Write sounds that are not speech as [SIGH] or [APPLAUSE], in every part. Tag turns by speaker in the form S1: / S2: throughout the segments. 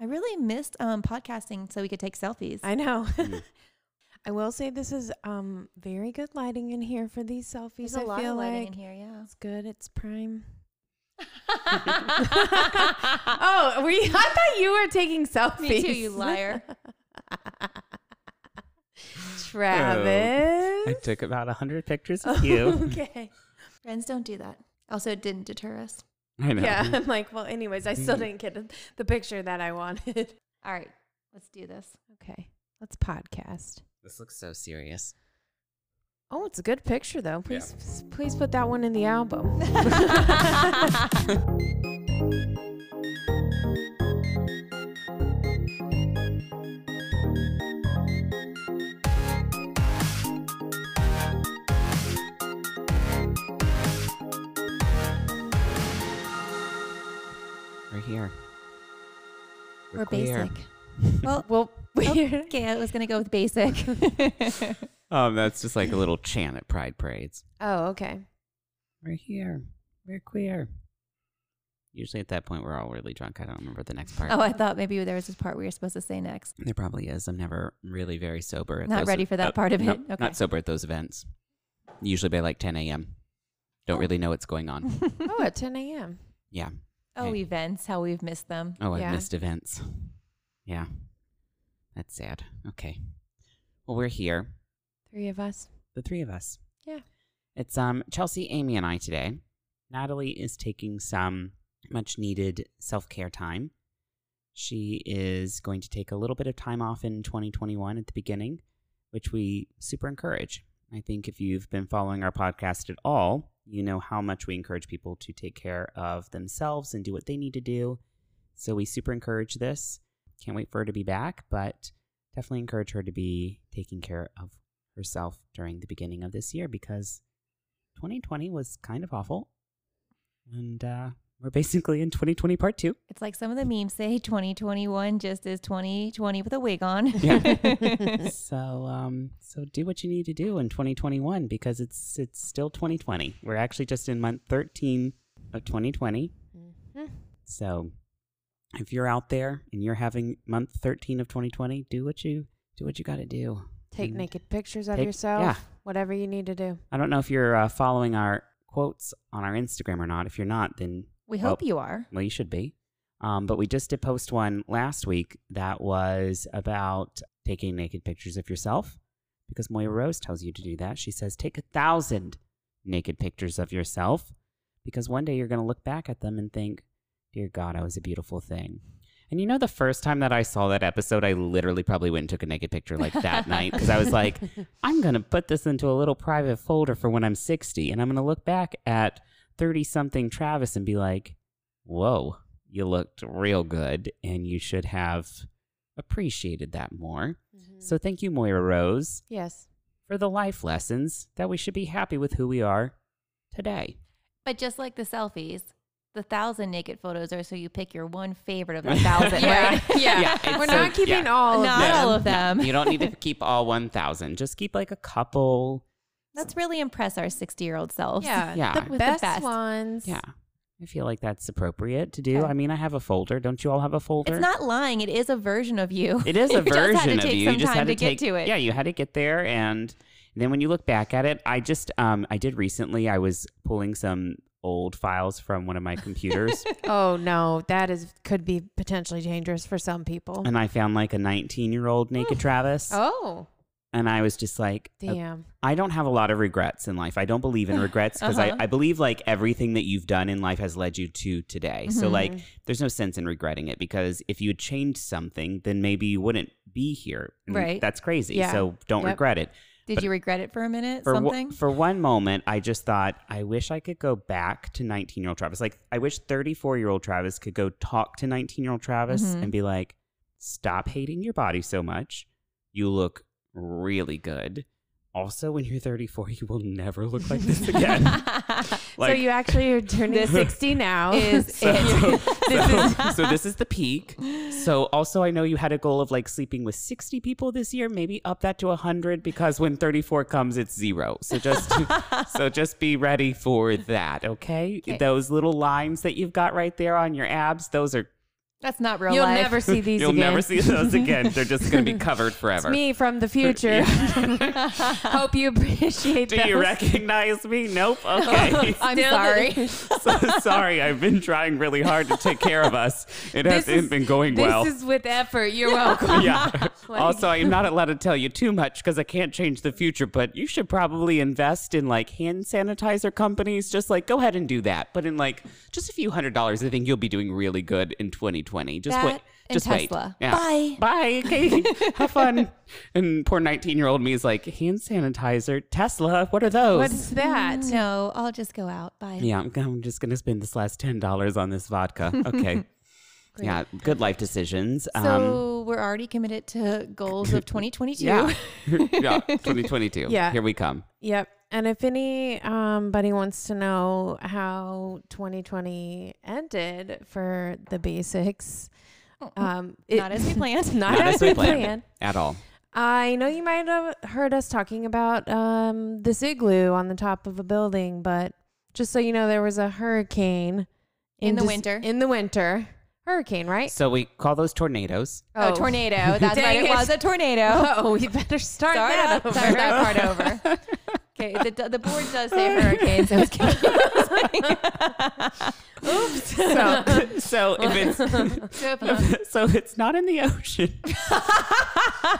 S1: I really missed um, podcasting so we could take selfies.
S2: I know. [LAUGHS]
S3: Mm.
S2: I will say this is um very good lighting in here for these selfies.
S1: There's
S2: I
S1: a lot
S2: feel
S1: of lighting in
S2: like
S1: here, [LAUGHS] yeah.
S2: it's good. It's
S1: [LAUGHS]
S2: prime. oh, [LAUGHS] we! I thought you were taking selfies.
S1: Me too, you liar.
S2: [LAUGHS] Travis.
S3: I took about 100
S1: [LAUGHS]
S3: pictures of you.
S2: [LAUGHS] okay.
S1: [LAUGHS] Friends don't do that. Also, it didn't deter us.
S3: I know. Mm.
S2: Yeah, I'm like, well, anyways, I still didn't get the picture that I wanted. [LAUGHS]
S1: All right, let's do this. [LAUGHS]
S2: Okay, let's podcast.
S3: This looks so serious.
S2: Oh, it's a good picture though. Please, please put that one in the album. [LAUGHS]
S3: We're here.
S1: We're
S3: queer.
S1: basic. Well, [LAUGHS]
S2: well, weird.
S1: okay, I was gonna go with basic. [LAUGHS]
S3: Um, that's just like a little chant at pride parades.
S2: Oh, okay.
S3: We're here. We're queer. Usually at that point, we're all really drunk. I don't remember the next part.
S1: oh, I thought maybe there was this part we were supposed to say next.
S3: There probably is. I'm never really very sober. At
S1: Not
S3: those
S1: ready for that
S3: uh,
S1: part of
S3: no,
S1: it. Okay.
S3: Not sober at those events. Usually by like 10 a.m. Don't really know what's going on.
S1: [LAUGHS]
S2: Oh, at 10 a.m.
S3: yeah.
S1: Oh,
S3: Hey.
S1: events, how we've missed them.
S3: Oh,
S2: Yeah.
S3: I missed events. Yeah. That's sad. Okay. Well, we're here,
S2: Three of us.
S3: the three of us.
S2: Yeah.
S3: It's um Chelsea, Amy, and I today. Natalie is taking some much needed self care time. She is going to take a little bit of time off in 2021 at the beginning, which we super encourage. I think if you've been following our podcast at all, you know how much we encourage people to take care of themselves and do what they need to do. So we super encourage this. Can't wait for her to be back, but definitely encourage her to be taking care of herself during the beginning of this year because 2020 was kind of awful. And uh, we're basically in 2020
S1: [LAUGHS]
S3: part two.
S1: It's like some of the memes say 2021 just is 2020 with a wig on.
S3: Yeah. so um so do what you need to do in 2021 because it's it's still 2020. We're actually just in month 13 of 2020.
S1: Hmm.
S3: So if you're out there and you're having month 13 of 2020, do what you do what you got to do.
S2: Take
S3: And-
S2: naked pictures of
S3: Take-
S2: yourself.
S3: yeah.
S2: Whatever you need to do.
S3: I don't know if you're uh, following our quotes on our Instagram or not. If you're not, then
S1: [LAUGHS] we hope
S3: Oh.
S1: you are.
S3: well, you should be. Um, but we just did post one last week that was about taking naked pictures of yourself because Moya Rose tells you to do that. She says, take a thousand naked pictures of yourself because one day you're going to look back at them and think, dear God, I was a beautiful thing. And you know, the first time that I saw that episode, I literally probably went and took a naked picture like that night because I was like, I'm going to put this into a little private folder for when I'm 60 and I'm going to look back at 30 something Travis and be like, whoa, you looked real good and you should have appreciated that more.
S1: Mm-hmm.
S3: So thank you, Moira Rose,
S2: Yes.
S3: for the life lessons that we should be happy with who we are today.
S1: But just like the selfies, the thousand naked photos are so you pick your one
S3: [LAUGHS]
S1: favorite of the thousand, right?
S2: [LAUGHS] Yeah.
S3: Yeah, it's
S2: We're
S3: so-
S2: not keeping
S3: yeah.
S2: all of
S1: Not
S2: them.
S1: all of them.
S3: you don't
S1: [LAUGHS]
S3: need to keep all 1,000. Just keep like a couple.
S1: Let's really impress our 60 year old selves.
S2: Yeah.
S3: Yeah.
S2: The,
S3: With
S1: the
S2: best
S1: best.
S2: ones.
S3: Yeah. I feel like that's appropriate to do.
S1: Okay.
S3: I mean, I have a folder. Don't you all have a folder?
S1: It's not lying. It is a version of you.
S3: It is
S1: [LAUGHS]
S3: a
S1: You just had to
S3: version of
S1: take
S3: you.
S1: some
S3: you just
S1: time
S3: had
S1: to
S3: to,
S1: get
S3: take
S1: to it.
S3: Yeah, you had to get there, and, and then when you look back at it, I just um I did recently. I was pulling some old files from one of
S1: [LAUGHS]
S3: my computers,
S2: Oh no, that is could be potentially dangerous for some
S1: Oh.
S2: people.
S3: and I found like a 19 year
S1: [GASPS]
S3: old naked Travis,
S2: oh,
S3: and I was just like, "Uh,
S2: damn.
S3: I don't have a lot of regrets in life. I don't
S1: [LAUGHS]
S3: believe in regrets because
S1: Uh-huh.
S3: I, I believe like everything that you've done in life has led you to today. So like
S2: Mm-hmm.
S1: Mm-hmm.
S3: there's no sense in regretting it because if you had changed something, then maybe you wouldn't be here. And
S1: Right.
S3: That's crazy.
S2: Yeah.
S3: So don't
S2: Yep.
S3: regret it.
S1: Did you regret it for a minute?
S3: for wo- [LAUGHS]
S1: something?
S3: for one moment, I just thought, I wish I could go back to 19 year old Travis. Like, I wish 34 year old Travis could go talk to 19 year old Travis
S1: Mhm.
S3: and be like, stop hating your body so much. You look really good. Also, when you're 34, you will never look like this again.
S2: so
S3: Like-
S2: you actually are
S3: [LAUGHS]
S2: turning
S1: This
S2: sixty now. [LAUGHS]
S1: is
S3: so,
S1: it.
S3: [LAUGHS] so- so this is the peak. So also, I know you had a goal of like sleeping with 60 people this year. Maybe up that to 100 because when 34 comes, it's zero. So just
S2: [LAUGHS]
S3: so just be ready for that. Okay?
S1: Okay.
S3: those little lines that you've got right there on your abs, those are
S1: [LAUGHS] That's not real
S2: You'll
S1: life.
S2: never see these
S3: You'll
S2: again.
S3: never see those again. They're
S2: [LAUGHS]
S3: just going to be covered
S2: It's
S3: forever.
S2: me from the future. [LAUGHS] Hope you appreciate
S3: Do
S2: those.
S3: you recognize
S2: [LAUGHS]
S3: me? Nope. Okay. [LAUGHS]
S1: I'm
S2: Still-
S1: sorry.
S2: [LAUGHS]
S3: so sorry. I've been trying really hard to take care of us. It
S2: This
S3: hasn't
S2: is-
S3: been going
S2: This
S3: well.
S2: is with effort. You're
S3: [LAUGHS]
S1: [LAUGHS]
S2: welcome.
S3: yeah.
S2: Like-
S3: also, I'm not allowed to tell you too much because I can't change the future, but you should probably invest in like hand sanitizer companies. Just like go ahead and do that. But in like just a few hundred dollars, I think you'll be doing really good in 2020. Just
S1: That
S3: wait.
S1: and
S3: Just
S1: Tesla.
S3: wait. Yeah.
S1: Bye.
S3: Bye.
S1: [LAUGHS]
S3: Okay. Have fun. And poor 19 year old me is like, hand sanitizer, Tesla, what are those?
S2: What's
S1: [LAUGHS]
S2: that?
S1: No, I'll just go out. Bye.
S3: yeah, I'm, I'm just going to spend this last $10 on this vodka.
S1: [LAUGHS]
S3: Okay. yeah, good life decisions. Um,
S1: So we're already committed to goals
S3: [LAUGHS]
S1: of 2022.
S3: Yeah. [LAUGHS] yeah. 2022.
S2: Yeah.
S3: Here we come.
S2: Yep. And if anybody wants to know how 2020 ended for the basics, um, it-
S1: Oh, Not as
S2: [LAUGHS]
S1: we planned.
S2: not,
S3: Not
S2: as we planned.
S3: At all.
S2: I know you might have heard us talking about um, this igloo on the top of a building, but just so you know, there was a hurricane
S1: In the
S2: Dec-
S1: winter.
S2: In the winter, hurricane, right?
S3: [LAUGHS] So we call those tornadoes.
S1: Oh, tornado. That's
S2: Dang
S1: right. It.
S2: it.
S1: was a
S2: [LAUGHS]
S1: tornado.
S2: [LAUGHS] Oh, you better start
S1: Start
S2: that
S1: that,
S2: over.
S1: start
S2: [LAUGHS]
S1: that part over. [LAUGHS] Okay, the, the board does say [LAUGHS] hurricane, so it's confusing.
S3: So, [LAUGHS] so if
S1: So if-
S3: it's [LAUGHS] so it's not in the ocean. [LAUGHS]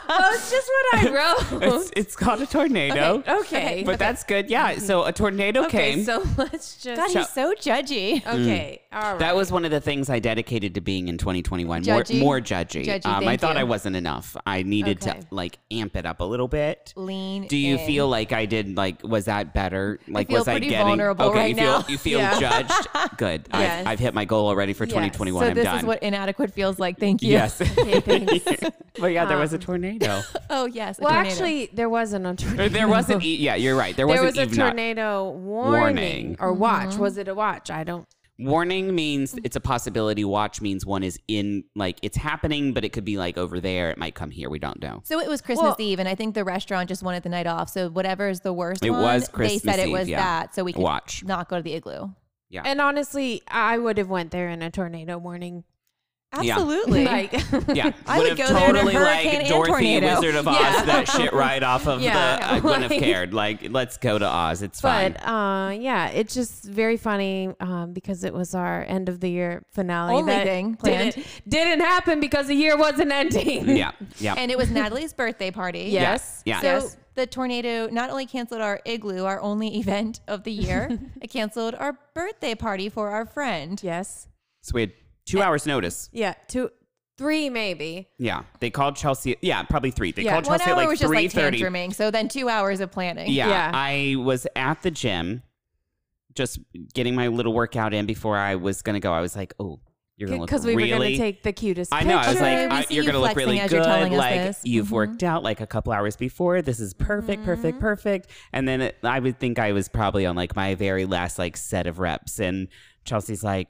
S2: Oh, it's just what I wrote. [LAUGHS]
S3: It's, it's called a tornado.
S2: Okay, okay.
S3: But that's good. Yeah. So a tornado
S2: Okay,
S3: came.
S2: so [LAUGHS] let's just.
S1: God, he's so judgy.
S2: okay, all right.
S3: Mm. that was one of the things I dedicated to being in 2021.
S1: Judgy.
S3: More, more judgy.
S1: Judgy,
S3: um, I
S1: thank
S3: thought
S1: you.
S3: I wasn't enough. I needed
S2: Okay.
S3: to like amp it up a little bit.
S1: Lean.
S3: Do you
S1: in.
S3: feel like I did? Like, was that better? Like,
S1: feel
S3: was I
S1: pretty
S3: getting
S1: vulnerable
S3: okay?
S1: right
S3: you feel
S1: now.
S3: you
S1: [LAUGHS]
S2: Yeah.
S3: feel judged. Good.
S2: Yes.
S3: I've, I've hit my goal already for
S2: Yes.
S3: 2021.
S1: So
S3: I'm
S1: this
S3: done.
S1: is what inadequate feels like. Thank you. Um,
S3: yes. [LAUGHS]
S2: thanks.
S3: but yeah, there was a tornado.
S1: [LAUGHS] Oh yes. a
S2: well,
S1: tornado.
S2: actually, there wasn't a tornado.
S3: [LAUGHS] Or
S1: [LAUGHS]
S3: There wasn't. E- yeah, you're right. There
S2: There
S3: wasn't
S2: was a
S3: even a-
S2: tornado warning,
S3: Warning.
S2: or watch.
S1: Mm-hmm.
S2: Was it a watch? I don't.
S3: warning means
S1: Mm.
S3: it's a possibility. Watch means one is in. Like it's happening, but it could be like over there. It might come here. We don't know.
S1: So it was Christmas
S2: Well-
S1: Eve, and I think the restaurant just wanted the night off. So whatever is the worst,
S3: It
S1: one,
S3: was
S1: They
S3: Christmas
S1: said it
S3: Eve,
S1: was
S3: yeah.
S1: that, so we could
S3: Watch.
S1: not go to the igloo.
S2: And honestly, I would have went there in a tornado
S3: [LAUGHS]
S2: warning.
S3: Yeah.
S1: Absolutely.
S3: [LAUGHS]
S2: Like,
S3: Yeah,
S1: [LAUGHS] I would
S3: have
S1: go there in a
S3: totally
S1: hurricane
S3: like
S1: and
S3: Dorothy
S1: tornado.
S3: Wizard of Oz
S2: Yeah.
S3: that shit right off
S1: [LAUGHS]
S3: of
S2: Yeah.
S3: the. I wouldn't
S1: Like-
S3: have cared. Like, let's go to Oz. It's
S2: [LAUGHS]
S3: fine.
S2: but uh, yeah, it's just very funny um, because it was our end of the year finale.
S1: Only
S2: that
S1: thing planned.
S2: didn't, didn't happen because the year wasn't ending.
S3: [LAUGHS] yeah, yeah.
S1: and it was Natalie's birthday party.
S2: Yeah. [LAUGHS] Yes.
S3: Yeah.
S1: So
S2: Yes.
S1: the tornado not only canceled our igloo, our only [LAUGHS] event of the [LAUGHS] year, it canceled our birthday party for our friend.
S2: Yes.
S3: so we had two hours notice.
S2: Yeah. Two, three, maybe.
S3: Yeah. They called Chelsea. Yeah, probably three. They
S2: Yeah.
S3: called
S1: One
S3: Chelsea
S1: hour
S3: at like
S1: was just
S3: three
S1: like
S3: thirty.
S1: tantruming. So then two hours of planning. [LAUGHS]
S3: yeah,
S2: Yeah.
S3: I was at the gym, just getting my little workout in before I was gonna go. I was like, oh, you're gonna look
S2: Because we
S3: really.
S2: were going to take the cutest.
S3: I know. I was like,
S1: picture. We
S3: I,
S1: see
S3: you're
S1: you
S3: gonna look
S1: flexing
S3: really
S1: as you're
S3: good.
S1: telling us
S3: Like
S1: this. Mm-hmm.
S3: you've worked out like a couple hours before. This is perfect, perfect, perfect. And then it, I would think I was probably on like my very last like set of reps, and Chelsea's like.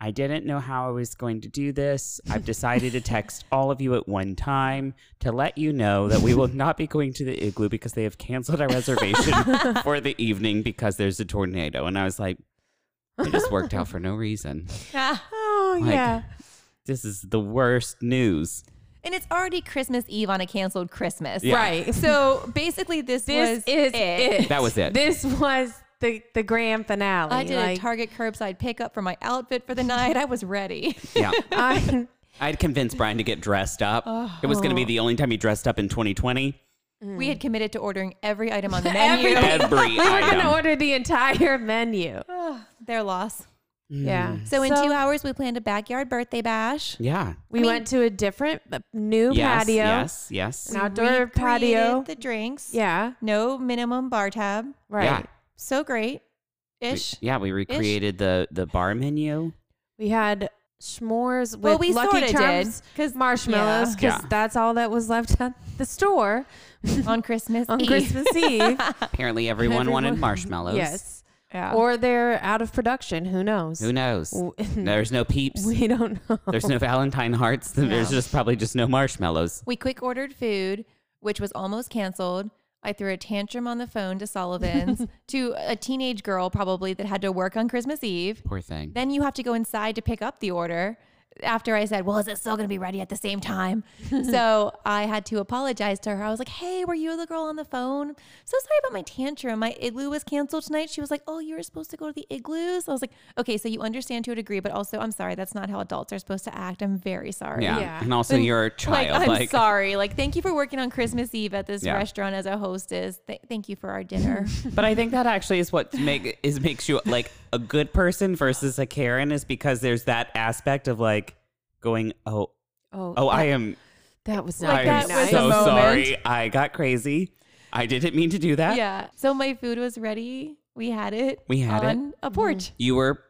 S3: I didn't know how I was going to do this.
S1: [LAUGHS]
S3: I've decided to text all of you at one time to let you know that we will not be going to the igloo because they have canceled our reservation
S1: [LAUGHS]
S3: for the evening because there's a tornado. And I was like, I just worked out for no reason.
S1: Yeah.
S2: oh,
S3: Like,
S2: yeah.
S3: This is the worst news.
S1: And it's already Christmas Eve on a canceled Christmas.
S3: Yeah.
S2: Right.
S1: So basically, this, was
S2: This is
S1: it.
S2: it.
S3: That was it.
S2: This was the, the grand finale.
S1: I did
S2: like,
S1: a Target curbside pickup for my outfit for the night. I was ready.
S3: Yeah.
S1: [LAUGHS]
S2: I-
S3: I'd convinced Brian to get dressed up. It was going to be the only time he dressed up in 2020.
S1: We had committed to ordering every item [LAUGHS] on the
S2: Every-
S1: menu.
S3: Every
S2: [LAUGHS] we were going
S3: item.
S2: to order the entire menu.
S3: [LAUGHS]
S1: Their loss.
S2: Yeah.
S1: Mm. So in two hours, we planned a backyard birthday bash.
S3: yeah.
S2: we
S1: mean-
S2: went to a different uh, new
S3: Yes,
S2: patio.
S3: Yes. Yes.
S2: An outdoor
S1: We created
S2: patio.
S1: The drinks.
S2: yeah.
S1: No minimum bar tab.
S2: Right.
S3: Yeah.
S1: So great.
S3: We-
S1: Ish.
S3: yeah. We recreated the the bar menu.
S2: We had s'mores with
S1: Well, we
S2: Lucky
S1: sorta
S2: Charms,
S1: did,
S2: because marshmallows,
S3: Yeah.
S2: because
S3: Yeah.
S2: that's all that was left at the store
S1: On Christmas [LAUGHS]
S2: on
S1: Eve.
S2: Christmas Eve.
S3: Apparently, everyone, wanted
S2: Everyone- [LAUGHS]
S3: marshmallows.
S2: Yes.
S1: Yeah.
S2: Or they're out of production. Who knows?
S3: Who knows? There's no peeps.
S2: [LAUGHS] We don't know.
S3: There's no Valentine hearts. There's just probably just no marshmallows.
S1: we quick ordered food, which was almost canceled. I threw a tantrum on the phone to Sullivan's to a teenage girl probably that had to work on Christmas Eve.
S3: Poor thing.
S1: Then you have to go inside to pick up the order. after I said, Well, is it still going to be ready at the same time? so I had to apologize to her. I was like, Hey, were you the girl on the phone? So sorry about my tantrum. My igloo was canceled tonight. She was like, Oh, you were supposed to go to the igloos. I was like, Okay, so you understand to a degree, but also, I'm sorry. That's not how adults are supposed to act. I'm very sorry.
S3: Yeah.
S2: Yeah.
S3: And also, you're a
S1: Like,
S3: child.
S1: I'm sorry. Like, thank you for working on Christmas Eve at this
S3: Yeah.
S1: restaurant as a hostess. Th- thank you for our
S3: [LAUGHS]
S1: dinner. [LAUGHS]
S3: But I think that actually is what make is makes you like a good person versus a Karen is because there's that aspect of like going, oh,
S2: Oh,
S3: oh, I am,
S2: that was not
S1: Like,
S3: I
S2: very
S3: am
S1: that was
S2: nice.
S1: a
S3: so
S1: moment.
S3: sorry. I got crazy. I didn't mean to do that.
S1: yeah. So my food was ready. We had it.
S3: We had it. Mm-hmm.
S1: on a porch.
S3: You were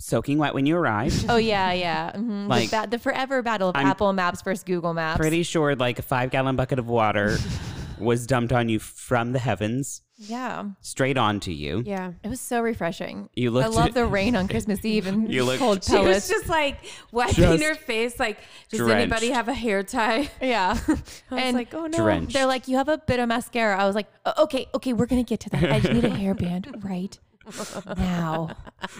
S3: soaking wet when you arrived.
S1: [LAUGHS] Oh yeah, yeah. hmm
S3: Like-
S1: the, ba- the forever battle of
S3: I'm
S1: Apple Maps versus Google Maps.
S3: Pretty sure like a five gallon bucket of water
S1: [LAUGHS]
S3: was dumped on you from the heavens
S1: Yeah,
S3: straight onto you.
S2: yeah.
S1: it was so refreshing.
S3: You
S1: I
S3: looked
S1: love
S3: [LAUGHS] at-
S1: the rain on Christmas Eve and
S3: You looked- [LAUGHS]
S1: cold
S2: She was
S1: pellets.
S2: just like wiping
S3: Just
S2: her face, like, does anybody
S3: drenched.
S2: have a hair tie?
S1: [LAUGHS]
S2: [LAUGHS]
S1: yeah,
S3: [LAUGHS]
S2: I was
S1: and
S2: like, oh no.
S3: Drenched.
S1: they're like, "You have a bit of mascara." I was like, "O- "Okay, okay, we're gonna get to that. I just
S3: [LAUGHS]
S1: need a hairband right now."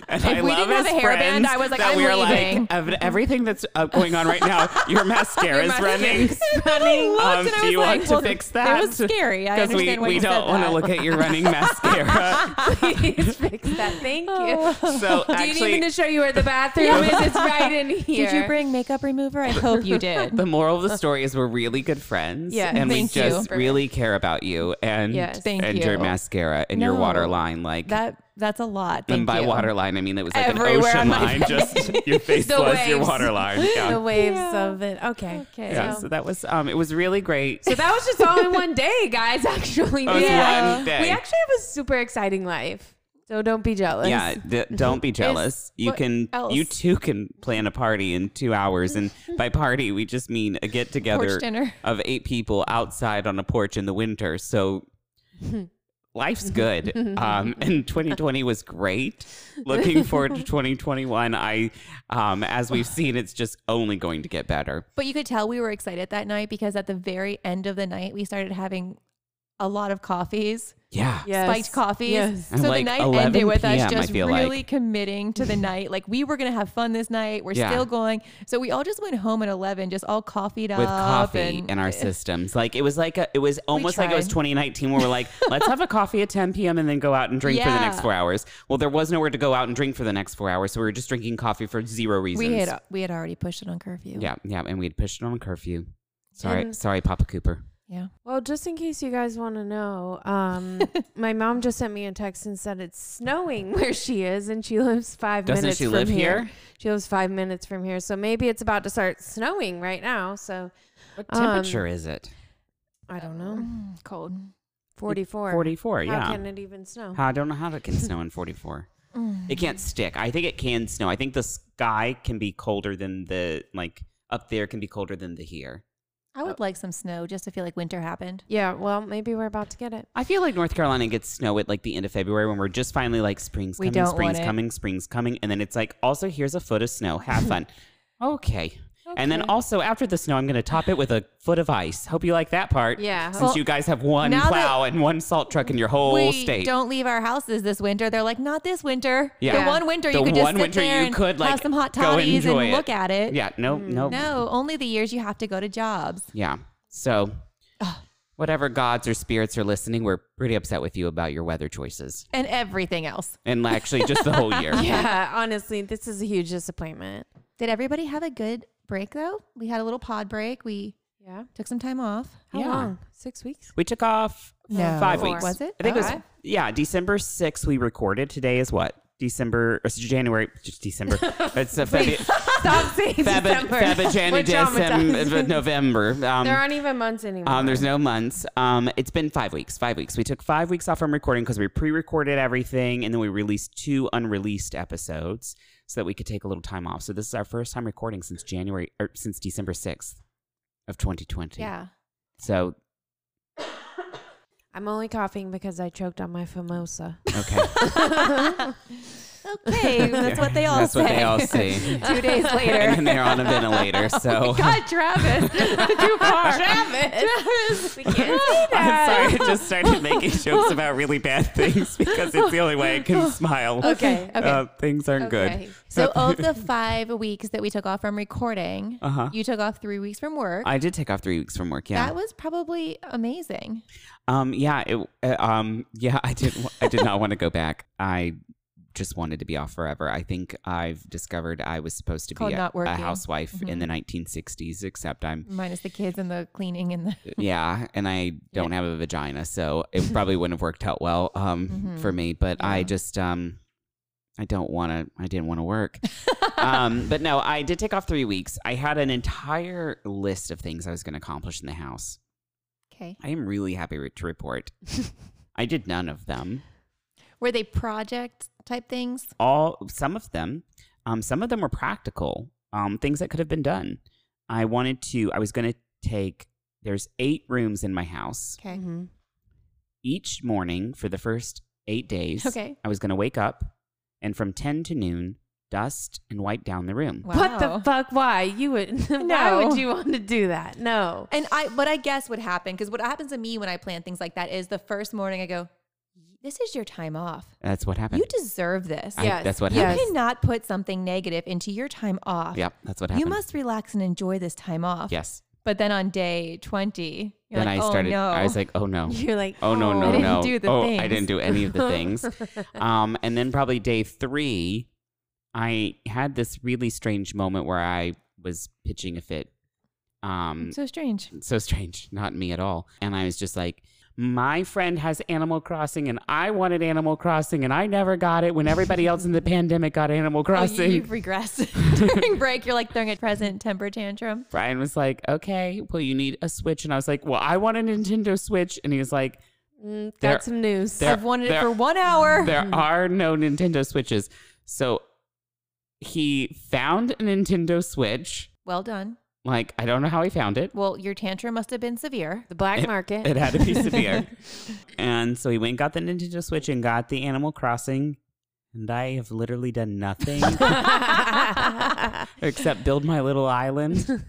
S3: And
S1: If we didn't have
S3: his
S1: a hairband,
S3: friends
S1: I was like,
S3: that
S1: I'm
S3: we are
S1: leaving.
S3: Like, of everything that's uh, going on right now,
S1: [LAUGHS]
S3: your mascara is running.
S1: Running.
S3: Um, do you want to fix that?
S1: It was scary. I
S3: Because we,
S1: understand why
S3: we
S1: you
S3: don't
S1: want
S3: want to look at your running mascara.
S2: Please fix that. Thank you.
S1: [LAUGHS]
S3: So
S2: Do you
S3: actually,
S2: need me to show you where the bathroom is? It's right [LAUGHS] in
S1: [LAUGHS]
S2: here.
S1: Did you bring makeup remover? I hope
S3: [LAUGHS]
S1: you did.
S3: the moral of the story is we're really good friends.
S2: Yeah,
S3: and we
S1: thank you.
S3: just really care about you and
S2: Yes.
S1: Thank
S3: and your
S1: you.
S3: mascara and your
S1: No.
S3: water line. Like
S1: that that's a lot. Thank
S3: and by
S1: you.
S3: water line, I mean it was like an
S2: Everywhere
S3: ocean
S2: on my
S3: line. Just your face
S2: The
S3: was your
S2: waves.
S3: water line. Yeah.
S2: the waves
S1: Yeah.
S2: of it? Okay.
S1: Okay.
S3: yeah.
S1: so-
S3: So that was um, it was really great.
S2: So that was just all in one day, guys. [LAUGHS] Actually,
S3: That was
S1: Yeah.
S3: one day.
S2: we actually have a super exciting life, so don't be jealous.
S3: Yeah, d-
S1: [LAUGHS]
S3: don't be jealous. you
S1: what
S3: can, you
S1: else?
S3: too can plan a party in two hours,
S1: [LAUGHS]
S3: and by party we just mean a get together
S1: Porch dinner.
S3: of eight people outside on a porch in the
S1: [LAUGHS]
S3: winter. So life's good. Um, and 2020 was great. Looking
S1: [LAUGHS]
S3: forward to 2021. I, um, as we've seen, it's just only going to get better.
S1: But you could tell we were excited that night because at the very end of the night, we started having a lot of coffees,
S3: Yeah.
S2: Yes.
S1: spiked coffees.
S2: Yes.
S1: So
S3: Like
S1: the night
S3: 11
S1: ended with
S3: PM, I
S1: us just
S3: feel
S1: really
S3: like.
S1: committing to the night. Like we were going to have fun this night. We're
S3: Yeah.
S1: still going. So we all just went home at 11, just all coffeed up.
S3: with coffee
S1: and- [LAUGHS]
S2: [LAUGHS]
S3: in our systems. Like it was like a, it was almost like it was
S1: tried.
S3: 2019 where
S2: [LAUGHS]
S3: we're like, let's have a coffee at 10 p.m. and then go out and drink for the next
S1: Yeah.
S3: four hours. Well, there was nowhere to go out and drink for the next four hours, so we were just drinking coffee for zero reasons.
S1: we had we had already pushed it on curfew.
S3: yeah, yeah, and we had pushed it on curfew. Sorry,
S2: And-
S3: sorry, Papa Cooper.
S1: Yeah.
S2: Well, just in case you guys want to know, [LAUGHS] um, my mom just sent me a text and said it's snowing where she is, and she lives 5
S3: Doesn't
S2: minutes
S3: she
S2: from
S3: live
S2: here.
S3: here?
S2: She lives five minutes from here, so maybe it's about to start snowing right now. So
S3: What
S2: Um,
S3: temperature is it?
S2: I don't know,
S1: Mm, Cold.
S2: forty-four. How
S3: 44. yeah.
S2: can it even snow?
S3: How- I don't know how it can snow in 44. It
S2: Mm.
S3: can't stick. I think it can snow. I think the sky can be colder than the like up there can be colder than the here.
S1: I would like some snow just to feel like winter happened.
S2: yeah. Well, maybe we're about to get it.
S3: I feel like North Carolina gets snow at like the end of February when we're just finally like spring's
S1: We
S3: coming,
S1: don't
S3: spring's
S1: want it.
S3: coming, spring's coming, and then it's like also here's a foot of snow.
S1: [LAUGHS]
S3: Have fun. okay. And then
S2: Okay.
S3: also after the snow, I'm going to top it with a foot of ice. Hope you like that part.
S2: Yeah.
S3: Since
S1: Well,
S3: you guys have one
S1: now that-
S3: plow and one salt truck in your whole
S1: we
S3: state.
S1: don't leave our houses this winter. They're like, not this winter.
S3: Yeah.
S1: The one winter
S3: The
S1: you could just
S3: one
S1: sit
S3: winter
S1: there
S3: you
S1: and
S3: could, like,
S1: have some hot
S3: go
S1: toddies and
S3: enjoy it.
S1: look at it. Mm.
S3: yeah. No. No.
S1: No, only the years you have to go to jobs.
S3: Yeah. So. Whatever gods or spirits are listening, we're pretty upset with you about your weather choices.
S1: And everything else.
S3: And actually, just the whole
S1: [LAUGHS]
S3: year. [LAUGHS]
S2: Yeah. [LAUGHS] Honestly, this is a huge disappointment.
S1: Did everybody have a good break though? We had a little pod break. We
S2: Yeah.
S1: took some time off.
S2: How
S3: Yeah.
S2: long? Six
S3: [LAUGHS]
S2: weeks.
S3: We took off
S1: No.
S3: five
S2: Four.
S3: weeks.
S1: Was it?
S3: I think it was
S1: Okay.
S3: yeah, December sixth. We recorded. Today is what December or January? Just December.
S1: [LAUGHS]
S3: It's a Feb.
S2: Stop [LAUGHS] saying
S3: Feb.
S2: December.
S3: Feb.
S2: We're
S3: January,
S2: traumatized.
S3: December,
S2: [LAUGHS]
S3: November.
S2: There
S3: Um,
S2: aren't even months anymore.
S3: um, there's no months. Um, it's been five weeks. Five weeks. We took five weeks off from recording because we pre-recorded everything, and then we released two unreleased episodes so that we could take a little time off. So this is our first time recording since January or since December sixth of 2020.
S1: Yeah.
S3: So
S2: I'm only coughing because I choked on my famosa.
S3: okay.
S1: [LAUGHS] okay, that's what [LAUGHS] they all
S3: That's
S1: say.
S3: what they
S1: [LAUGHS]
S3: all see.
S1: Two days
S2: [LAUGHS]
S3: and
S1: later.
S3: then they're on a ventilator.
S1: [LAUGHS]
S3: So
S1: God, Travis, too far.
S2: Travis.
S1: Travis, we can't
S3: [LAUGHS] I'm sorry, I just started making jokes about really bad things because it's the only way
S1: [LAUGHS]
S3: I can smile.
S1: Okay, [LAUGHS] okay.
S3: Uh, things aren't good.
S1: So of
S3: [LAUGHS]
S1: the five weeks that we took off from recording,
S3: Uh-huh.
S1: you took off three weeks from work.
S3: I did take off three weeks from work. Yeah.
S1: That was probably amazing.
S3: um. Yeah. It, uh, um. Yeah. I did. I did not want to go back. I just wanted to be off forever. I think I've discovered I was supposed to
S1: Called
S3: be a,
S1: not working. Mm-hmm.
S3: a housewife in the 1960s, except I'm.
S1: Minus the kids and the cleaning
S3: [LAUGHS]
S1: and the
S3: Yeah, and I don't have a vagina, so it probably wouldn't have worked out well um,
S1: Mhm.
S3: for me. But I
S1: Yeah.
S3: just, um, I don't want to. I didn't want to work. um, but no, I did take off three weeks. I had an entire list of things I was going to accomplish in the house.
S1: Okay.
S3: I am really happy re- to report. I did none of them.
S1: Were they project type things?
S3: all some of them um, some of them were practical um, things that could have been done i wanted to i was going to take there's eight rooms in my house
S1: Okay.
S2: Mhm.
S3: each morning for the first eight days
S1: Okay.
S3: i was going to wake up and from 10 to noon dust and wipe down the room
S1: Wow.
S2: What the fuck? Why you would? [LAUGHS] Why
S1: No.
S2: would you want to do that? No.
S1: And I, what I guess would happen, because what happens to me when I plan things like that is the first morning I go, this is your time off.
S3: that's what happened
S1: You deserve this.
S3: I-
S2: Yes,
S3: that's what
S1: You
S2: yes.
S3: happened
S1: cannot put something negative into your time off.
S3: yeah that's what
S1: You
S3: happened
S1: must relax and enjoy this time off.
S3: yes
S1: But then on day 20, you're
S3: then
S1: like,
S3: i started
S1: oh, no.
S3: i was like
S1: [LAUGHS]
S3: oh no
S2: [LAUGHS] You're like,
S3: Oh no no
S1: I didn't
S3: no!
S1: do the
S3: oh, I
S1: things.
S3: didn't do any of the
S1: [LAUGHS]
S3: things. um, and then probably day three, I had this really strange moment where I was pitching a fit. Um,
S1: so strange.
S3: so strange, not me at all. And I was just like, my friend has Animal Crossing, and I wanted Animal Crossing, and I never got it when everybody
S1: [LAUGHS]
S3: else in the pandemic got Animal
S1: Oh, you,
S3: Crossing.
S1: you've [LAUGHS]
S3: [LAUGHS]
S1: regressed. During break, you're like throwing a present temper tantrum.
S3: Brian was like, okay, well, you need a Switch. And I was like, well, I want a Nintendo Switch. And he was like,
S2: Mm, got
S3: There-
S2: some news.
S3: there-
S1: I've wanted
S3: there-
S1: it for one hour. [LAUGHS]
S3: there are no Nintendo Switches. So he found a Nintendo Switch.
S1: well done.
S3: Like, I don't know how he found it.
S1: Well, your tantrum must have been severe.
S2: the black market.
S3: It had to be
S2: [LAUGHS]
S3: severe. and so he went and got the Nintendo Switch and got the Animal Crossing. And I have literally
S2: [LAUGHS]
S3: done nothing except build my little island.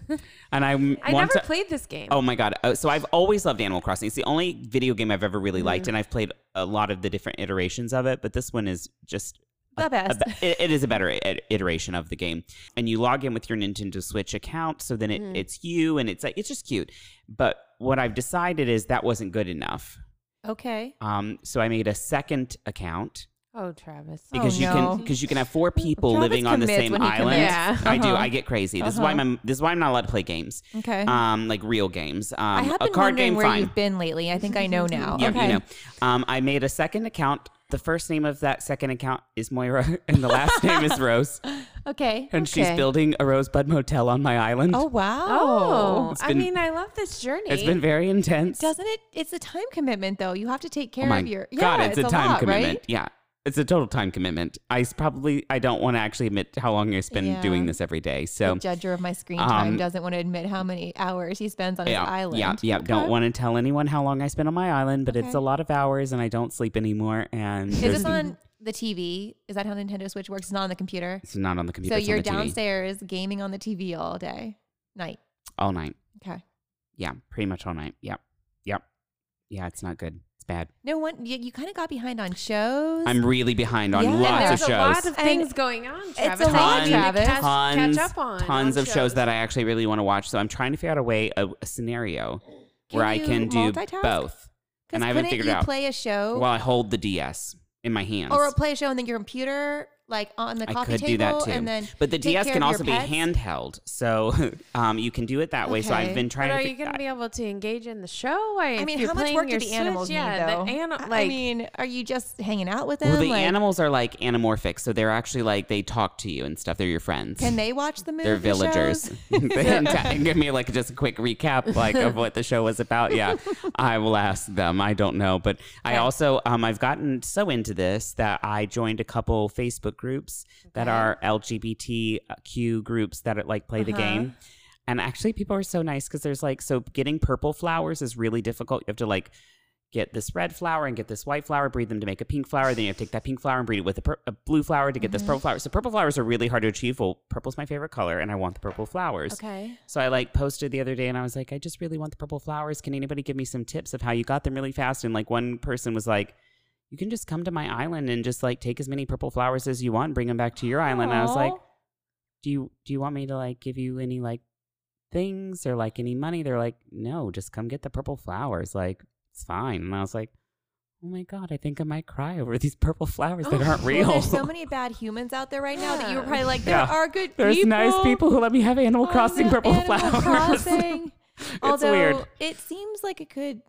S3: And I,
S2: I
S3: want
S2: never
S3: to.
S2: played this game.
S3: Oh my god! Oh, so I've always loved Animal Crossing. It's the only video game I've ever really liked,
S2: Mm-hmm.
S3: and I've played a lot of the different iterations of it. But this one is just
S1: The
S3: a
S1: best.
S3: be- it- it is a better i- iteration of the game. And you log in with your Nintendo Switch account, so then it,
S1: Mm-hmm.
S2: Mhm.
S3: it's you, and it's like it's just cute. But what I've decided is that wasn't good enough.
S1: Okay.
S3: Um, so I made a second account
S2: Oh, Travis.
S1: Oh,
S3: because you
S1: no.
S3: can because you can have four people
S1: Travis
S3: living on the
S1: commits
S3: same
S1: when he
S3: island.
S1: commits.
S2: Yeah.
S3: I do.
S1: Uh-huh.
S3: I get crazy. This is why
S1: Uh-huh.
S3: I'm this is why I'm not allowed to play games.
S1: Okay.
S3: Um, like real games. Um,
S1: I have
S3: a
S1: been
S3: card
S1: wondering
S3: game.
S1: where
S3: fine.
S1: you've been lately. I think I know now.
S3: [LAUGHS] Yeah,
S1: okay.
S3: you know. Um, I made a second account. The first name of that second account is Moira, [LAUGHS] and the last name is Rose.
S1: Okay.
S3: And she's
S2: Okay.
S3: building a Rosebud Motel on my island.
S1: Oh wow.
S2: Oh,
S3: It's
S2: I
S3: been-
S2: mean, I love this journey.
S3: It's been very intense.
S1: Doesn't it? It's a time commitment though. You have to take care
S3: oh my
S1: of your.
S3: God,
S1: yeah,
S3: it's, a time
S1: lot,
S3: commitment.
S1: Right?
S3: Yeah. It's a total time commitment. I s- probably I don't want to actually admit how long I spend
S1: Yeah.
S3: doing this every day. So
S1: the judger of my screen time
S3: um,
S1: doesn't want to admit how many hours he spends on
S3: yeah,
S1: his island.
S3: yeah, yeah. Don't want to tell anyone how long I spend on my island, but it's
S1: Okay.
S3: a lot of hours, and I don't sleep anymore. And
S1: Is
S3: there's-
S1: this on the TV? Is that how Nintendo Switch works? It's not on the computer.
S3: It's not on the computer.
S1: so
S3: it's on
S1: you're
S3: the TV.
S1: downstairs gaming on the TV all day, night.
S3: all night.
S1: Okay.
S3: Yeah, pretty much all night. Yep, yep. Yeah, it's not good. It's bad.
S1: No one. You, you kind of got behind on shows.
S3: I'm really behind on
S1: Yeah. And
S3: lots of
S2: There's
S3: shows.
S2: a lot of
S1: And
S2: things going on, Travis.
S1: a
S2: that
S1: lot,
S2: you need to
S1: Travis.
S2: catch-
S3: tons,
S2: catch up on.
S3: tons
S2: on
S3: of shows. that I actually really want to watch. So I'm trying to figure out a way, a, a scenario
S1: Can
S3: where I
S1: you
S3: can do
S1: multitask?
S3: both.
S1: 'Cause
S3: and I haven't
S1: couldn't
S3: figured
S1: you
S3: out.
S1: play a show
S3: While I hold the DS in my hands.
S1: or play a show and then your computer like on the
S3: I
S1: coffee
S3: could
S1: table
S3: do that too.
S1: and then
S3: but the
S1: take
S3: DS
S1: care
S3: can
S1: of your
S3: also be
S1: pets?
S3: handheld. So [LAUGHS] um, you can do it that way. So I've
S1: Okay.
S3: been
S2: But
S3: trying
S2: are
S3: to
S2: you
S3: figure
S2: going to be able to engage in the show? I
S1: I mean, how much work do the animals
S2: yeah,
S1: need though?
S2: The
S1: I-
S2: ani-
S1: I
S2: like,
S1: mean, are you just hanging out with them?
S3: well, the
S1: Like,
S3: animals are like anamorphic, so they're actually like they talk to you and stuff. They're your friends.
S1: Can they watch the movie?
S3: They're villagers.
S1: [LAUGHS] shows?
S3: [LAUGHS] and t- give me like just a quick recap, like of what the show was about.
S1: [LAUGHS]
S3: Yeah, I will ask them. I don't know, but I also um, I've gotten so into this that I joined a couple Facebook groups that
S1: Okay.
S3: are LGBTQ groups that are, like play the
S1: Uh-huh.
S3: game. And actually, people are so nice because there's like so getting purple flowers is really difficult. You have to like get this red flower and get this white flower, breed them to make a pink flower. Then you have to take that pink flower and breed it with a, pur- a blue flower to get this purple flower. So purple flowers are really hard to achieve. Well, purple's my favorite color, and I want the purple flowers.
S1: Okay.
S3: So I like posted the other day and I was like, I just really want the purple flowers. Can anybody give me some tips of how you got them really fast? And like one person was like, you can just come to my island and just like take as many purple flowers as you want, and bring them back to your island. And I was like, do you do you want me to like give you any like things or like any money? They're like, no, just come get the purple flowers. Like it's fine. And I was like, oh my god, I think I might cry over these purple flowers that aren't
S1: [LAUGHS] Well,
S3: real.
S1: there's so many bad humans out there right now that you were probably like, there
S3: Yeah.
S1: are good
S3: [LAUGHS] There's
S1: people.
S3: nice people who let me have Animal
S1: on
S3: Crossing
S1: the
S3: purple
S1: Animal
S3: flowers. [LAUGHS]
S1: Crossing. Although
S3: weird.
S1: it seems like it could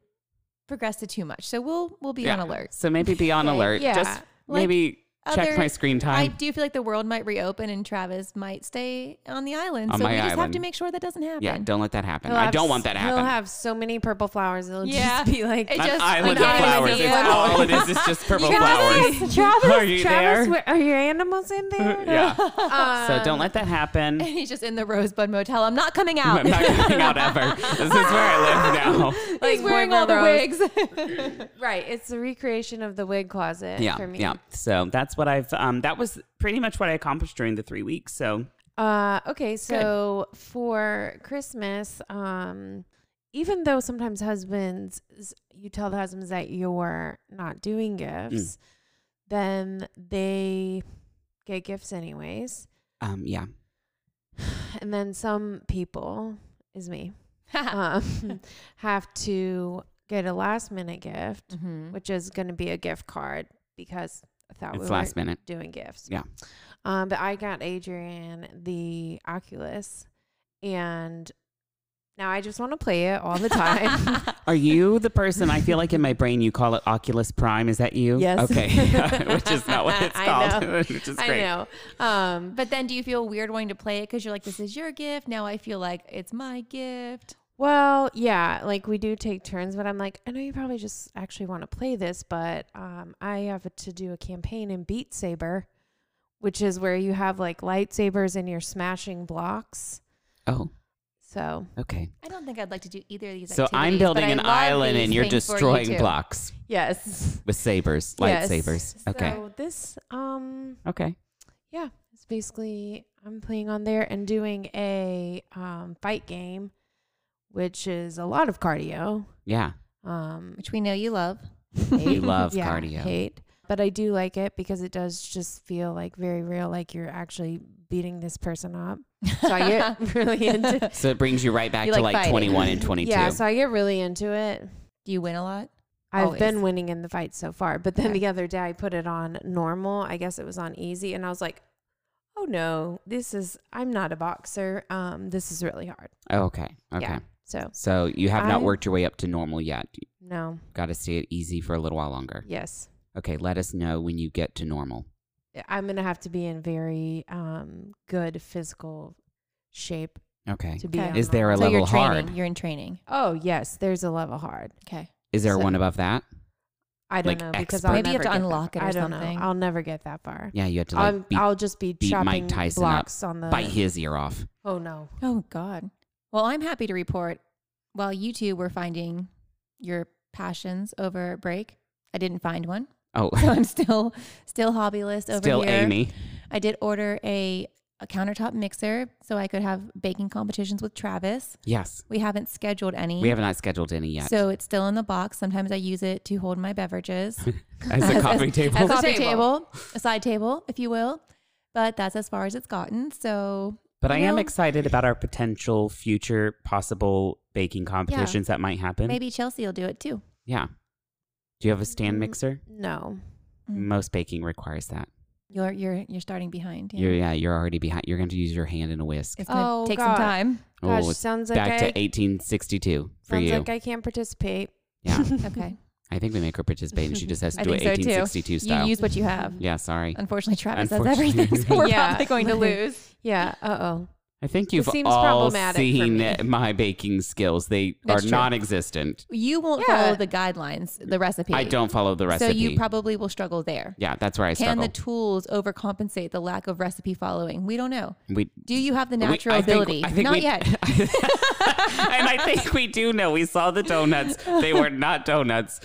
S1: progress to too much, so we'll we'll be on
S3: Yeah.
S1: alert.
S3: So maybe
S1: [LAUGHS]
S3: be on
S2: Okay,
S3: alert.
S2: yeah.
S3: Just
S1: Like
S3: maybe check
S1: other-
S3: my screen
S1: I
S3: time.
S1: do feel like the world might reopen and Travis might stay on the island,
S3: On
S1: so
S3: my
S1: we just have to
S3: island.
S1: make sure that doesn't happen.
S3: yeah, don't let that happen.
S2: He'll
S3: I
S2: have
S3: don't
S2: s-
S3: want that to
S2: He'll
S3: happen.
S2: have so many purple flowers. It'll
S1: Yeah.
S2: just be like
S1: It
S3: an
S1: just-
S3: island
S2: an
S3: of
S2: island
S3: flowers.
S2: of
S3: It's
S2: flowers.
S3: all it is. It's
S1: [LAUGHS]
S3: just purple flowers.
S2: Travis, Travis,
S3: Are you
S2: Travis,
S3: there?
S2: where- are your animals in there?
S3: yeah. so
S2: Um,
S3: don't let that
S1: [LAUGHS]
S3: happen.
S1: He's just in the Rosebud Motel. I'm not coming out.
S3: [LAUGHS]
S1: [LAUGHS]
S3: I'm not coming out ever. This is where I live [LAUGHS] now.
S1: He's
S2: Like
S1: wearing
S2: Boy
S1: all the
S2: Rose.
S1: wigs.
S2: Right. It's the recreation of the wig closet
S3: Yeah,
S2: for me.
S3: yeah. So that's what I've. Um, that was pretty much what I accomplished during the three weeks. So
S2: Uh, okay, so for Christmas, um, even though sometimes husbands, you tell the husbands that you're not
S1: Mm.
S2: doing gifts, then they get gifts anyways.
S3: um, yeah,
S2: And then some people, is me, um, have to get a last minute gift,
S1: Mhm.
S2: which is going to be a gift card because I thought we
S3: it's
S2: were
S3: last minute.
S2: doing gifts.
S3: Yeah.
S2: Um, but I got Adrian the Oculus, and now I just want to play it
S3: [LAUGHS]
S2: all the time. [LAUGHS]
S3: Are you the person? I feel like in [LAUGHS] my brain you call it Oculus Prime. Is that you?
S2: Yes.
S3: [LAUGHS] Okay. Which is not what it's
S2: I
S3: called. [LAUGHS]
S2: know.
S3: Which is
S2: I
S3: great.
S2: know. Um,
S1: But then do you feel weird wanting to play it because you're like, this is your gift. Now I feel like it's my gift.
S2: well, yeah, like we do take turns, but I'm like, I know you probably just actually want to play this, but um, I have to do a campaign in Beat Saber, which is where you have like lightsabers and you're smashing blocks.
S3: Oh,
S2: So
S3: okay.
S1: I don't think I'd like to do either of these
S3: So
S1: activities.
S3: I'm
S1: but
S3: building
S1: I
S3: an
S1: love
S3: island
S1: these
S3: and you're
S1: things for you
S3: destroying
S1: too.
S3: blocks
S2: yes,
S3: with sabers,
S2: Yes.
S3: lightsabers. Okay.
S2: So this um
S3: Okay.
S2: yeah, it's basically I'm playing on there and doing a um, fight game, which is a lot of cardio.
S3: Yeah. [LAUGHS]
S2: Um,
S1: Which we know you love.
S3: We
S2: hate-
S3: love
S2: yeah,
S3: cardio.
S2: Hate, but I do like it because it does just feel like very real, like you're actually beating this person up. So
S1: [LAUGHS]
S2: I get really into.
S3: So it brings you right back
S1: You
S3: to
S1: like
S3: like
S1: fighting.
S3: 21 and 22.
S2: Yeah, so I get really into it.
S1: Do you win a lot?
S2: I've
S1: Always.
S2: been winning in the fight so far, but then
S1: Okay.
S2: the other day I put it on normal. I guess it was on easy, and I was like, "Oh no, this is I'm not a boxer. Um, this is really hard."
S3: Oh, okay. Okay.
S2: Yeah. So
S3: So you have not
S2: I-
S3: worked your way up to normal yet. You
S2: no,
S3: got to stay it easy for a little while longer.
S2: yes,
S3: Okay. Let us know when you get to normal.
S2: I'm gonna have to be in very um good physical shape
S3: Okay.
S2: to be.
S1: Okay.
S2: on
S3: Is there a
S1: so
S2: normal.
S1: you're
S3: level
S1: training.
S3: hard?
S1: You're in training.
S2: Oh yes, there's a level hard.
S1: Okay.
S3: Is there
S2: so-
S3: one above that?
S2: I don't
S3: Like
S2: know because
S3: expert?
S2: I'll
S1: Maybe you have
S2: never
S1: to
S2: get that
S1: unlock it
S2: far.
S1: or
S2: I don't know.
S1: something.
S2: I'll never get that far.
S3: Yeah. You have to like
S2: I'm,
S3: beat,
S2: I'll just be
S3: beat Mike
S2: chopping
S3: Tyson up.
S2: blocks on the
S3: bite his ear off.
S2: Oh no.
S1: Oh, God. Well, I'm happy to report while you two were finding your passions over break, I didn't find one. [LAUGHS]
S3: Oh,
S1: So
S3: [LAUGHS]
S1: I'm still still hobbylist over
S3: still
S1: here.
S3: Amy.
S1: I did order a, a countertop mixer so I could have baking competitions with Travis.
S3: Yes.
S1: We haven't scheduled any.
S3: We have not scheduled any yet.
S1: So it's still in the box. Sometimes I use it to hold my
S3: [LAUGHS]
S1: beverages.
S3: as
S1: [LAUGHS]
S3: a
S1: as-
S3: coffee table.
S1: a
S2: a
S1: coffee
S2: table.
S1: table, a side table, if you will. But that's as far as it's gotten. So
S3: But I am
S1: Well-
S3: excited about our potential future possible baking competitions that might happen.
S1: maybe Mm-hmm. Chelsea will do it too.
S3: Yeah. Do you have a stand
S2: Mm.
S3: mixer?
S2: No.
S1: Mm.
S3: Most baking requires that.
S1: You're you're you're starting behind.
S3: You're yeah, you're already behind. You're going to use your hand and a whisk.
S1: It's gonna
S2: Oh,
S1: take some
S2: God.
S1: time.
S2: Gosh,
S3: oh, it's
S2: sounds like
S3: back
S2: I,
S3: to 1862 for
S2: sounds
S3: you.
S2: like I can't participate.
S3: yeah.
S1: [LAUGHS] [LAUGHS] Okay.
S3: I think we make her participate and she just has
S1: [LAUGHS]
S3: to
S1: I
S3: do it
S1: think so, too.
S3: 1862 style.
S1: You use uh, what you have.
S3: yeah, sorry.
S1: Unfortunately, Travis has
S3: Unfortunately.
S1: everything, so we're
S2: Yeah.
S1: probably [LAUGHS] going to lose.
S2: Yeah. Uh oh.
S3: I think you've
S2: seems
S3: all
S2: problematic for me.
S3: seen [LAUGHS] my baking skills. They
S1: That's
S3: are
S1: true.
S3: non-existent.
S1: You won't
S2: Yeah.
S1: follow the guidelines, the recipe.
S3: I don't follow the recipe.
S1: So you probably will struggle there.
S3: yeah, that's where
S1: Can
S3: I struggle.
S1: the tools overcompensate the lack of recipe following? We don't know.
S3: we
S1: [LAUGHS] Do you have the
S3: We-
S1: natural
S3: I think-
S1: ability?
S3: I think
S1: Not
S3: we-
S1: yet. [LAUGHS]
S3: [LAUGHS] and I think we do know. We saw the donuts. They were not donuts.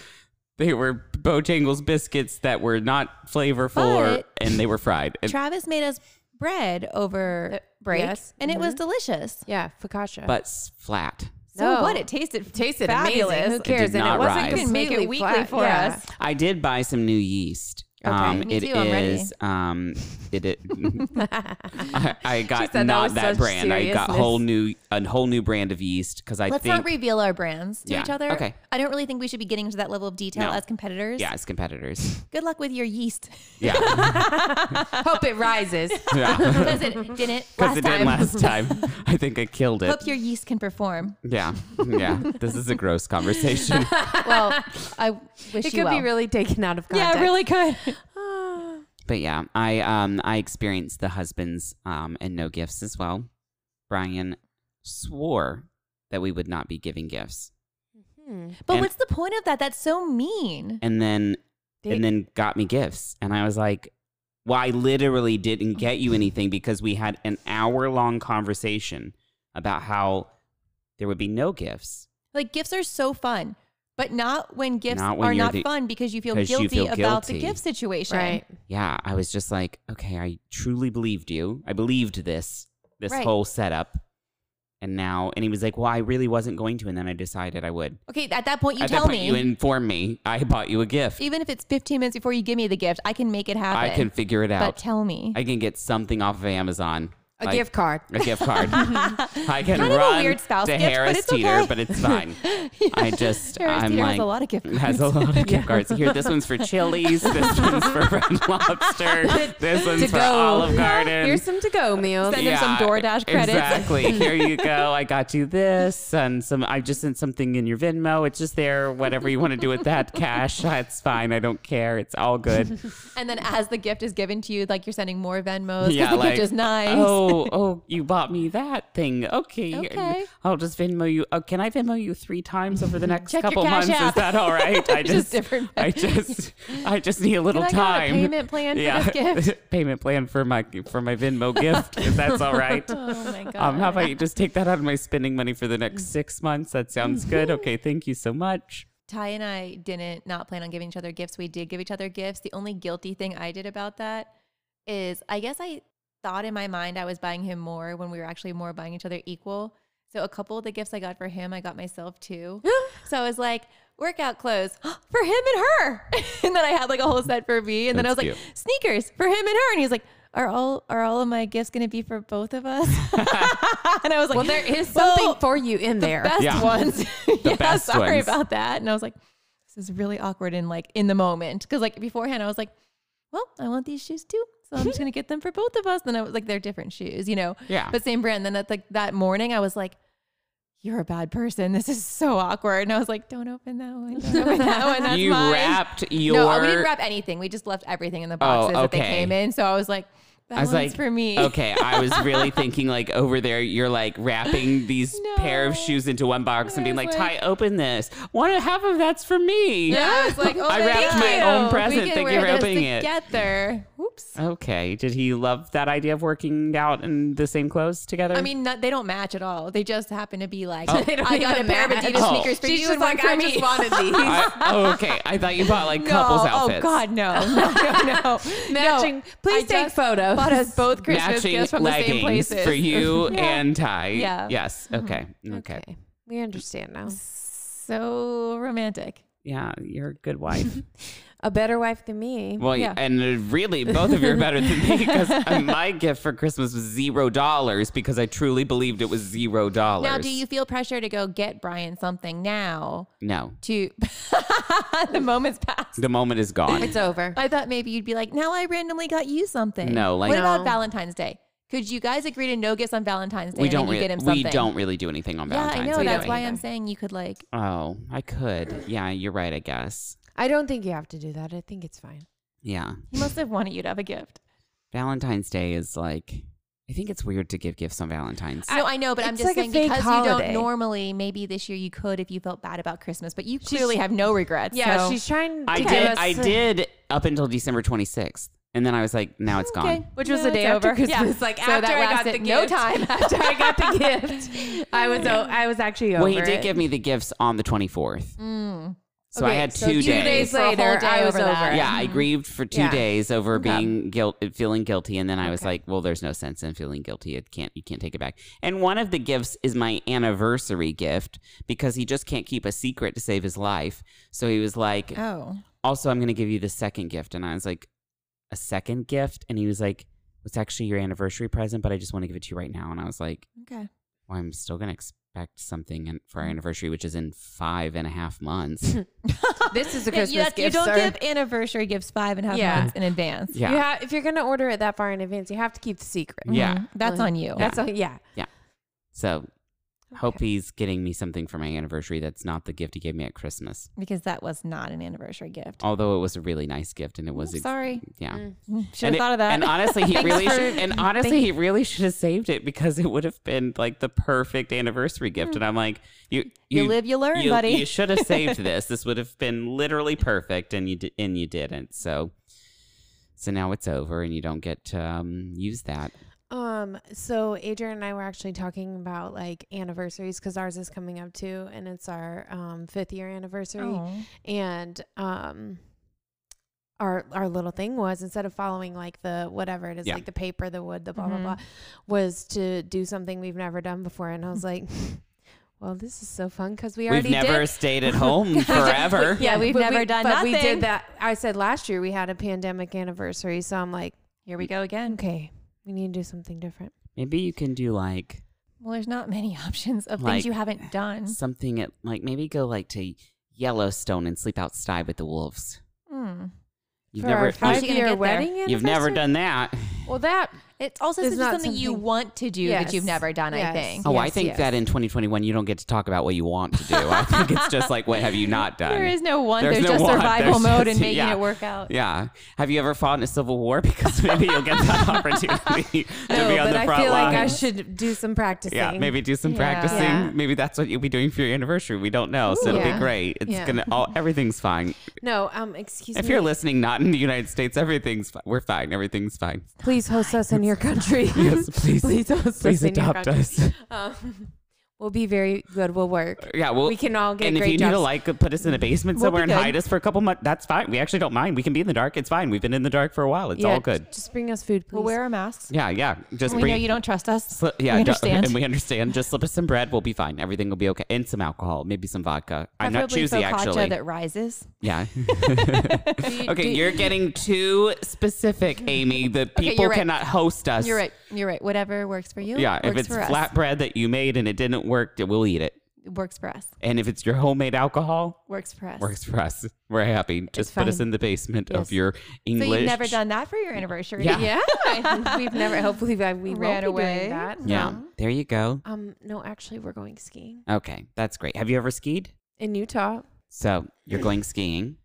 S3: They were Bojangles biscuits that were not flavorful, or,
S1: But-
S3: and they were fried. And-
S1: Travis made us bread over
S2: The-
S1: break,
S2: yes,
S1: and it was delicious.
S2: Yeah, focaccia.
S3: but s- flat.
S1: So
S2: No.
S1: what? It tasted
S2: tasted
S1: fabulous.
S2: amazing. Who
S3: did
S2: cares? And
S3: not
S2: it wasn't
S3: rise. You
S1: can make it
S2: completely
S1: weekly
S2: flat.
S1: for
S2: Yeah.
S1: us.
S3: I did buy some new yeast.
S2: Okay.
S3: um,
S1: Me
S3: it
S1: too, I'm ready.
S3: is, Um, it. it
S1: [LAUGHS]
S3: I, I got
S2: said that
S3: not
S2: with
S3: that
S2: such
S3: brand. I got
S2: seriousness.
S3: whole new a whole new brand of yeast because I
S1: Let's
S3: think
S1: not reveal our brands to
S3: Yeah.
S1: each other.
S3: Okay.
S1: I don't really think we should be getting to that level of detail
S3: No.
S1: as competitors.
S3: yeah, it's competitors.
S1: [LAUGHS] Good luck with your
S3: [LAUGHS]
S1: yeast [LAUGHS]
S3: Yeah,
S2: [LAUGHS] Hope it
S3: [LAUGHS]
S2: rises.
S3: yeah.
S1: because it didn't
S3: [LAUGHS] Because
S1: last
S3: it
S1: time.
S3: didn't last time. I think I killed
S1: [LAUGHS]
S3: it.
S1: Hope your yeast can perform.
S3: Yeah, yeah. This is a gross conversation.
S1: [LAUGHS] Well, I wish
S2: it
S1: you
S2: could
S1: well.
S2: be really taken out of context.
S1: could.
S2: really.
S3: But yeah, I um I experienced the husbands um and no gifts as well. Brian swore that we would not be giving gifts,
S1: [LAUGHS]
S2: Hmm,
S1: But
S3: And-
S1: what's the point of that? That's so mean.
S3: and then and then got me gifts, and I was like, "Well, I literally didn't get you anything because we had an hour long conversation about how there would be no gifts
S1: Like gifts are so fun, but not when gifts
S3: Not when
S1: are
S3: you're
S1: not
S3: the-
S1: fun because you feel
S3: 'cause
S1: guilty
S3: you feel
S1: about the
S3: guilty.
S1: gift situation.
S2: right.
S3: yeah, I was just like, okay, I truly believed you. I believed this this
S1: Right.
S3: whole setup. And now, and he was like, "Well, I really wasn't going to," and then I decided I would.
S1: Okay, at that point you
S3: At
S1: tell
S3: that point,
S1: me.
S3: you inform me. I bought you a gift.
S1: even if it's 15 minutes before you give me the gift, I can make it happen.
S3: I can figure it
S1: But
S3: out.
S1: tell me.
S3: I can get something off of Amazon.
S2: A
S3: Like,
S2: gift card.
S3: A
S1: [LAUGHS]
S3: gift card. I can
S1: Kind of a
S3: run
S1: weird spouse
S3: to
S1: gift, but
S3: Harris
S1: it's
S3: Teeter,
S1: okay.
S3: but it's fine.
S1: [LAUGHS]
S3: [LAUGHS] I just,
S1: Harris
S3: I'm
S1: Teeter
S3: like,
S1: has a lot of gift cards.
S3: has a
S1: [LAUGHS]
S3: lot of gift cards. Here, this one's for Chili's. This one's for
S1: [LAUGHS]
S3: Red Lobster. This one's for
S2: go. [LAUGHS]
S3: Olive Garden.
S2: Here's some to go meals.
S1: Send him some DoorDash credits. [LAUGHS]
S3: Exactly. Here you go. I got you this and some. I just sent something in your Venmo. It's just there. Whatever you want to do with that cash, that's fine. I don't care. It's all good.
S1: and then as the gift is given to you, like you're sending more Venmos. Yeah,
S3: yeah,
S1: the
S3: like
S1: gift is nice. [LAUGHS]
S3: oh, oh, you bought me that thing. Okay, here-
S1: Okay.
S3: I'll just Venmo you. Oh, can I Venmo you three times over the next
S1: Check your
S3: couple
S1: Cash
S3: months? Is
S1: App.
S3: that
S1: [LAUGHS]
S3: all right? I
S1: Just
S3: just,
S1: different-
S3: I just, I just need a little
S1: Can I got a
S3: time.
S1: payment plan for this gift?
S3: [LAUGHS] payment plan for my for my Venmo gift. If that's all right.
S1: [LAUGHS] Oh my god. Mm.
S3: Um, how about you just take that out of my spending money for the next six months? That sounds good.
S1: Mm-hmm.
S3: Okay, thank you so much.
S1: Ty and I didn't not plan on giving each other gifts. We did give each other gifts. The only guilty thing I did about that is I guess I thought in my mind I was buying him more when we were actually more buying each other equal. So a couple of the gifts I got for him, I got myself
S2: [GASPS]
S1: too. so I was like, workout clothes [GASPS] for him and her. [LAUGHS] and then I had like a whole set for me. And then
S3: That's
S1: I was like, sneakers for him and her. And he's like, are all are all of my gifts gonna be for both of us? [LAUGHS] and I was like,
S2: well, there is something
S1: Well,
S2: for you in there.
S1: best
S3: Yeah. [LAUGHS]
S1: ones. [LAUGHS] yeah,
S3: best
S1: sorry
S3: ones.
S1: about that. And I was like, this is really awkward and like in the moment. Cause like beforehand, I was like, well, I want these shoes too. So I'm just gonna get them for both of us. Then I was like, they're different shoes, you know.
S3: Yeah.
S1: But same brand. Then at like that morning, I was like, you're a bad person. This is so awkward. And I was like, don't open that one. Don't open that
S3: [LAUGHS]
S1: one. That's
S3: you
S1: mine.
S3: wrapped your. Oh,
S1: No, we didn't wrap anything. We just left everything in the boxes that they
S3: okay.
S1: came in. So I was like, that
S3: I was
S1: one's
S3: like,
S1: for me.
S3: okay, I was really thinking like over there, you're like wrapping these pair of
S1: No.
S3: shoes into one box and
S1: I
S3: being
S1: was
S3: like,
S1: like-
S3: Ty, open this. One half of that's for me.
S1: [LAUGHS] Yeah, I was like, oh,
S3: [LAUGHS] I wrapped
S1: thank
S3: my
S1: you.
S3: own
S1: We
S3: present.
S1: can
S3: Thank you
S1: wear
S3: for
S1: this
S3: opening it.
S1: Together. Whoops.
S3: Okay. Did he love that idea of working out in the same clothes together?
S1: I mean, not, they don't match at all. They just happen to be [LAUGHS] like,
S2: They don't
S1: Oh. I got a
S2: even
S1: pair of
S2: match.
S1: Adidas
S3: Oh.
S1: sneakers for
S2: She's
S1: you
S2: just
S1: and one
S2: like,
S1: for
S2: I
S1: me. [LAUGHS]
S2: just [LAUGHS] wanted these.
S3: I, oh, okay. I thought you bought like couples
S1: no,
S3: outfits.
S1: Oh God, no, [LAUGHS] no, no, [LAUGHS] no.
S2: Matching-
S1: No,
S2: please
S1: I
S2: take
S1: just
S2: photos.
S1: Bought us [LAUGHS] both Christmas
S3: Matching
S1: gifts from the same
S3: leggings
S1: places.
S3: for you
S1: [LAUGHS] Yeah.
S3: and Ty.
S1: Yeah. Mm-hmm.
S3: Yes. Okay. okay.
S2: Okay. We understand now.
S1: So romantic.
S3: Yeah, you're a good wife.
S2: A better wife than me.
S3: Well,
S1: Yeah.
S3: and uh, really, both of you
S1: [LAUGHS]
S3: are better than me because uh, my gift for Christmas was zero dollars because I truly believed it was zero dollars.
S1: Now, do you feel pressure to go get Brian something now?
S3: No,
S1: To [LAUGHS] the moment's passed.
S3: the moment is gone.
S2: it's over.
S1: I thought maybe you'd be like, now I randomly got you something.
S3: No, like-
S1: what
S2: No.
S1: about Valentine's Day? Could you guys agree to no gifts on Valentine's Day?
S3: we
S1: and then
S3: don't.
S1: you
S3: Re-
S1: get him
S3: we
S1: something.
S3: don't really do anything on
S1: Yeah, I
S3: Valentine's.
S1: know.
S3: Day.
S1: That's why
S2: either.
S1: I'm saying you could like.
S3: Oh, I could. Yeah, you're right. I guess.
S2: I don't think you have to do that. I think it's fine.
S3: Yeah,
S1: He must have wanted you to have a gift.
S3: Valentine's Day is like. I think it's weird to give gifts on Valentine's.
S1: No, I know, but I'm
S2: it's
S1: just
S2: like
S1: saying
S2: a fake
S1: because you
S2: holiday.
S1: don't normally. Maybe this year you could if you felt bad about Christmas, but you clearly have no regrets.
S2: Yeah,
S1: so-
S2: she's trying to
S3: I
S2: give
S3: did.
S2: us
S3: I
S2: a-
S3: did up until December 26th, and then I was like, now it's gone.
S1: Okay.
S2: Which was
S1: No,
S2: the day
S1: it's
S2: after
S1: over.
S2: Christmas.
S1: Yeah.
S2: [LAUGHS] Like
S1: So
S2: after
S1: that
S2: I got
S1: lasted
S2: the gift.
S1: no
S2: [LAUGHS]
S1: [LAUGHS] time.
S2: after I got the [LAUGHS] gift. I was o- I was actually over
S3: Well, he did
S2: it.
S1: Mm.
S3: give me the gifts on the 24th. So I
S2: Okay,
S3: had
S2: so
S3: two,
S2: two days
S1: For a whole
S2: later,
S1: day
S2: I was
S1: over
S2: over.
S1: that.
S2: it.
S3: Yeah, I grieved for two
S2: Yeah.
S3: days over
S2: Okay.
S3: being guilt, feeling guilty, and then I was
S2: Okay.
S3: like, "Well, there's no sense in feeling guilty. It can't, you can't take it back." And one of the gifts is my anniversary gift because he just can't keep a secret to save his life. So he was like,
S1: Oh.
S3: "Also, I'm going to give you the second gift," and I was like, "A second gift?" And he was like, "It's actually your anniversary present, but I just want to give it to you right now." And I was like,
S1: Okay.
S3: "Well, I'm still going to expect something in-
S2: Mm.
S3: for our anniversary, which is in five and a half months."
S2: This is
S1: Yeah,
S2: a
S1: you-
S2: Christmas gift,
S1: You don't
S2: sir.
S1: give anniversary gifts five and a half
S2: Yeah.
S1: months in advance.
S3: yeah.
S2: You ha- if you're gonna order it that far in advance, you have to keep the secret.
S3: Yeah.
S1: Mhm. That's on you.
S2: That's a, yeah.
S3: So Hope
S2: Okay.
S3: he's getting me something for my anniversary that's not the gift he gave me at Christmas.
S1: Because that was not an anniversary gift.
S3: Although it was a really nice gift and it was
S1: I'm
S3: ex-
S1: sorry.
S3: yeah.
S1: Should
S2: Mm.
S3: And
S1: have
S3: it-
S1: thought of that.
S3: And honestly,
S1: [LAUGHS]
S3: he
S1: Thanks
S3: really
S1: for-
S3: should, and honestly
S1: [LAUGHS]
S3: he really should have saved it because it would have been like the perfect anniversary gift. And I'm like, you
S1: Mm. you, live, you learn,
S3: you-
S1: buddy.
S3: You should
S1: [LAUGHS]
S3: have saved this. This would have been literally perfect, and you di- and you didn't. So, so now it's over, and you don't get to um, use that.
S2: Um, so Adrian and I were actually talking about like anniversaries because ours is coming up too, and it's our um fifth year anniversary.
S1: Oh.
S2: And um our our little thing was instead of following like the whatever it is,
S3: Yeah.
S2: like the paper, the wood, the blah
S1: Mhm.
S2: blah blah, was to do something we've never done before. And I was like, [LAUGHS] Well, this is so fun because we
S3: We've
S2: already [LAUGHS]
S3: never
S2: did.
S1: [LAUGHS]
S3: stayed at home forever.
S1: Yeah, we've
S2: but
S1: never
S2: we-
S1: done
S2: but we
S1: nothing.
S2: did that. I said last year we had a pandemic anniversary, so I'm like,
S1: Here we go again.
S2: okay, we need to do something different.
S3: Maybe you can do like
S1: Well, there's not many [LAUGHS] options of
S3: Like-
S1: things you haven't done.
S3: something at like maybe go like to Yellowstone and sleep outside with the wolves.
S1: Hmm.
S3: You've
S2: For
S3: never
S2: our
S3: you-
S1: How's
S2: five
S1: she gonna
S2: year
S1: get there?
S2: wedding
S3: you've never
S2: anniversary?
S1: [LAUGHS]
S3: done that.
S2: Well, that
S1: It's also
S2: It's
S1: just
S2: not
S1: something, you
S2: something-
S1: want to do that you've
S2: Yes.
S1: never done, I
S2: Yes.
S1: think.
S3: Oh, I
S2: Yes,
S3: think
S2: yes.
S3: that in 2021 you don't get to talk about what you want to do. I think it's just like what have
S1: [LAUGHS]
S3: you not done?
S1: There is no one.
S3: There's
S1: There's,
S3: no
S1: just
S3: one.
S1: survival
S3: There's
S1: mode
S3: [LAUGHS] just-
S1: and making
S3: yeah.
S1: it work out.
S3: yeah. Have you ever fought in a civil war? [LAUGHS] Because maybe you'll get
S1: [LAUGHS]
S3: that opportunity to
S2: no,
S3: be on
S2: but
S3: the
S2: I
S3: front
S2: feel
S3: lines.
S2: like I should do some practicing.
S3: yeah, maybe do some
S1: Yeah.
S3: practicing.
S2: Yeah.
S3: Maybe that's what you'll be doing for your anniversary. We don't know, so
S2: Ooh.
S3: it'll be
S2: Yeah.
S3: great. It's
S2: Yeah.
S3: gonna all everything's fine.
S2: No, um, excuse
S3: if
S2: me.
S3: you're listening, not in the United States, everything's fine. We're fine. Everything's fine.
S2: please host us in your country.
S3: [LAUGHS]
S2: [LAUGHS]
S3: Yes, please.
S2: please host
S3: Please
S2: us in your
S3: adopt
S2: country.
S3: us.
S2: Um, we'll be very good. We'll work.
S3: Yeah, well,
S2: We can all get
S3: and if
S2: great
S3: you need
S2: jobs.
S3: to like put us in a basement
S1: We'll be
S3: somewhere and
S1: good.
S3: hide us for a couple months, that's fine. We actually don't mind. We can be in the dark. It's fine. We've been in the dark for a while. It's
S2: yeah,
S3: all good.
S2: j- Just bring us food, please.
S1: We'll wear our masks.
S3: Yeah, yeah. Just
S1: We
S3: bring,
S1: know you don't trust us.
S3: sli- yeah,
S1: we
S3: ju- [LAUGHS]
S1: understand.
S3: and we understand. Just slip us some bread. We'll be fine. Everything will be okay. And some alcohol, maybe some vodka. I'm not
S1: Preferably
S3: choosy
S1: focaccia
S3: actually.
S1: that rises.
S3: yeah. [LAUGHS]
S2: Do you-
S3: okay,
S2: do-
S3: you're getting too specific, Amy. The
S1: you're
S3: people
S1: right.
S3: cannot host us.
S1: You're right. You're right. Whatever works for you.
S3: Yeah,
S1: works
S3: if it's
S1: for us.
S3: flatbread that you made and it didn't work, we'll eat it.
S1: works for us.
S3: And if it's your homemade alcohol,
S1: Works for us.
S3: works for us. [LAUGHS] We're happy. Just put us
S2: fine.
S3: in the basement of
S2: Yes.
S3: your
S1: So
S3: English.
S1: you've never done that for your anniversary.
S3: Yeah. [LAUGHS]
S2: Yeah, I- [LAUGHS] we've never. Hopefully, that we
S1: Ran
S2: ran won't away. Be
S1: away.
S2: doing that.
S3: Yeah, there you go.
S2: Um. No, actually, we're going skiing
S3: Okay, that's great. Have you ever skied?
S2: in Utah.
S3: So you're
S1: [LAUGHS]
S3: going skiing.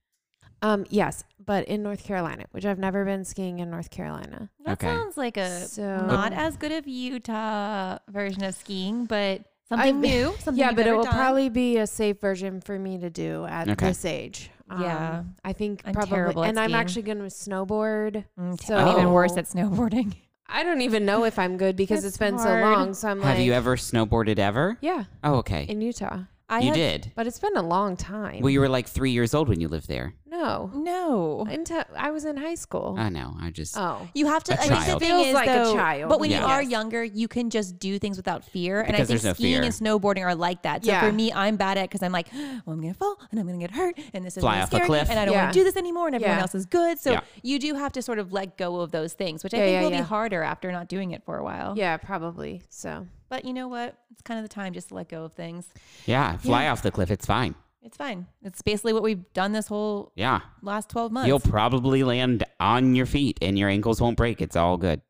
S2: Um. Yes, but in North Carolina, which I've never been skiing in North Carolina.
S1: That
S3: Okay.
S1: sounds like a
S2: So-
S1: not as good of Utah version of skiing, but something
S2: I- [LAUGHS]
S1: new. Something
S2: yeah,
S1: you've
S2: but it
S1: never
S2: will
S1: done.
S2: probably be a safe version for me to do at
S3: Okay.
S2: this age. Um,
S1: Yeah.
S2: I think
S1: I'm
S2: probably,
S1: terrible at
S2: and I'm
S1: skiing.
S2: actually going to snowboard.
S1: Mm,
S2: So-
S1: I'm even worse
S2: Oh.
S1: at snowboarding.
S2: [LAUGHS] I don't even know if I'm good because
S1: That's
S2: it's been
S1: hard.
S2: so long. So I'm like,
S3: Have you ever snowboarded ever?
S2: Yeah,
S3: Oh, okay.
S2: in Utah,
S1: [LAUGHS] I
S3: you
S1: had-
S3: did.
S2: but it's been a long time.
S3: Well, you were like three years old when you lived there.
S2: no,
S1: No.
S2: until I was in high
S1: Mm.
S2: school.
S3: I know. I just.
S2: oh,
S1: You have to.
S3: A
S1: I think
S3: child.
S1: the thing
S2: Feels
S1: is,
S2: like a
S1: though-
S2: child.
S1: But when you
S3: Yeah.
S1: are
S2: Yes.
S1: younger, you can just do things without fear. and I
S3: Because
S1: think
S3: there's no
S1: skiing
S3: fear.
S1: and snowboarding are like that. So
S2: Yeah.
S1: for me, I'm bad at because I'm like, well, I'm gonna fall and I'm gonna get hurt and this is
S3: Fly
S1: really
S3: off a
S1: scary
S3: cliff.
S1: and I don't
S2: Yeah.
S1: want to do this anymore and everyone
S2: Yeah.
S1: else is good. So
S3: Yeah.
S1: you do have to sort of let go of those things, which I
S2: Yeah,
S1: think
S2: yeah,
S1: will be
S2: yeah.
S1: harder after not doing it for a while.
S2: yeah, probably. So
S1: But you know what? It's kind of the time just to let go of things.
S3: Yeah, fly off the cliff. It's fine.
S1: It's fine. It's basically what we've done this whole
S3: Yeah.
S1: last 12 months.
S3: You'll probably land on your feet and your ankles won't break. It's all good.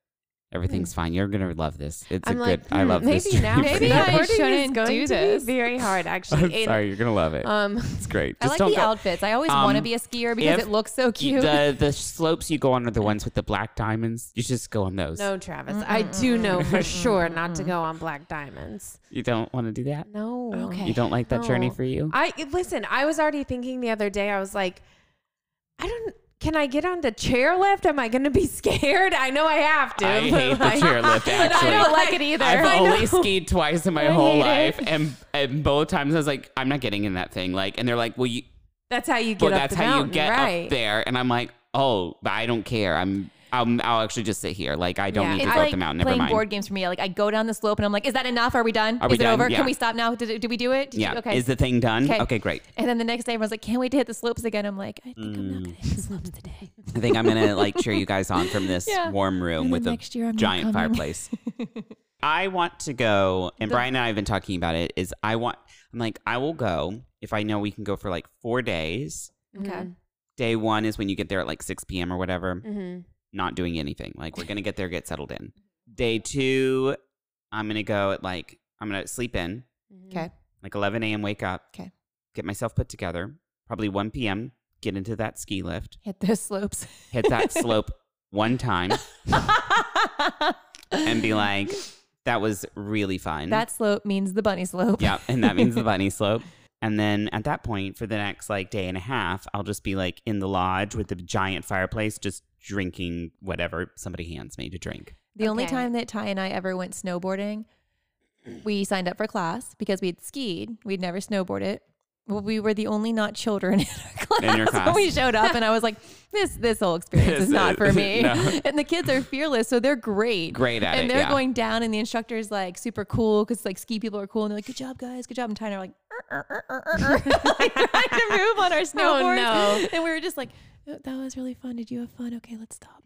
S3: Everything's fine. You're going to love this. It's
S2: Hmm. I'm
S3: a
S2: like,
S3: good. I
S2: hmm,
S3: love
S2: maybe
S3: this.
S2: now.
S3: dream for
S2: Maybe
S3: you.
S1: Yeah.
S2: I shouldn't
S1: Shouldn't
S2: going
S1: do
S2: to
S1: this.
S2: Be very hard, actually.
S3: [LAUGHS] I'm
S2: And,
S3: sorry. You're going to love it.
S2: Um,
S3: it's great.
S1: I
S3: Just
S1: like
S3: don't
S1: the
S3: go.
S1: outfits. I always
S3: Um,
S1: want to be a skier because
S3: if
S1: it looks so
S3: You-
S1: cute.
S3: The the slopes you go on are
S2: [LAUGHS]
S3: the ones with the black diamonds. You just go on those.
S2: no, Travis, I do know for sure not to go on black diamonds.
S3: You don't want to do that.
S2: No.
S1: Okay.
S3: You don't like that journey
S2: No.
S3: for you.
S2: I listen. I was already thinking the other day. I was like, I don't. Can I get on the chairlift? Am I going to be [LAUGHS] scared? I know I have to.
S3: I
S2: but
S3: hate the
S2: like-
S3: chairlift,
S2: But [LAUGHS] I
S3: actually.
S2: don't like it either. [LAUGHS]
S3: I've
S2: I
S3: only [LAUGHS]
S2: know.
S3: skied twice in my
S2: I
S3: whole
S2: hate
S3: life,
S2: it.
S3: and and both times I was like, I'm not getting in that thing. Like, and they're like, Well, you
S2: That's how you get
S3: But
S2: up
S3: that's
S2: the
S3: how
S2: mountain,
S3: you get
S2: right?
S3: up there. And I'm like, oh, but I don't care. I'm, I'm I'll actually just sit here. Like I don't
S2: Yeah.
S3: need
S1: [LAUGHS]
S3: to
S1: It's
S3: go up
S1: like
S3: the mountain. Never
S1: playing
S3: mind.
S1: board games for me. Like I go down the slope and I'm like, is that enough? Are we done?
S3: Are
S1: is
S3: we
S1: it
S3: done?
S1: over?
S3: Yeah.
S1: Can we stop now? Did, did we do it? Did you-
S3: yeah.
S1: okay.
S3: Is the thing done?
S1: Okay.
S3: Okay, great.
S1: and then the next day everyone's like, can't wait to hit the slopes again. I'm like, I think I'm not
S3: Mm.
S1: gonna hit the slopes today.
S3: I think I'm gonna like cheer you guys on from this
S1: [LAUGHS] Yeah.
S3: warm room
S1: And
S3: with
S1: then
S3: a
S1: next year I'm not
S3: giant
S1: coming.
S3: fireplace. I want to go, and
S1: The-
S3: Brian and I have been talking about it. Is I want, I'm like, I will go if I know we can go for like four days.
S1: Okay.
S3: Day one is when you get there at like 6 p.m. or whatever,
S2: Mm-hmm.
S3: not doing anything. Like, we're gonna get there, get settled in. Day two, I'm gonna go at like, I'm gonna sleep in,
S1: Okay.
S3: like 11 a.m., wake up,
S1: Okay.
S3: get myself put together, probably 1 p.m., get into that ski lift,
S1: [LAUGHS] Hit the slopes. [LAUGHS]
S2: [LAUGHS]
S3: hit that slope one time. and be like, that was really fun.
S1: that slope means the bunny slope.
S3: yeah, and
S2: [LAUGHS]
S3: that means the bunny slope. And then at that point, for the next like day and a half, I'll just be like in the lodge with the giant fireplace, just drinking whatever somebody hands me to drink.
S1: The only
S2: Okay.
S1: time that Ty and I ever went snowboarding, we signed up for class because we'd skied. We'd never snowboarded. Well, we were the only not children [LAUGHS] in our class,
S3: In your class.
S1: when we showed up, and I was like, "This this whole experience
S3: This
S1: is not for
S3: is- [LAUGHS]
S1: me."
S3: no.
S1: [LAUGHS] And the kids are fearless, so they're great,
S3: Great at
S1: and
S3: it,
S1: they're
S3: yeah.
S1: going down, and the instructor's like super cool because like ski people are cool, and they're like, "Good job, guys, good job." And Ty and I are like, "Er, er, er, er, er," [LAUGHS] like trying to move [LAUGHS] on our snowboards,
S2: no.
S1: and we were just like, "Oh, "That was really fun. Did you have fun? Okay, let's stop."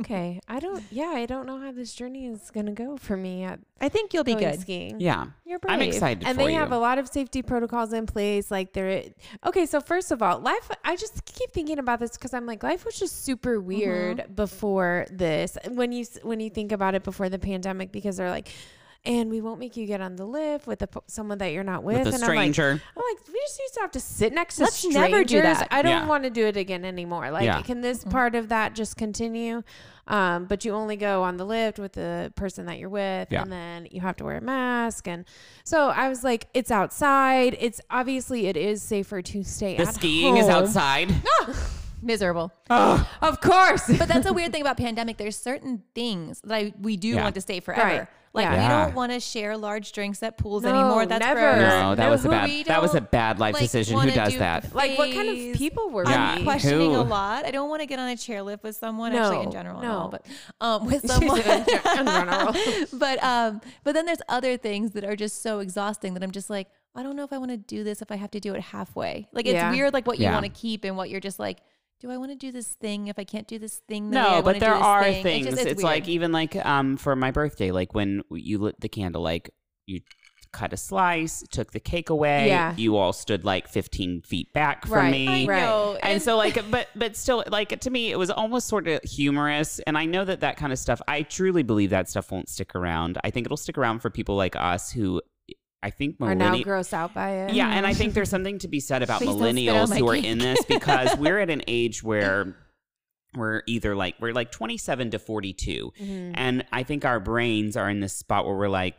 S2: Okay. I don't. Yeah, I don't know how this journey is gonna go for me at
S1: I think you'll be
S2: going
S1: good.
S2: skiing.
S3: Yeah.
S2: You're brave.
S3: I'm excited
S2: And
S3: for
S2: they have
S3: you.
S2: a lot of safety protocols in place. Like they're okay. So first of all, life. I just keep thinking about this because I'm like, life was just super weird before this. When you s- when you think about it before the pandemic, because they're like, and we won't make you get on the lift with a, p- someone that you're not with,
S3: With a
S2: and I'm
S3: stranger.
S2: like, I'm like, we just used to have to sit next to
S1: Let's
S2: strangers.
S1: never do that. Mm.
S2: I don't
S3: Yeah.
S2: want to do it again anymore. Like,
S3: Yeah.
S2: can this part of that just continue? Um, but you only go on the lift with the person that you're with,
S3: Yeah.
S2: and then you have to wear a mask. And so I was like, it's outside. It's obviously it is safer to stay
S3: The
S2: at
S3: skiing is
S2: home.
S3: outside.
S1: Miserable.
S2: Of course. [LAUGHS]
S1: But that's a weird thing about pandemic. There's certain things that I, we do
S3: Yeah.
S1: want to stay forever.
S2: Right.
S1: Like
S2: Yeah.
S1: we
S3: Yeah.
S1: don't want to share large drinks at pools
S2: No,
S1: anymore. That's
S2: never.
S1: gross.
S3: No, that
S2: No,
S3: was a
S2: who
S1: we
S3: bad. That was a
S1: don't,
S3: bad life
S1: like,
S3: decision. Who
S1: wanna
S3: does
S1: do
S3: that?
S2: like, what kind of
S1: these-
S2: people were
S3: Yeah.
S1: I'm
S2: we?
S1: questioning
S3: Who?
S1: a lot. I don't want to get on a chairlift with someone. actually, in
S2: No,
S1: general,
S2: no.
S1: no. But um,
S3: [LAUGHS]
S1: with
S2: said
S1: someone
S2: in gen- in general.
S1: [LAUGHS] but um, but then there's other things that are just so exhausting that I'm just like, I don't know if I want to do this if I have to do it halfway. Like it's
S2: Yeah.
S1: weird, like what you
S3: Yeah.
S1: want to keep and what you're just like. Do I want to do this thing if I can't do this thing? The way I
S3: No,
S1: wanna
S3: but
S1: do
S3: there
S1: this
S3: are
S1: thing?
S3: things.
S1: just-
S3: It's, like
S1: weird.
S3: even like um for my birthday, like when you lit the candle, like you cut a slice, took the cake away.
S2: Yeah.
S3: You all stood like 15 feet back from
S2: Right,
S3: me.
S2: right.
S1: know.
S3: And so like but but still like to me it was almost sort of humorous and I know that that kind of stuff I truly believe that stuff won't stick around. I think it'll stick around for people like us who I think
S2: Are now
S3: millenni-
S2: grossed out by it.
S3: yeah, and I think there's something to be said about
S1: Please don't spit on
S3: millennials
S1: my
S3: who are
S1: cake.
S3: in this
S1: [LAUGHS]
S3: because we're at an age where we're either like we're like 27 to 42,
S1: Mm-hmm.
S2: Mhm.
S3: and I think our brains are in this spot where we're like,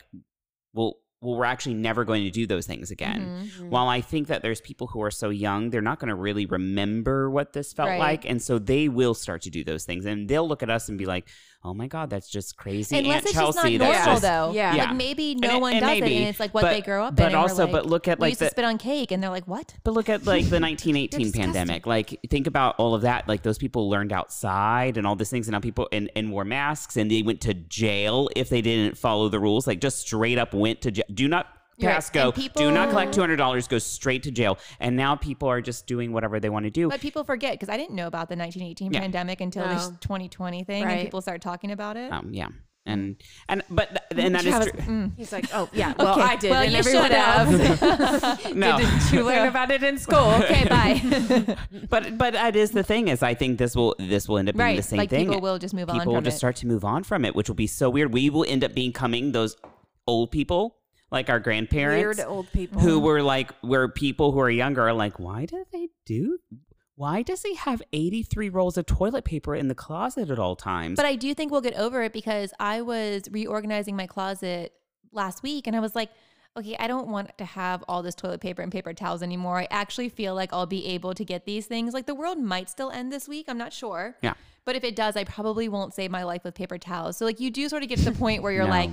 S3: well, well, we're actually never going to do those things again.
S1: Mhm.
S3: While I think that there's people who are so young, they're not going to really remember what this felt
S1: Right.
S3: like, and so they will start to do those things, and they'll look at us and be like, "Oh my God, that's just crazy."
S1: Unless
S3: Aunt
S1: it's
S3: Chelsea,
S1: just not normal,
S3: that's
S2: normal,
S3: just
S1: though.
S2: Yeah.
S3: Yeah.
S1: Like maybe
S3: And
S1: no
S3: it-
S1: one
S3: and
S1: does
S3: maybe,
S1: it, and it's like what
S3: but-
S1: they grow up
S3: but
S1: in. and we're
S3: also-
S1: like,
S3: but look at,
S1: we
S3: like,
S1: used
S3: the-
S1: to spit on cake, and they're like, what?
S3: But look at like the 1918
S1: disgusting.
S3: pandemic. Like think about all of that. Like those people learned outside and all these things, and now people and, and wore masks and they went to jail if they didn't follow the rules. Like just straight up went to jail. Do not
S1: You're right.
S3: pass go.
S1: And
S3: do not
S1: people-
S3: collect two hundred dollars. Go straight to jail. And now people are just doing whatever they want to do.
S1: But people forget because I didn't know about the 1918
S3: Yeah.
S1: pandemic until this
S2: No.
S1: 2020 thing,
S2: Oh. Right.
S1: and people started talking about it.
S3: um, yeah. And and but th- and that is
S2: Travis-
S3: true.
S1: Mm,
S2: He's like, oh yeah, well
S1: Okay.
S2: I did,
S1: Well,
S2: and
S1: you
S2: everyone
S1: should have.
S2: else
S3: [LAUGHS]
S1: [LAUGHS]
S3: No.
S2: didn't. You learn about it in school.
S3: [LAUGHS]
S1: okay, bye.
S3: but but that is the thing is I think this will this will end up being
S1: right,
S3: the same
S1: like
S3: thing.
S1: people will just move on.
S3: people will
S1: from
S3: just
S1: it.
S3: start to move on from it, which will be so weird. We will end up becoming those old people, like our grandparents,
S2: Weird old people.
S3: who
S1: Mm-hmm.
S3: were like, where people who are younger are like, why do they do? Why does he have 83 rolls of toilet paper in the closet at all times?
S1: But I do think we'll get over it because I was reorganizing my closet last week and I was like, okay, I don't want to have all this toilet paper and paper towels anymore. I actually feel like I'll be able to get these things. Like the world might still end this week. I'm not sure.
S3: Yeah.
S2: [LAUGHS]
S1: But if it does, I probably won't save my life with paper towels. So like you do sort of get to the point where you're
S3: No.
S1: like,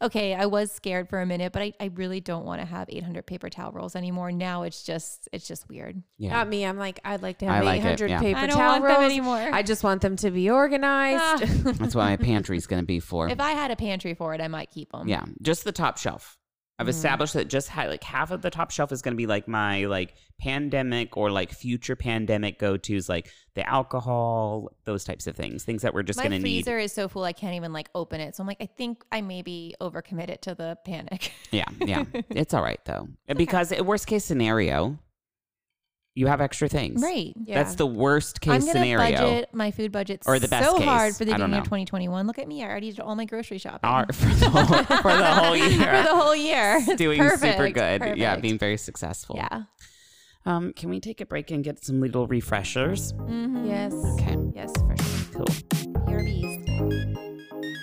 S1: okay, I was scared for a minute, but I, I really don't want to have 800 paper towel rolls anymore. Now it's just it's just weird.
S3: Yeah.
S2: Not me. I'm like, I'd like to
S3: I
S2: have
S3: like it,
S2: 800
S3: yeah.
S2: paper
S1: I don't
S2: towel
S1: want
S2: rolls.
S1: them anymore.
S2: I just want them to be [LAUGHS] organized.
S1: Ah. [LAUGHS]
S3: That's what my pantry's going to be for.
S1: if I had a pantry for it, I might keep them.
S3: Yeah, just the top shelf. I've
S1: Mm-hmm.
S3: established that just ha- like half of the top shelf is going to be like my like pandemic or like future pandemic go tos, like the alcohol, those types of things, things that we're just
S1: My
S3: going to need.
S1: freezer is so full I can't even like open it. So I'm like, I think I maybe overcommitted to the panic. [LAUGHS]
S3: Yeah, yeah, it's all right though, because at worst case scenario, you have extra things.
S1: right.
S2: Yeah.
S3: That's the worst case
S1: I'm gonna
S3: scenario.
S1: budget my food budget
S3: Or the best
S1: so
S3: case.
S1: hard for the
S3: I don't
S1: beginning of
S3: know.
S1: 2021. Look at me, I already did all my grocery shopping [LAUGHS]
S3: Our- [LAUGHS] for, the whole, for the whole year. [LAUGHS]
S1: for the whole year. It's
S3: doing super
S1: perfect,
S3: good. Yeah,
S1: perfect.
S3: being very successful.
S1: yeah.
S3: Um, can we take a break and get some little refreshers?
S1: Mhm.
S2: yes.
S3: Okay,
S2: Yes, for sure.
S3: cool.
S1: PRBs.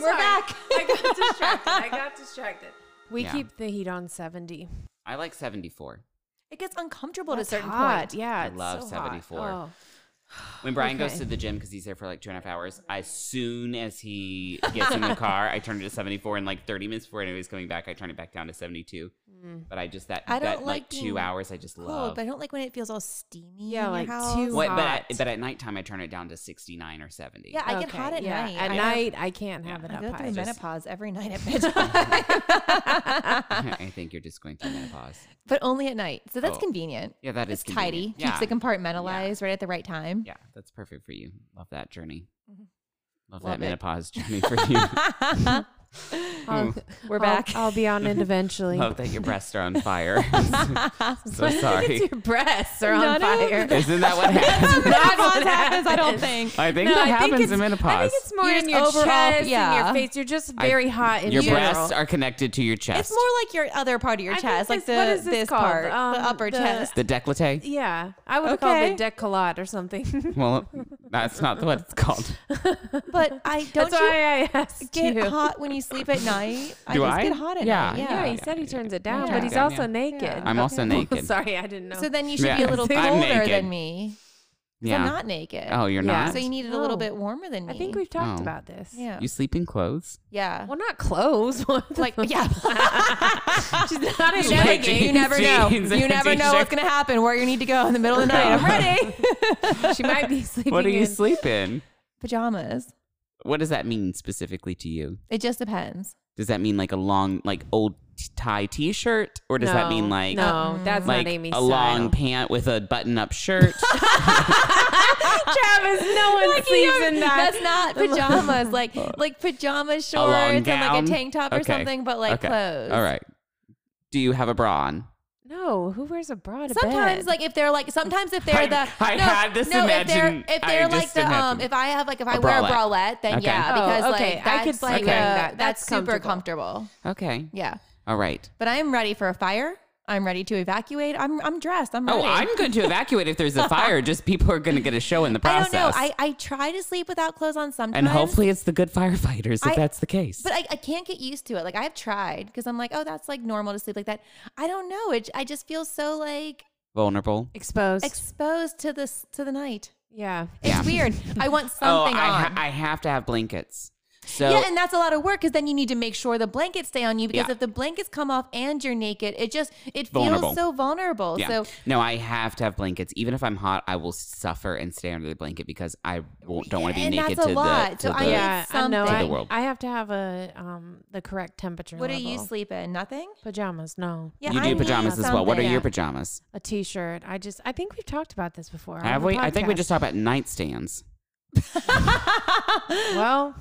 S2: We're
S1: sorry. back.
S2: [LAUGHS]
S1: [LAUGHS]
S2: I got distracted. I got distracted. We
S3: Yeah.
S2: keep the heat on 70.
S3: I like seventy-four.
S1: It gets uncomfortable
S2: That's
S1: at a certain
S2: Oh, hot.
S1: point.
S2: Yeah,
S3: I
S2: it's
S3: love
S2: so hot.
S3: 74.
S2: Oh.
S1: [SIGHS]
S3: When Brian goes
S2: Okay.
S3: to the gym because he's there for like two and a half hours, as soon as he gets
S1: [LAUGHS]
S3: in the car, I turn it to 74. And like 30 minutes before anybody's coming back, I turn it back down to 72. But I just, that,
S1: Mm. I
S3: that
S1: don't
S3: like
S1: like
S3: two
S1: being
S3: hours, I just
S1: Cold,
S3: love.
S1: but I don't like when it feels all steamy. in
S2: Yeah,
S1: your
S2: like
S1: house.
S2: too
S3: What- but,
S2: hot.
S3: at, but at nighttime, I turn it down to 69 or 70.
S1: Yeah, I get
S2: Okay,
S1: hot at
S2: yeah.
S1: night.
S2: At
S1: I have-
S2: night, I can't have it
S1: I
S2: up
S1: go
S2: high.
S1: through
S2: Just-
S1: menopause every night
S3: [LAUGHS]
S1: at bedtime,
S3: I think you're just going through menopause.
S1: but only at night. So that's
S3: Oh.
S1: convenient.
S3: Yeah, that is
S1: It's tidy.
S3: convenient. Yeah.
S1: Keeps it compartmentalized right at the right time.
S3: yeah, that's perfect for you. Love that journey.
S2: Mm-hmm.
S3: Love, that
S1: Love it.
S2: [LAUGHS]
S3: menopause journey for you.
S2: I'll- [LAUGHS]
S1: We're
S2: I'll-
S1: back.
S2: I'll, be [LAUGHS] on it eventually.
S3: Mm. Love that your breasts are on
S2: [LAUGHS]
S3: fire. [LAUGHS] so
S2: It's
S3: sorry.
S2: your breasts [LAUGHS] are on
S1: None of
S2: fire.
S1: them.
S3: Isn't
S2: [LAUGHS]
S3: that what happens?
S1: Not
S2: what
S3: [LAUGHS]
S1: what happens, I don't
S2: happens.
S1: think.
S3: I think
S2: No,
S3: that
S2: I think
S3: happens
S2: it's-
S3: in menopause.
S2: I think it's more
S1: You're
S2: in
S1: just
S2: your
S1: overall-
S2: chest, yeah.
S1: yeah.
S2: your face. You're just
S3: I-
S2: very hot in
S3: your
S2: general.
S3: breasts are connected to your chest.
S1: It's more like your other part of your
S2: I think
S1: chest, like
S2: this-
S1: the
S2: what is this
S1: this
S2: called?
S1: part,
S2: Um,
S1: the upper
S2: the- [LAUGHS]
S1: chest.
S3: the décolleté.
S2: yeah, I would call
S1: Okay.
S2: it a decollete or something. [LAUGHS]
S3: Well, that's not what it's called.
S1: But I don't
S2: That's
S1: you [LAUGHS]
S2: why I asked
S1: get
S2: you.
S1: hot when you sleep at
S2: [LAUGHS]
S1: night. I
S3: Do
S1: just
S3: I?
S1: get hot at
S3: Yeah,
S1: night.
S2: Yeah,
S1: Yeah.
S2: he said he turns it down,
S1: Yeah.
S2: but he's
S3: Yeah.
S2: also
S3: Yeah.
S2: naked.
S3: I'm
S2: [LAUGHS]
S3: also naked.
S2: Sorry, I didn't know.
S1: So then you should
S3: Yeah.
S1: be a little
S3: [LAUGHS] I'm
S1: colder
S3: naked.
S1: than me. 'cause I'm not naked.
S3: Oh, you're
S2: Yeah.
S3: not.
S1: So you needed a little
S2: Oh.
S1: bit warmer than me.
S2: I think we've talked
S3: Oh.
S2: about this.
S1: [LAUGHS] Yeah.
S3: you sleep in clothes.
S2: [LAUGHS]
S1: yeah.
S2: Well, not clothes. [LAUGHS]
S1: Like yeah.
S2: she's not in
S1: You never,
S2: [LAUGHS]
S3: Like
S1: you
S3: jeans-
S1: never know.
S3: jeans and
S1: You
S3: a
S1: never know
S3: t-shirt.
S1: what's gonna happen. Where you need to go in the middle of the night. I'm
S3: [LAUGHS]
S1: ready. [LAUGHS]
S2: She might be sleeping.
S3: What do you
S2: in.
S3: sleep in?
S1: Pajamas.
S3: What does that mean specifically to you?
S1: It just depends.
S3: Does that mean like a long, like old t- tie T-shirt, or does that mean
S2: No,
S3: like
S2: no? That's
S3: like
S2: not Amy's
S3: a long
S2: style.
S3: pant with a
S1: [LAUGHS]
S3: button-up shirt?
S2: Travis, [LAUGHS] no one
S1: Like,
S2: sleeps
S1: you-
S2: in that.
S1: That's
S3: [LAUGHS]
S1: not pajamas. Like like pajama shorts
S3: long
S1: and like
S3: gown?
S1: a tank top or
S3: Okay.
S1: something, but like
S3: Okay.
S1: clothes.
S3: All right. Do you have a bra on?
S2: No, who wears a bra to
S1: Sometimes,
S2: bed?
S1: like if they're like, sometimes if they're
S3: I-
S1: the,
S3: I
S1: no,
S3: had this
S1: no,
S3: imagine-
S1: if they're, if
S3: I
S1: they're
S3: just
S1: like the,
S3: imagine-
S1: um, if I have like if
S3: A
S1: I wear a
S3: bralette.
S1: bralette, then
S3: Okay.
S1: yeah,
S2: Oh,
S1: because
S2: okay.
S1: like
S2: I
S1: that's
S2: could see
S1: like
S2: wearing
S1: uh,
S2: that.
S1: that's,
S2: That's
S1: super
S2: comfortable.
S1: comfortable.
S3: Okay.
S1: Yeah,
S3: All right.
S1: but I am ready for a fire. I'm ready to evacuate. I'm I'm dressed. I'm ready.
S3: Oh, I'm
S1: [LAUGHS]
S3: going to evacuate if there's a fire. Just people are going to get a show in the
S1: I
S3: process.
S1: don't know. I I try to sleep without clothes on sometimes,
S3: and hopefully it's the good firefighters if
S1: I-
S3: that's the case.
S1: But I, I can't get used to it. Like I've tried because I'm like, oh, that's like normal to sleep like that. I don't know. It, I just feel so like
S3: Vulnerable.
S2: exposed.
S1: exposed to this to the night.
S2: yeah.
S1: It's
S3: Yeah.
S1: weird. I want something
S3: [LAUGHS] oh, I,
S1: on.
S3: ha- I have to have blankets. So
S1: yeah, and that's a lot of work because then you need to make sure the blankets stay on you because
S3: Yeah.
S1: if the blankets come off and you're naked, it just it
S3: Vulnerable.
S1: feels so vulnerable.
S3: yeah.
S1: So
S3: no, I have to have blankets. Even if I'm hot, I will suffer and stay under the blanket because I won't, don't want to be
S1: And
S3: naked
S1: that's a
S3: to the
S1: lot.
S3: to
S1: So I
S3: the.
S1: need
S2: yeah, I know.
S1: something.
S3: To
S2: I,
S3: the world.
S2: I have to have a um the correct temperature.
S1: what do you
S2: level.
S1: sleep in? Nothing.
S2: Pajamas? No.
S1: Yeah,
S3: you
S1: I
S3: do
S1: need
S3: pajamas as well. What are
S1: something.
S3: your pajamas?
S2: A t-shirt. I just. I think we've talked about this before. on
S3: Have
S2: the
S3: we? I think we
S2: podcast.
S3: just talked about nightstands. [LAUGHS]
S2: Well,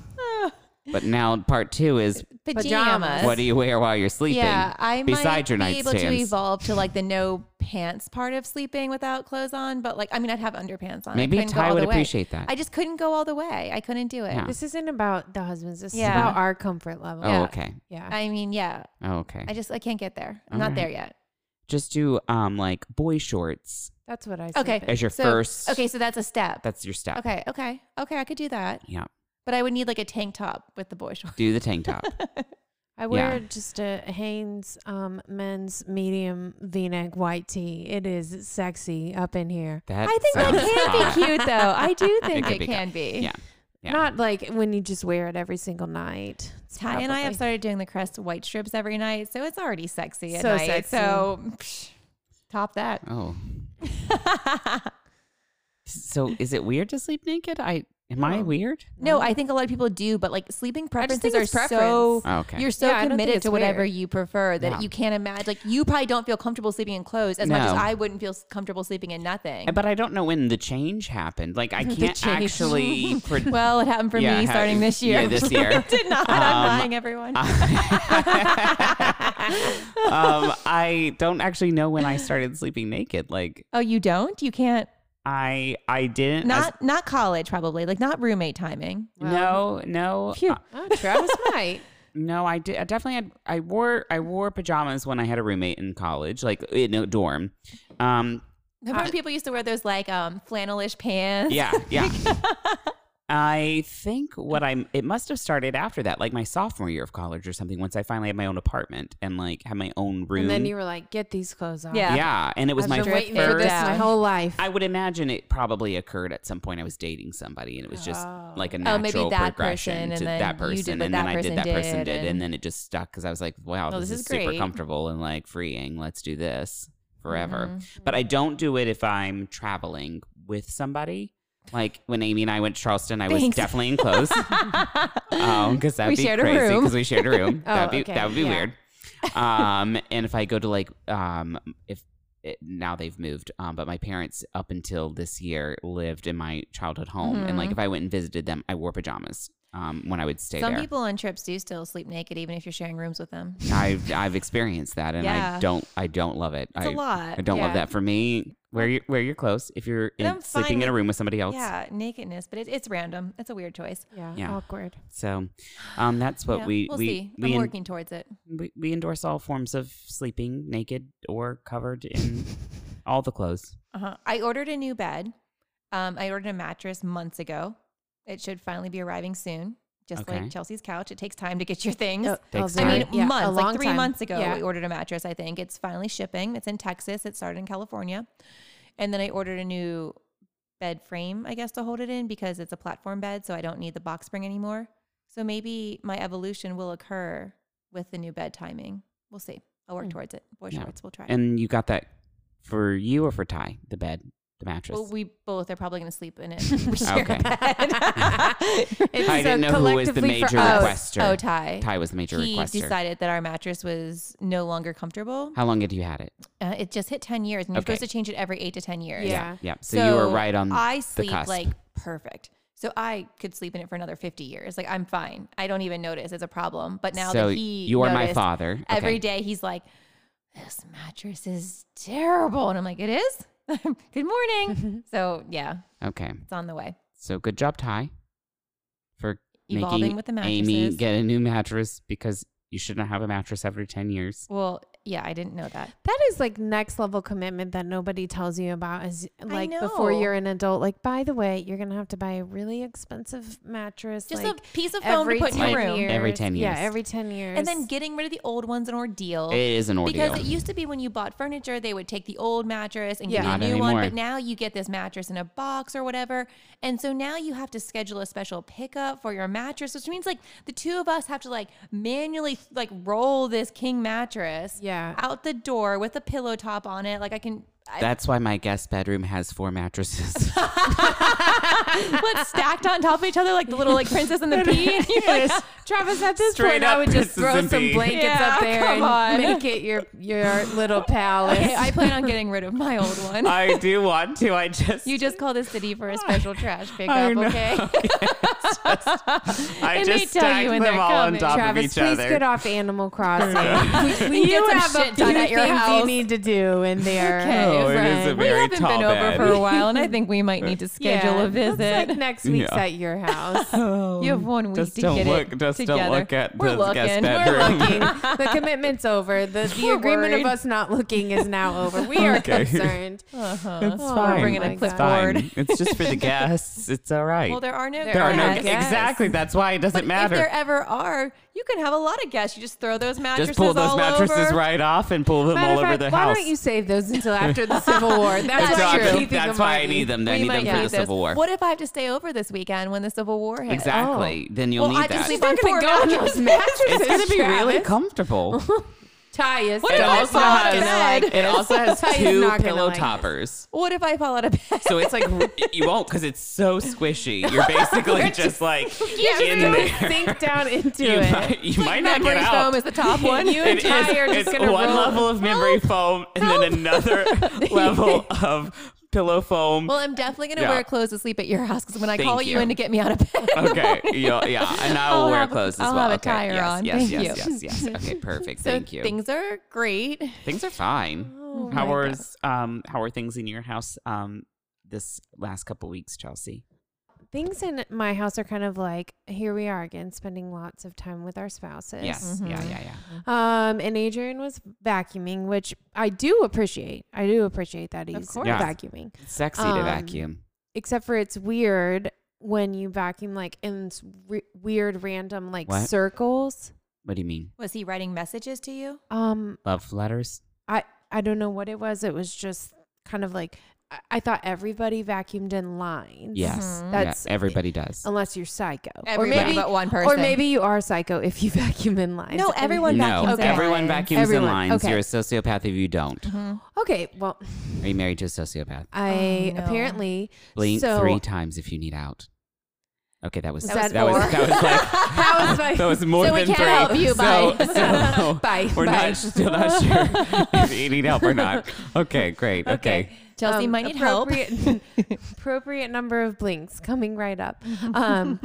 S3: But now part two is
S1: pajamas?
S2: Pajamas.
S3: what do you wear while you're sleeping?
S1: Yeah, I might
S3: besides your
S1: be able to
S3: nightstands?
S1: evolve to like the no pants part of sleeping without clothes on, but like I mean I'd have underpants on. I
S3: Maybe
S1: couldn't go
S3: Ty
S1: all
S3: would
S1: the way.
S3: appreciate that.
S1: I just couldn't go all the way. I couldn't do it.
S3: Yeah.
S2: This isn't about the husbands. This
S1: Yeah.
S2: is about our comfort level.
S3: oh,
S1: yeah.
S3: okay.
S2: Yeah.
S1: I mean, yeah.
S3: Oh, okay.
S1: I just I can't get there. I'm
S3: All
S1: not
S3: right.
S1: there yet.
S3: just do um like boy shorts
S2: That's what I said.
S1: Okay.
S3: as your
S1: So-
S3: first.
S1: Okay, so that's a step.
S3: That's your step.
S1: okay, okay. Okay, I could do that.
S3: Yeah.
S1: But I would need like a tank top with the boy
S3: [LAUGHS]
S1: shorts.
S3: Do the
S1: [LAUGHS]
S3: tank top.
S2: I wear just a Hanes um, men's medium v-neck white tee. It is sexy up in here.
S3: That
S1: I think that
S3: sounds
S1: can [LAUGHS]
S3: hot.
S1: be cute though. I do
S2: It
S1: think
S3: could
S1: it,
S3: be good.
S1: can be.
S3: Yeah. Yeah.
S2: Not like when you just wear it every single night. It's
S1: Ty and I have
S2: probably-
S1: started doing the crest white strips every night, so it's already sexy at
S2: So
S1: night.
S2: sexy.
S1: So psh, top that. [LAUGHS]
S3: Oh. So is it weird to sleep naked? I am I
S2: No.
S3: weird?
S1: no, I think a lot of people do, but like sleeping
S2: just
S1: preferences
S2: think
S1: are
S2: it's
S1: so
S2: preference.
S3: Oh, okay.
S1: you're so
S2: Yeah, I don't think
S1: committed
S2: it's
S1: to whatever
S2: weird.
S1: you prefer that
S3: Yeah.
S1: you can't imagine. Like you probably don't feel comfortable sleeping in clothes as much as
S3: No.
S1: I wouldn't feel s- comfortable sleeping in nothing.
S3: Eh, but I don't know when the change happened. Like I
S1: The
S3: can't
S1: change. [LAUGHS]
S3: actually. Pre- [LAUGHS]
S1: well, it happened for
S3: Yeah,
S1: me
S3: ha-
S1: starting this year. [LAUGHS]
S3: yeah, this year.
S1: Did not. I'm
S3: Um,
S1: lying, everyone.
S3: um, I don't actually know when I started sleeping naked. Like
S1: oh, you don't? You can't.
S3: I, I didn't. as-
S1: Not not college probably. Like not roommate timing.
S3: no, no,
S1: Phew.
S3: uh,
S2: Oh, [LAUGHS] Travis might.
S3: no. I did. I definitely had. I wore. I wore pajamas when I had a roommate in college, like in a dorm. Um,
S1: Remember when people used to wear those like um flannelish pants? [LAUGHS]
S3: Yeah, yeah. I think what I'm, it must have started after that, like my sophomore year of college or something, once I finally had my own apartment and like had my own room.
S2: And then you were like, get these clothes off.
S1: Yeah.
S3: yeah. And it was
S2: I've
S3: my
S2: been waiting for
S3: first.
S2: this my whole life.
S3: I would imagine it probably occurred at some point. I was dating somebody and it was just
S2: Oh.
S3: like a
S1: Oh, maybe
S3: natural
S1: that person,
S3: progression
S1: and
S3: to
S1: then
S3: that
S1: you did
S3: person.
S1: what
S3: And
S1: that
S3: then I
S1: person
S3: did, that person
S1: did,
S3: did.
S1: and-
S3: And then it just stuck because I was like, wow,
S1: Oh,
S3: this,
S1: this
S3: is,
S1: is
S3: super
S1: great.
S3: comfortable and like freeing. Let's do this forever. [LAUGHS]
S1: Mhm.
S3: But I don't do it if I'm traveling with somebody. Like when Amy and I went to Charleston, I was
S1: Thanks.
S3: definitely
S1: [LAUGHS]
S3: in clothes. Um, because that'd
S1: We
S3: be
S1: shared a
S3: crazy
S1: room.
S3: because we shared
S1: [LAUGHS]
S3: a room.
S2: Oh,
S3: that'd be
S2: okay,
S3: that would be
S2: yeah.
S3: weird. Um, and if I go to like um, if it, now they've moved, um, but my parents up until this year lived in my childhood home, and like
S1: Mhm.
S3: if I went and visited them, I wore pajamas. Um, when I would stay
S1: Some
S3: there,
S1: people on trips do still sleep naked, even if you're sharing rooms with them. It's
S3: I've I've experienced that, and I
S1: Yeah.
S3: don't I don't love it. I
S1: a lot.
S3: I don't love
S2: yeah.
S3: that. For me, wear your wear your clothes if you're
S1: And
S3: in,
S1: I'm fine
S3: sleeping in a
S1: with-
S3: room with somebody else.
S1: Yeah, nakedness, but it, it's random. It's a weird choice.
S2: yeah,
S3: Yeah.
S2: Awkward.
S3: So, um, that's what
S1: Yeah,
S3: we
S1: we'll
S3: we
S1: see.
S3: we
S1: I'm
S3: en-
S1: working towards it.
S3: we, we endorse all forms of sleeping naked or
S1: [LAUGHS]
S3: covered in all the clothes.
S1: Uh-huh. I ordered a new bed. Um, I ordered a mattress months ago. It should finally be arriving soon. Just
S3: Okay.
S1: like Chelsea's couch, it takes time to get your things.
S3: Takes
S1: I mean,
S3: time.
S2: yeah,
S1: months,
S2: a
S1: like
S2: long
S1: three
S2: time.
S1: months ago,
S2: Yeah.
S1: we ordered a mattress, I think. It's finally shipping. It's in Texas. It started in California. And then I ordered a new bed frame, I guess, to hold it in because it's a platform bed. So I don't need the box spring anymore. So maybe my evolution will occur with the new bed timing. We'll see. I'll work
S2: Hmm.
S1: towards it. Boy
S3: Yeah.
S1: shorts, we'll try. it.
S3: And you got that for you or for Ty? The bed, the mattress.
S1: Well, we both are probably going to sleep
S3: [LAUGHS]
S1: in it. We share a
S3: Okay. [LAUGHS]
S1: bed.
S2: It's
S3: I
S2: so
S3: didn't know who was the
S2: collectively for
S3: major
S2: us.
S3: requester.
S1: oh, Ty.
S3: Ty was the major
S1: He
S3: requester.
S1: decided that our mattress was no longer comfortable.
S3: How long had you had it?
S1: Uh, it just hit 10 years, and you're
S3: Okay.
S1: supposed to change it every eight to 10 years.
S2: Yeah.
S3: Yeah. So, you were right on.
S1: I sleep
S3: cusp.
S1: like perfect. So I could sleep in it for another 50 years. Like I'm fine. I don't even notice it's a problem. But now
S3: so
S1: that he
S3: you are my
S1: noticed,
S3: father.
S1: every
S3: okay.
S1: day he's like, this mattress is terrible. And I'm like, it is? [LAUGHS] Good
S3: [LAUGHS]
S1: morning. so yeah,
S3: Okay.
S1: it's on the way.
S3: So good job, Ty, for
S1: Evolving
S3: making
S1: with the
S3: Amy
S1: mattresses.
S3: get a new mattress because you shouldn't have a mattress every ten years.
S1: Well, yeah, I didn't know that.
S2: That is like next level commitment that nobody tells you about. Is like before
S1: know.
S2: you're an adult. Like, by the way, you're gonna have to buy a really expensive mattress.
S1: Just
S2: like,
S1: a piece of foam to
S2: every
S1: put in
S2: 10
S1: your room.
S2: Years.
S3: Every 10 years.
S2: Yeah, every 10 years.
S1: And then getting rid of the old one's an ordeal.
S3: It is an ordeal.
S1: Because it used to be when you bought furniture, they would take the old mattress and
S2: Yeah.
S1: give you a
S3: Not
S1: new
S3: anymore.
S1: one. But now you get this mattress in a box or whatever. And so now you have to schedule a special pickup for your mattress, which means like the two of us have to like manually like roll this king mattress
S2: Yeah.
S1: out the door with a pillow top on it. Like I can I, [LAUGHS]
S3: That's why my guest bedroom has four mattresses.
S1: well, much stacked on top of each other, like the little like princess
S3: [LAUGHS]
S1: and the pea. And
S2: [LAUGHS]
S1: you're like,
S2: Travis, at this
S3: Straight
S2: point, I
S3: up
S2: would just
S3: Princess
S2: throw
S3: and
S2: some
S3: Pea.
S2: blankets
S1: Yeah,
S2: up there
S1: come
S2: and
S1: on.
S2: make it your your little
S1: okay,
S2: palace.
S1: I plan on getting rid of my old one.
S3: [LAUGHS] [LAUGHS] I do want to. I just
S1: you just call the city
S3: [LAUGHS]
S1: for a special trash
S3: I
S1: pickup,
S3: know.
S1: okay?
S3: I
S1: It may
S3: just
S1: tell
S3: stacked
S1: you when
S3: them
S1: they're
S3: all on
S1: coming.
S3: top
S2: Travis,
S3: of each
S2: please
S3: other.
S2: get off
S3: [LAUGHS]
S2: Animal Crossing. we, we
S1: You
S2: you
S1: have
S2: have
S1: shit
S2: a few
S1: done at your
S2: things
S1: house.
S2: you need to do in there.
S1: Okay,
S3: Oh, it is a
S1: we
S3: very
S1: haven't
S3: tall
S1: been over
S3: bed.
S1: for
S3: [LAUGHS]
S1: a while, and I think we might need to schedule
S2: Yeah,
S1: a
S2: looks
S1: visit.
S2: like next week's
S3: Yeah.
S2: at your
S3: [LAUGHS]
S2: house.
S1: you have one week
S3: um, Just
S1: to
S3: don't
S1: get
S3: look-
S1: it
S3: just don't
S1: together.
S3: look at
S1: We're
S3: the
S1: looking.
S3: guest
S1: We're
S3: bedroom.
S2: looking. The commitment's over. The, the
S1: We're
S2: agreement
S1: worried.
S2: of us not looking is now over. We are
S3: Okay. [LAUGHS]
S2: concerned.
S1: Uh-huh.
S3: It's
S1: Oh,
S3: fine.
S1: We're bringing a
S2: It's fine.
S1: clipboard.
S3: It's just
S1: [LAUGHS]
S3: for the guests. It's all right.
S1: Well, there are no
S3: there are no
S1: guests.
S2: guests.
S3: exactly. That's why it doesn't
S1: But
S3: matter.
S1: if there ever are, you can have a lot of guests. You just throw those mattresses
S3: just pull those
S1: all
S3: mattresses
S1: over.
S3: right off and pull them
S2: Matter
S3: all
S2: of
S3: over
S2: fact,
S3: the
S2: why
S3: house.
S2: don't you save those until after the Civil
S3: [LAUGHS]
S2: War? That's why
S3: Exactly.
S2: you're keeping them.
S3: That's why I
S2: Marty.
S3: need them. I
S1: We
S3: need
S1: might
S3: them for
S1: need
S3: the
S1: those.
S3: Civil War.
S1: What if I have to stay over this weekend when the Civil War hits?
S3: Exactly. Then you'll
S1: Well, I
S3: need
S1: just
S3: that.
S1: leave
S2: They're
S1: Four
S2: gonna go on
S1: mattresses.
S2: those mattresses.
S3: It's going to be really
S1: [LAUGHS]
S2: Travis.
S3: comfortable.
S2: Tyus.
S1: What if
S3: It
S1: I
S3: also
S1: fall out of
S3: has-
S1: bed? [LAUGHS]
S3: It also has
S2: Ty's
S3: two
S2: not gonna
S3: pillow
S2: like this.
S3: toppers.
S1: [LAUGHS] What if I fall out of
S3: [LAUGHS]
S1: bed?
S3: So it's like you won't because it's so squishy.
S1: [LAUGHS]
S3: You're basically just, like in
S2: gonna
S3: there.
S2: sink down into
S3: you
S2: it.
S3: might, you might not
S1: memory
S3: get out.
S1: foam is the
S3: [LAUGHS]
S1: top one.
S2: You and
S3: It is-
S2: Ty are just
S3: it's
S2: gonna
S3: one
S2: roll.
S3: level of memory foam and then another
S1: [LAUGHS]
S3: [LAUGHS] level of pillow foam.
S1: well, I'm definitely gonna
S3: Yeah.
S1: wear clothes to sleep at your house because when I
S3: Thank
S1: call you.
S3: you.
S1: in to get me out
S3: [LAUGHS]
S1: of bed, [LAUGHS]
S3: okay, yeah, yeah, and I will
S1: I'll
S3: wear
S1: have-
S3: clothes as
S1: I'll
S3: well.
S1: have a
S3: okay,
S1: tire
S3: yes,
S1: on.
S3: yes,
S1: Thank
S3: yes,
S1: you.
S3: yes,
S1: [LAUGHS]
S3: yes. Okay, perfect.
S1: so
S3: Thank you.
S1: things are great.
S3: things are fine. how was um how are things in your house um this last couple weeks, Chelsea?
S2: Things in my house are kind of like here we are again, spending lots of time with our spouses.
S3: Yes, yeah, yeah, yeah.
S1: Mm-hmm.
S2: Um, and Adrian was vacuuming, which I do appreciate. I do appreciate that he's
S1: course.
S3: Yeah.
S2: vacuuming.
S3: It's sexy to
S2: Um,
S3: vacuum.
S2: Except for it's weird when you vacuum like in s- re- weird random like
S3: What?
S2: circles.
S3: What do you mean?
S1: Was he writing messages to you?
S2: Um,
S3: Love letters?
S2: I I don't know what it was. It was just kind of like I, I thought everybody vacuumed in lines.
S3: Yes.
S1: Mhm.
S3: yeah,
S2: That's-
S3: everybody does.
S2: Unless you're psycho,
S1: Everybody
S2: or maybe
S1: but one
S2: or
S1: person.
S2: maybe you are psycho if you [LAUGHS] vacuum in lines.
S1: No,
S2: And-
S1: everyone
S3: no,
S1: vacuums
S2: in
S3: everyone
S1: lines.
S3: vacuums
S2: Everyone,
S3: in lines.
S2: okay.
S3: You're a sociopath if you don't.
S1: Mm-hmm.
S2: Okay, well,
S3: Are you married to a sociopath?
S2: I
S1: Oh, no.
S2: apparently
S3: Blink
S2: so
S3: three times if you need out. Okay, that was
S2: Was
S3: that,
S2: that
S3: was
S2: four?
S3: that was like
S2: [LAUGHS] That was my
S3: [LAUGHS] that was more
S1: So we
S3: than
S1: can't
S3: three.
S1: help you, bye.
S3: So, so
S2: [LAUGHS] Bye,
S3: We're
S2: bye.
S3: not still not sure if you need help or not. Okay, great. Okay.
S1: Chelsea might need help.
S2: appropriate-
S1: [LAUGHS]
S2: appropriate number of blinks coming right up. Um,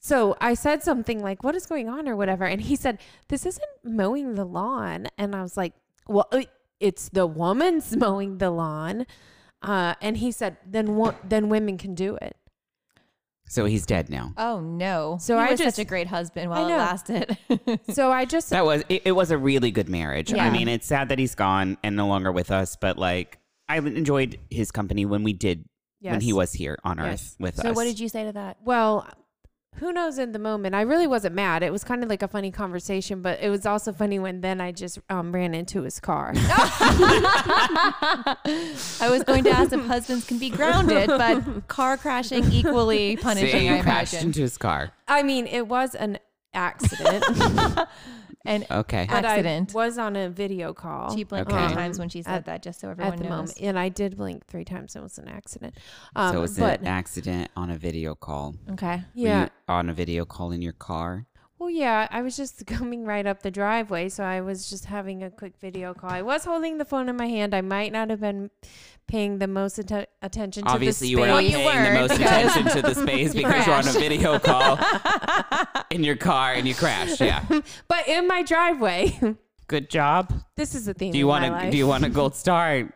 S2: so I said something like, "What is going on?" or whatever, and he said, "This isn't mowing the lawn," and I was like, "Well, uh, it's the woman's [LAUGHS] mowing the lawn," uh, and he said, "Then wo- then women can do it."
S3: So he's dead now.
S1: Oh no!
S2: So
S1: He
S2: I
S1: was
S2: just-
S1: such a great husband while
S2: I
S1: it
S2: know.
S1: lasted. [LAUGHS]
S2: So I just
S3: That was it, it was a really good marriage. I
S1: Yeah.
S3: mean, it's sad that he's gone and no longer with us, but like I enjoyed his company when we did when he
S2: Yes.
S3: was here on
S2: Yes.
S3: earth with us.
S1: so what did you say to that?
S2: well who knows in the moment i really wasn't mad it was kind of like a funny conversation but it was also funny when then i just um, ran into his
S3: [LAUGHS]
S2: car
S1: I was going to ask if husbands can be grounded,
S2: [LAUGHS]
S1: but car crashing equally punishing.
S3: See,
S1: I
S3: you crashed
S1: imagine.
S3: into his car.
S2: i mean it was an
S3: [LAUGHS]
S2: accident
S1: and
S3: Okay.
S2: but
S1: Accident.
S2: i was on a video call
S1: she blinked
S3: Okay.
S1: three times when she said
S2: at-
S1: that, just so everyone
S2: at the
S1: knows.
S2: moment and i did blink three times it was an accident um,
S3: so it's
S2: but
S3: an accident on a video call.
S1: Okay.
S3: Were you
S2: yeah
S3: on a video call in your car.
S2: Well, yeah, I was just [LAUGHS] coming right up the driveway, so I was just having a quick video call. I was holding the phone in my hand. I might not have been paying the most atten- attention to
S3: Obviously,
S2: the
S3: you were not
S2: space.
S1: you
S3: paying the
S1: weren't
S3: most
S1: because-
S3: attention to the space because you're on a video call in your car and you crashed. Yeah,
S2: but in my driveway. [LAUGHS]
S3: good job.
S2: this is the theme.
S3: Do you
S2: want
S3: want to? Do you want a gold star?
S2: [LAUGHS]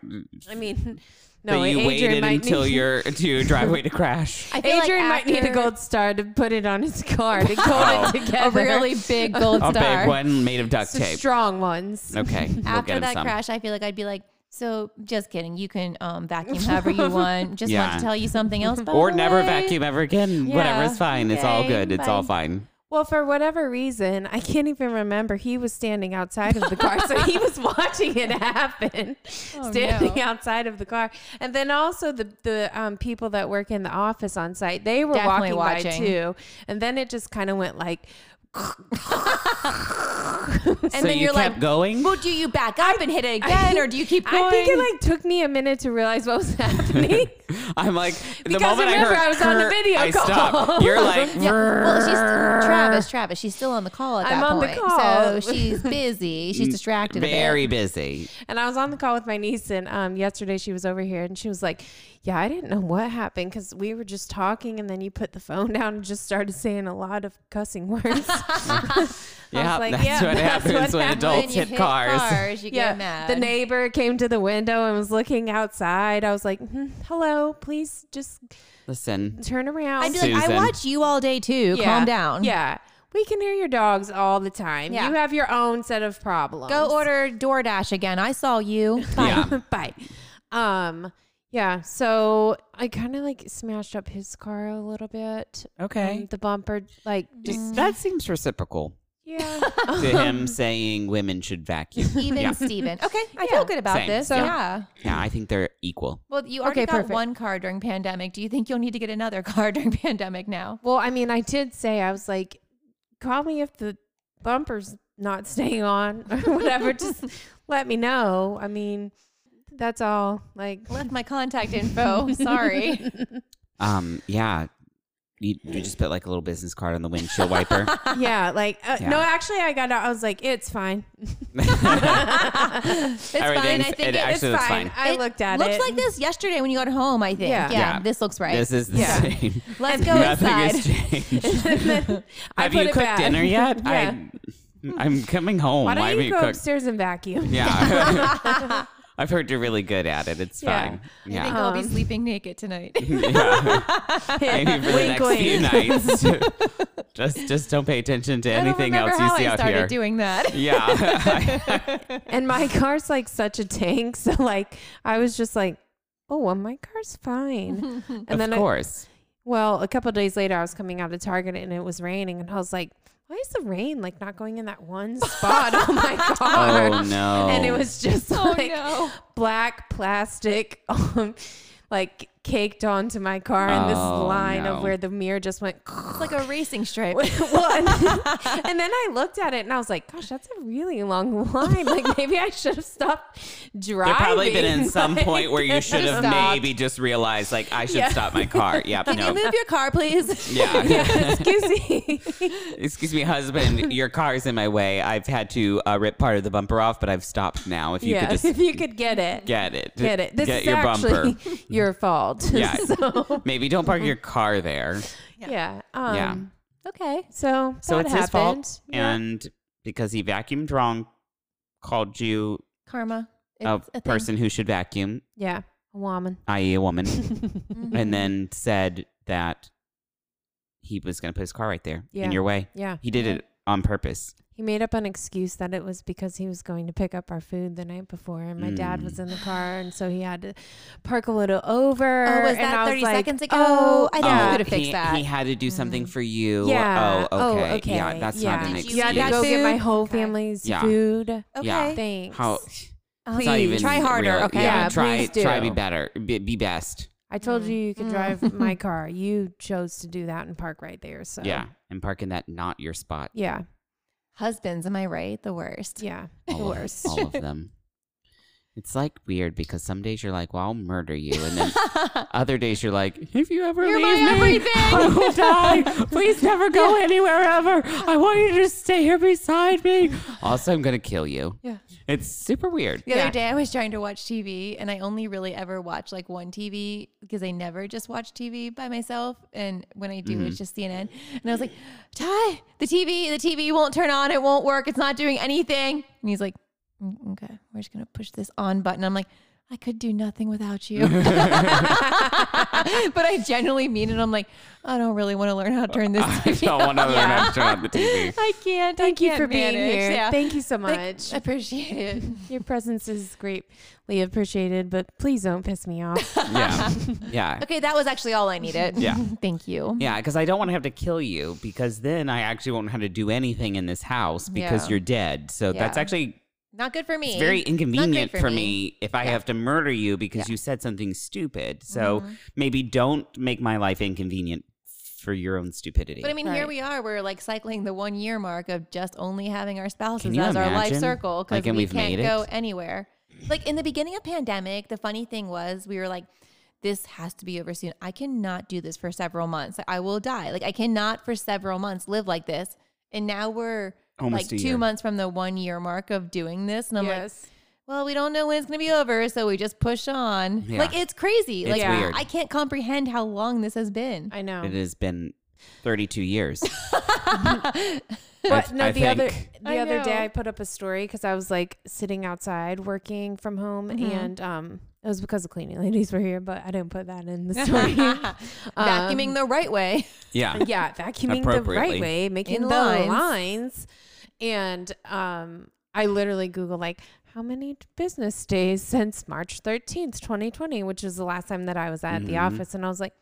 S2: I
S3: [LAUGHS]
S2: mean,
S3: No,
S2: no,
S3: that you
S2: Adrian
S3: waited
S2: might [LAUGHS]
S3: until
S2: need,
S3: your to your driveway to crash.
S1: I feel like
S2: Adrian might need a
S1: after
S2: gold star to put it on his car to hold it
S1: A
S2: together.
S3: [LAUGHS]
S1: really big
S2: [LAUGHS]
S1: gold
S3: A
S1: star.
S3: big one made of duct
S2: So
S3: tape.
S2: strong ones.
S3: Okay, we'll get
S1: After
S3: him
S1: that
S3: some.
S1: crash, I feel like I'd be like, so just kidding. You can um, vacuum
S3: [LAUGHS]
S1: however you want. Just want
S3: Yeah.
S1: to tell you something else. by
S3: or
S1: the
S3: never
S1: way."
S3: vacuum ever again.
S1: Yeah,
S3: Whatever's fine. It's all
S1: okay,
S3: good. It's all
S1: bye.
S3: fine.
S2: Well, for whatever reason, I can't even remember. He was standing outside of the car, so he [LAUGHS] was watching it happen, standing
S1: no.
S2: outside of the car. And then also the the um, people that work in the office on site, they were
S1: Definitely
S2: walking
S1: watching.
S2: by too. And then it just kind of went like.
S1: and
S3: so
S1: then
S3: you
S1: are
S3: kept
S1: like,
S3: going.
S1: well, do you back up and hit it
S2: [LAUGHS]
S1: again, or do you keep going?
S2: I think it like took me a minute to realize what was [LAUGHS] happening.
S3: [LAUGHS] I'm like the
S2: Because
S3: moment
S2: remember,
S3: I heard
S2: I was on the
S3: "Grr,"
S2: video
S3: I stopped.
S2: call.
S3: You're like
S1: yeah. Well, she's Travis. Travis, she's still on the call at
S2: I'm
S1: that
S2: on the
S1: point,
S2: call.
S3: [LAUGHS]
S1: so she's busy. She's distracted. a bit.
S3: Mm, very busy.
S2: and I was on the call with my niece, and um, yesterday she was over here, and she was like, "Yeah, I didn't know what happened because we were just talking, and then you put the phone [LAUGHS] down and just started saying a lot of
S1: [LAUGHS]
S2: cussing words."
S3: Yeah,
S2: like,
S3: that's
S2: yeah,
S3: what
S2: that's what
S3: happens when
S2: happened.
S1: When
S3: adults
S1: you
S3: hit, cars.
S1: cars, you get mad.
S2: the neighbor came to the window and was looking outside. I was like, "Hmm, "Hello, please just
S3: Listen,
S2: turn around."
S1: I'd be like,
S3: Susan.
S1: I watch you all day too. Calm down.
S2: Yeah. We can hear your dogs all the time.
S1: Yeah.
S2: You have your own set of problems.
S1: Go order DoorDash again. I saw you. Bye.
S3: yeah,
S2: [LAUGHS] Bye. Um, yeah. So I kind of like smashed up his car a little bit.
S3: Okay. Mm,
S2: Um, the bumper, like,
S3: D-
S2: just,
S3: that seems reciprocal
S2: yeah.
S3: to him saying women should vacuum.
S1: Even
S3: Yeah.
S1: Steven. [LAUGHS] Okay, I feel good about
S3: Same.
S1: this.
S3: So-
S1: yeah.
S3: Yeah, I think they're equal.
S1: Well, you already
S2: Okay,
S1: got
S2: perfect.
S1: one car during pandemic. Do you think you'll need to get another [LAUGHS] car during pandemic now?
S2: [LAUGHS] well, I mean, I did say, I was like, call me if the bumper's not [LAUGHS] staying on or whatever. just let me know. I mean, that's all. Like,
S1: Left my contact info. Sorry.
S3: Um, yeah, you, you just put like a little business card on the windshield
S2: [LAUGHS]
S3: wiper.
S2: yeah. Like, uh,
S3: Yeah.
S2: no, actually, I got out. I was like, it's fine. [LAUGHS]
S1: it's fine. I
S3: Everything's-
S1: think
S3: it
S1: it,
S3: actually-
S2: it's
S3: looks
S2: fine.
S3: fine.
S2: I
S1: it
S2: looked at
S1: looked
S2: it.
S1: like this yesterday when you got home, I think.
S2: Yeah.
S1: Yeah.
S3: Yeah.
S1: This looks right.
S3: This is the
S2: Yeah. [LAUGHS]
S3: same.
S1: Let's go
S3: Nothing
S1: inside. [LAUGHS]
S3: has changed.
S2: And then [LAUGHS] I
S3: [LAUGHS] Have
S2: put
S3: you
S2: it
S3: cooked
S2: back.
S3: dinner yet?
S2: [LAUGHS] yeah.
S3: I, I'm coming home.
S2: Why don't
S3: haven't
S2: you
S3: you
S2: go
S3: cooked?
S2: upstairs and vacuum?
S3: Yeah. [LAUGHS]
S2: [LAUGHS]
S3: I've heard you're really good at it. It's
S2: Yeah.
S1: I
S3: fine. [LAUGHS]
S1: think
S3: Yeah.
S1: I'll be
S2: Um,
S1: sleeping naked tonight.
S2: [LAUGHS]
S3: yeah. [LAUGHS] Maybe for the
S2: Wink,
S3: next few nights.
S2: [LAUGHS]
S3: [LAUGHS] just just don't pay attention to
S1: I don't
S3: [LAUGHS] anything
S1: remember
S3: else you
S1: how
S3: see
S1: I
S3: out
S1: started
S3: here.
S1: doing
S3: [LAUGHS]
S1: that.
S3: yeah.
S2: And my car's like such a tank, [LAUGHS] so like I was just like, oh, well, my car's fine. [LAUGHS] And
S3: [LAUGHS] of
S2: then, I, [LAUGHS]
S3: course.
S2: well, a couple of days later, I was coming out of Target and it was raining, and I was like, why is the rain like not going in
S1: [LAUGHS]
S2: that one spot on my car?
S3: oh no.
S2: And it was just
S1: Oh,
S2: like
S1: no.
S2: black plastic, um, like caked onto my car, and this
S3: Oh,
S2: line
S3: no.
S2: of where the mirror just went. [LAUGHS]
S1: It's like a racing stripe.
S2: well, and, [LAUGHS] and then I looked at it and I was like, "Gosh, that's a really long line. Like maybe I should have stopped driving."
S3: there probably been in some
S2: Like,
S3: point where
S2: [LAUGHS]
S3: you should have
S2: stopped.
S3: maybe just realized like I should
S2: Yeah.
S3: stop my car.
S2: [LAUGHS]
S3: Yep.
S1: Can you
S3: no.
S1: move your car,
S3: [LAUGHS]
S1: please?
S3: Yeah.
S2: yeah, excuse
S3: [LAUGHS]
S2: me.
S3: Excuse me, husband. Your car's in my way. I've had to uh, rip part of the bumper off, but I've stopped now. If you
S2: yeah,
S3: could
S2: [LAUGHS]
S3: just
S2: if you could get it,
S3: get it,
S2: get it. This
S3: get
S2: is
S3: your
S2: actually [LAUGHS]
S3: bumper.
S2: your fault.
S3: Yeah.
S2: [LAUGHS] so,
S3: Maybe don't
S2: Mm-hmm.
S3: park your car there.
S2: yeah. Um,
S3: Yeah.
S2: Okay. So
S3: So
S2: that
S3: it's his
S2: happened.
S3: fault,
S2: Yeah.
S3: and because he vacuumed wrong, called you
S1: Karma.
S3: a,
S1: It's a thing.
S3: person who should vacuum,
S2: yeah, a woman.
S3: i.e., a
S2: [LAUGHS]
S3: woman,
S1: Mhm.
S3: and then said that he was going to put his car right there
S2: Yeah.
S3: in your way.
S2: Yeah.
S3: He did it on purpose.
S2: He made up an excuse that it was because he was going to pick up our food the night before, and my dad
S3: Mm.
S2: was in the car, and so he had to park a little over.
S1: Oh, was
S2: and
S1: that
S2: I
S1: 30
S2: like,
S1: seconds ago?
S2: Oh,
S1: I
S2: I
S1: thought we
S2: yeah.
S1: could've- fixed
S3: he,
S1: that.
S3: He had to do something for you.
S2: Yeah.
S3: Oh, okay. Yeah, that's not
S1: yeah.
S3: an
S1: Did
S3: excuse.
S1: you
S2: You had to go get my
S1: Food?
S2: whole
S1: Okay.
S2: family's
S3: Yeah.
S2: food.
S1: Mm-hmm. Okay.
S3: Yeah.
S2: Thanks.
S3: How?
S1: Please.
S3: It's not even
S1: Try harder.
S3: real-
S1: okay.
S3: Yeah,
S2: Yeah,
S3: try
S2: please do.
S3: try be better. Be, be best.
S2: I told you you could
S1: Mm.
S2: drive [LAUGHS] my car. You chose to do that and park right there. So
S3: Yeah, and park in that not
S1: [LAUGHS]
S3: your spot.
S2: yeah,
S1: Husbands, am I right? The worst.
S2: [LAUGHS] yeah. the
S3: All of,
S2: worst.
S3: all of them. It's like weird because some days you're like, "Well, I'll murder you,"
S1: [LAUGHS]
S3: and then other days you're like, "If you ever
S1: You're
S3: leave
S1: my
S3: me, I
S1: everything.
S3: will
S1: [LAUGHS]
S3: die. Please never go anywhere ever. I want you to just stay here beside me. Also, I'm gonna kill you.
S2: Yeah.
S3: it's super weird.
S1: The other
S2: Yeah.
S1: day, I was trying to watch TV, and I only really ever watch like one TV because I never just watch TV by myself. And when I do, it's just CNN. And I was like, Ty, the TV, the TV won't turn on. It won't work. It's not doing anything. And he's like, "Mm, Okay, we're just gonna push this on button. I'm like, I could do nothing without you. [LAUGHS] but I genuinely mean it. I'm like, I don't really want to learn how to turn this
S3: [LAUGHS] I
S1: TV.
S3: don't
S1: on. [LAUGHS]
S3: want to learn how to turn on the TV.
S1: I can't. I
S2: Thank you
S1: can't
S2: for being
S1: manage.
S2: here.
S1: Yeah.
S2: Thank you so much.
S1: Thank- Appreciate it.
S2: [LAUGHS] Your presence is greatly appreciated, but please don't piss me [LAUGHS] off.
S1: [LAUGHS]
S3: Yeah, yeah.
S1: Okay, that was actually all I [LAUGHS] needed.
S3: Yeah.
S1: Thank you.
S3: Yeah, because I don't want to have to kill you because then I actually won't have to do anything in this house because
S1: Yeah.
S3: you're dead. So that's
S1: Yeah.
S3: actually
S1: Not good for me.
S3: it's very inconvenient
S1: for
S3: for me,
S1: me.
S3: if I have to murder
S1: Mm-hmm.
S3: you because you said something stupid. So maybe don't make my life inconvenient for your own stupidity.
S1: But I mean, here
S2: Right.
S1: we are. We're like cycling the one year mark of just only having our spouses
S3: you
S1: as our life
S3: imagine?
S1: circle because
S3: Like, and
S1: we
S3: we've
S1: can't
S3: made it?
S1: go anywhere. Like in the beginning of pandemic, the funny thing was we were like, this has to be over soon. I cannot do this for several months. I will die. Like I cannot for several months live like this. And now we're
S3: Almost
S1: like
S3: a
S1: two
S3: year.
S1: months from the one year mark of doing this. And I'm like,
S2: yes.
S1: well, we don't know when it's going to be over. So we just push on.
S3: Yeah.
S1: Like it's crazy.
S3: It's
S1: like
S3: weird.
S1: I can't comprehend how long this has been.
S2: I know.
S3: it has been 32
S1: [LAUGHS]
S3: years.
S2: But
S3: I-
S2: no,
S3: I
S2: the
S3: think-
S2: other the
S1: I
S2: other day
S1: know.
S2: I put up a story because I was like sitting outside working from home, and um, it was because the cleaning ladies were here, but I didn't put that in [LAUGHS] the story.
S1: [LAUGHS] Vacuuming the right way.
S3: Yeah.
S2: yeah, vacuuming the right
S3: Appropriately.
S2: way, making
S1: In
S2: the
S1: lines.
S2: lines. and um, I literally Google like how many business days since March thirteenth, twenty twenty, which is the last time that I was at the
S3: Mhm.
S2: office, and I was like,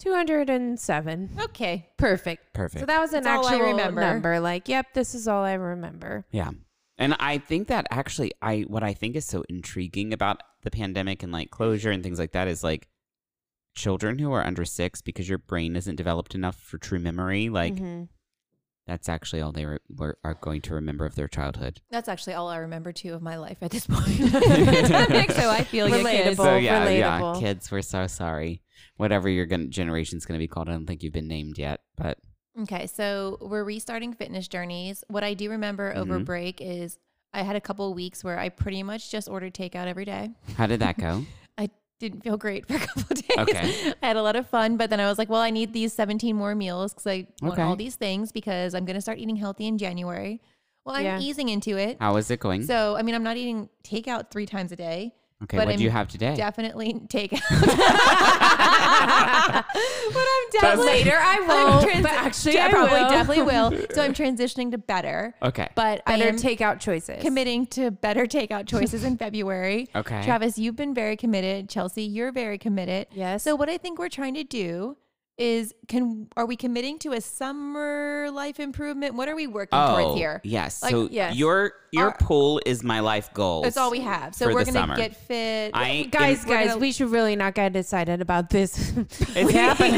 S2: two hundred and seven.
S1: [LAUGHS] Okay.
S2: Perfect.
S3: Perfect.
S2: So that was an
S1: That's all I
S2: actual
S1: remember.
S2: number. Like, yep, this is all I remember.
S3: Yeah. And I think that actually I what I think is so intriguing about the pandemic and like closure and things like that is like children who are under 6 because your brain isn't developed enough for true memory like
S1: Mm-hmm.
S2: Mhm.
S3: that's actually all they were, were are going to remember of their childhood.
S1: That's actually all I remember too of my life at this [LAUGHS] point. so I feel you, kids.
S2: Relatable.
S3: so yeah, yeah,
S2: relatable.
S3: kids, we're so sorry. Whatever your gonna, generation's going to be called, I don't think you've been named yet, but
S1: Okay, so we're restarting fitness journeys. What I do remember over
S3: Mhm.
S1: break is I had a couple of weeks where I pretty much just ordered takeout every day.
S3: how did
S1: [LAUGHS]
S3: that go?
S1: I didn't feel great for a [LAUGHS] couple of days.
S3: Okay.
S1: [LAUGHS] I had a lot of fun, but then I was like, well, I need these 17 more meals because I want
S3: Okay.
S1: all these things because I'm going to start eating healthy in January. Well, I'm
S2: Yeah.
S1: easing into it.
S3: How is it going?
S1: So, I mean, I'm not eating takeout three times a day.
S3: okay,
S1: but
S3: what do you
S1: I'm
S3: have today?
S1: Definitely [LAUGHS]
S3: [LAUGHS]
S1: takeout. but I'm definitely
S3: [LAUGHS]
S2: later [LAUGHS] I won't, but actually I
S1: probably
S2: will.
S1: definitely will. So I'm transitioning to better,
S3: okay.
S1: but I
S2: Better
S1: am
S2: takeout choices.
S1: committing to better takeout choices
S3: [LAUGHS]
S1: in February.
S3: okay.
S1: Travis, you've been very committed. Chelsea, you're very committed.
S2: Yes.
S1: So what I think we're trying to do is can are we committing to a summer life improvement? What are we working towards here?
S3: Oh, Yes.
S1: Like,
S3: so
S2: yes.
S3: your your
S1: Our-
S3: pool is my life goal.
S1: That's all we have. So
S3: for
S1: we're
S3: the
S1: gonna
S3: summer.
S1: get fit.
S3: I ain't [LAUGHS]
S2: guys,
S3: in-
S1: we're
S2: guys,
S1: gonna-
S2: we should really not get excited about this. [LAUGHS]
S3: It's happening.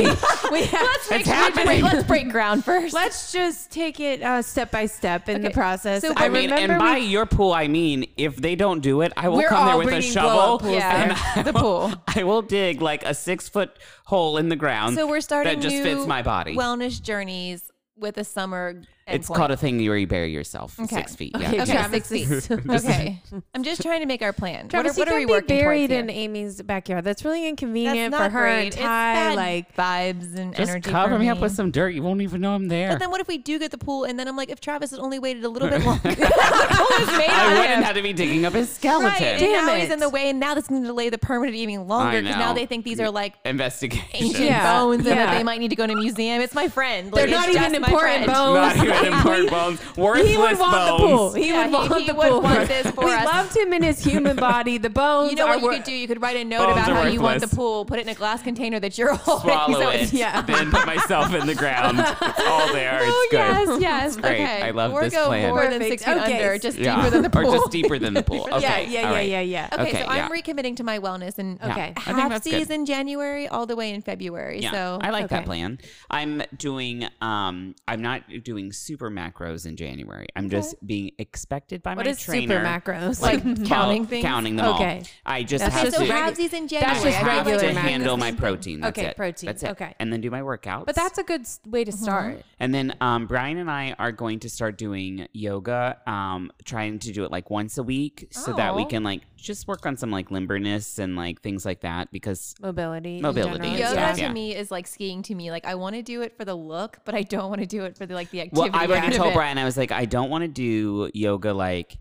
S2: we have, let's,
S1: Wait, wait, wait, [LAUGHS] let's break ground
S3: [LAUGHS]
S1: first.
S2: let's just take it uh, step by step in the
S1: Okay,
S2: process.
S1: so
S3: I mean, and
S2: remember
S3: by
S2: we-
S3: your pool, I mean if they don't do it, I will
S2: We're
S3: come there
S2: all
S3: with a
S2: bringing blow-up
S3: shovel.
S2: pools
S3: and
S2: there. [LAUGHS]
S3: I
S1: The
S3: will-
S1: pool.
S3: [LAUGHS] I will dig like a six foot hole in the ground.
S1: so we're starting
S3: that just
S1: new
S3: fits my body.
S1: wellness journeys with a summer.
S3: it's
S1: endpoint.
S3: called a thing where you bury yourself.
S1: Okay.
S3: Six feet. Yeah.
S2: Okay,
S1: Okay,
S2: Travis
S1: six [LAUGHS]
S2: is- [LAUGHS]
S1: okay. I'm just trying to make our plan.
S2: Travis,
S1: what are, what are we
S2: you can't
S1: working
S2: be buried
S1: towards
S2: in
S1: here?
S2: Amy's backyard. That's really
S1: That's
S2: inconvenient
S1: not
S2: for her
S1: great. It's
S2: entire
S1: bad
S2: like
S1: vibes and
S3: Just
S1: energy.
S3: cover
S1: for
S3: me up with some dirt. You won't even know I'm there.
S1: But then what if we do get the pool and then I'm like, if Travis had only waited a little
S3: [LAUGHS]
S1: bit longer, [LAUGHS] the pool is made
S3: I
S1: out of
S3: wouldn't
S1: him.
S3: have to be digging up his skeleton.
S1: Right, and
S2: Damn
S1: now he's
S2: it.
S1: in the way, and now this can delay the permit even longer because now
S3: know.
S1: they think these are like
S3: Investigation.
S1: ancient
S2: Yeah.
S1: bones and that
S2: Yeah.
S1: they might need to go to a museum. It's my friend.
S2: they're
S1: Like,
S2: not
S1: it's
S2: even
S1: just my
S2: important
S1: friend. [LAUGHS]
S2: bones.
S3: Not even important bones. Worthless
S2: he would want the
S3: bones.
S2: pool. He
S1: Yeah,
S2: would
S1: he-
S2: want
S1: he
S2: the
S1: would
S2: pool.
S1: want this for
S2: we
S1: us.
S2: loved him in
S1: [LAUGHS]
S2: his human body. The bones.
S1: You know
S2: are
S1: what you
S2: wor-
S1: could do? You could write a note
S3: Bones
S1: about
S3: are
S1: how you want the
S3: worthless.
S1: pool, put it in a glass container that you're [LAUGHS] holding.
S3: swallow
S1: so
S2: [LAUGHS]
S3: it,
S1: it's-
S2: yeah.
S3: then put myself in the ground. It's all there.
S1: [LAUGHS] Oh,
S3: It's
S1: yes, [LAUGHS]
S3: good.
S1: yes.
S3: great.
S1: Okay.
S3: I love
S1: or
S3: this
S1: go
S3: plan.
S1: more than
S2: Perfect.
S1: six feet
S2: Okay.
S1: under, just
S3: Yeah.
S1: deeper than the pool.
S3: Or just deeper than the pool. Okay.
S2: Yeah, yeah,
S3: all right.
S2: yeah, yeah,
S1: [LAUGHS]
S2: yeah.
S1: Okay,
S3: Okay,
S1: so I'm
S3: yeah.
S1: recommitting to my wellness and
S3: Yeah.
S2: Okay.
S3: I think
S1: half
S3: that's good.
S1: seas in January all the way in February.
S3: Yeah,
S1: So
S3: I like that
S2: okay.
S3: plan. I'm doing. Um, I'm not doing super macros in January. I'm just being expected by
S2: What
S3: my
S2: is super
S3: trainer. [LAUGHS]
S2: macros?
S1: Like,
S2: [LAUGHS]
S3: well,
S1: counting things?
S3: Counting them
S2: Okay.
S3: all. I just
S2: That's
S3: have
S1: okay,
S2: just
S1: so
S3: to.
S2: regu-
S1: half seas in
S2: that's
S1: January.
S3: I
S2: just
S1: I
S3: have
S1: feel
S3: to
S2: regular
S1: like
S2: macros.
S3: handle my
S1: Mhm.
S3: protein. That's
S2: Okay,
S3: it.
S2: protein.
S3: That's it.
S2: Okay.
S3: And then do my workouts.
S2: But that's a good s- way to
S1: Uh-huh.
S2: start.
S3: And then um, Brian and I are going to start doing yoga, um, trying to do it like once a week so that we
S1: Oh.
S3: can like just work on some like limberness and like things like that because
S2: Mobility. in
S3: Mobility
S2: general.
S3: and
S1: Yoga
S3: stuff,
S1: to
S3: yeah.
S1: me is like skiing to me. Like I want to do it for the look, but I don't want to do it for the like the activity.
S3: well, I've already
S1: out of
S3: told
S1: it.
S3: Brian I was like I don't want to do yoga like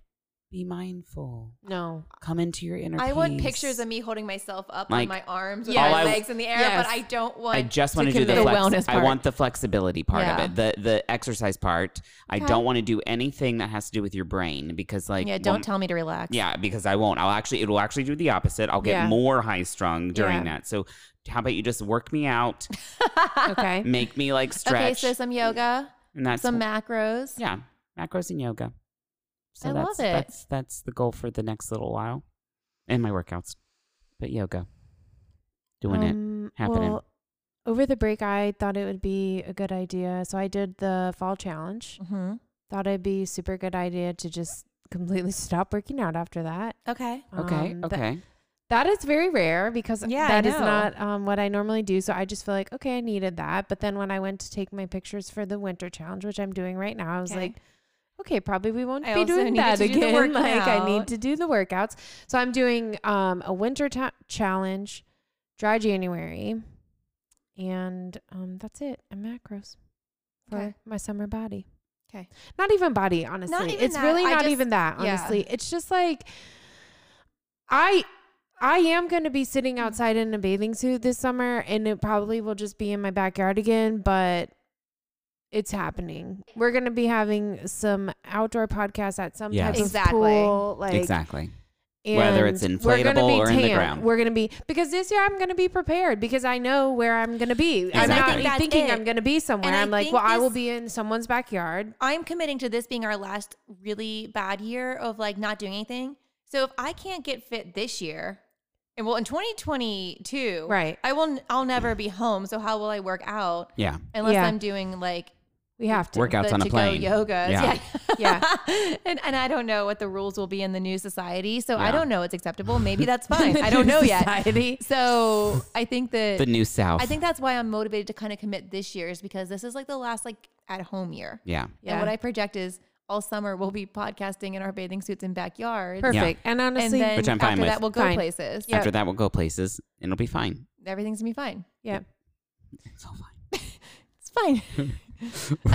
S3: be mindful,
S2: No.
S3: come into your inner.
S1: I want
S3: peace.
S1: pictures of me holding myself up
S3: Like,
S1: on my arms with
S2: all
S1: my
S3: I-
S1: legs in the air,
S2: Yes.
S1: but I don't want.
S3: I just
S1: to
S3: want to do the,
S1: commit-
S3: flex-
S1: wellness part.
S3: I want the flexibility part
S1: Yeah.
S3: of it, the the exercise part. I
S1: Okay.
S3: don't want to do anything that has to do with your brain because like
S1: yeah, don't
S3: one-
S1: tell me to relax. [LAUGHS]
S3: Yeah, because I won't. I'll actually, it'll actually do the opposite. I'll get
S2: Yeah.
S3: more high strung during
S2: Yeah.
S3: that. So, how about you just work me
S1: [LAUGHS]
S3: out,
S2: Okay.
S3: make me like
S1: Okay,
S3: stretch,
S1: so some yoga,
S3: and that's
S1: some macros.
S3: yeah, macros and yoga. So
S1: I
S3: that's,
S1: love it.
S3: That's that's the goal for the next little while, and my workouts, but yoga, doing it,
S2: Um,
S3: happening.
S2: Well, over the break, I thought it would be a good idea. So I did the fall challenge.
S1: Mm-hmm.
S2: Thought it'd be a super good idea to just completely [LAUGHS] stop working out after that.
S1: Okay.
S3: Okay.
S2: Um, tha-
S3: okay.
S2: that is very rare because
S1: Yeah, I
S2: that is
S1: know.
S2: not um, what I normally do. So I just feel like, okay, I needed that. But then when I went to take my pictures for the winter challenge, which I'm doing right now, I was
S1: Okay.
S2: like, okay, probably we won't
S1: I
S2: be
S1: also
S2: doing
S1: need
S2: that
S1: to do the
S2: again. [LAUGHS] like I
S1: workout.
S2: need to do the workouts. So I'm doing um, a winter ta- challenge, dry January, and um, that's it. And macros for
S1: Okay.
S2: my summer body.
S1: Okay.
S2: Not even body, honestly.
S1: even
S2: it's
S1: that.
S2: really
S1: I
S2: not
S1: just-
S2: even that,
S1: yeah.
S2: honestly. It's just like I I am going to be sitting outside in a bathing suit this summer and it probably will just be in my backyard again, but it's happening. We're going to be having some outdoor podcasts at some
S3: Yes.
S2: type of
S1: Exactly.
S2: pool, like
S3: exactly. Whether it's
S2: and we're gonna
S3: inflatable
S2: be
S3: or in the
S2: tan.
S3: ground.
S2: We're going to be because this year I'm going to be prepared because I know where I'm going to be.
S3: Exactly.
S2: I'm not
S1: That's
S2: thinking
S1: it.
S2: I'm going to be somewhere.
S1: And I
S2: I'm like,
S1: think
S2: well, I will
S1: this-
S2: be in someone's backyard.
S1: I'm committing to this being our last really bad year of like not doing anything. So if I can't get fit this year, and well, in 2022,
S2: Right.
S1: I will. I'll never be home. So how will I work out
S3: Yeah.
S1: unless
S2: Yeah.
S1: I'm doing like
S2: We have to.
S3: Workouts
S1: the
S3: on a
S1: to-go
S3: plane.
S1: yoga?
S3: Yeah.
S1: [LAUGHS] and and I don't know what the rules will be in the new society. So I
S3: Yeah.
S1: don't know. It's acceptable. Maybe
S3: [LAUGHS]
S1: that's fine. I
S2: [LAUGHS]
S1: don't know yet.
S2: Society.
S1: So I think that
S3: The new South.
S1: I think that's why I'm motivated to kind of commit this year is because this is like the last like at home year.
S3: Yeah.
S1: And
S2: Yeah.
S1: what I project is all summer we'll be podcasting in our bathing suits and backyards.
S2: Perfect. And honestly,
S1: and then
S3: Which I'm fine
S1: after
S3: with.
S1: that we'll go
S2: Fine.
S1: places.
S3: After that, we'll go places and it'll be fine.
S1: Everything's gonna be fine.
S2: yeah.
S3: It's all fine.
S1: It's
S3: [LAUGHS]
S1: fine.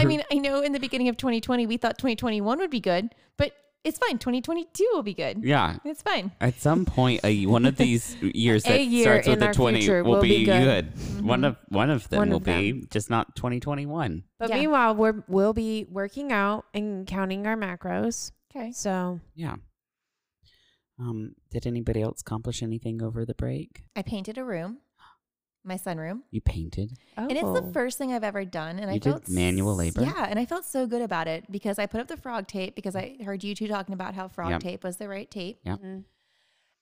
S1: I mean, I know in the beginning of 2020 we thought 2021 would be good, but it's fine. 2022 will be good.
S3: Yeah.
S1: It's fine.
S3: At some point, a, one of these
S2: [LAUGHS]
S3: years
S2: A
S3: that
S2: year
S3: starts with
S2: in
S3: a
S2: our
S3: twenty
S2: future
S3: will,
S2: will
S3: be,
S2: be
S3: good.
S2: good. Mm-hmm.
S3: One of one of them
S2: One
S3: will
S2: of
S3: be just not twenty twenty one.
S2: But
S1: Yeah.
S2: meanwhile, we're, we'll be working out and counting our macros.
S1: Okay.
S2: So
S3: Yeah. Um. Did anybody else accomplish anything over the break?
S1: I painted a room, my sunroom. [LAUGHS]
S3: You painted.
S1: And it's
S2: oh.
S1: the first thing I've ever done, and I
S3: Oh. You did
S1: felt s-
S3: manual labor?
S1: Yeah, and I felt so good about it because I put up the frog tape because I heard you two talking about how frog
S3: Yep.
S1: tape was the right tape,
S3: Yeah.
S2: Mhm.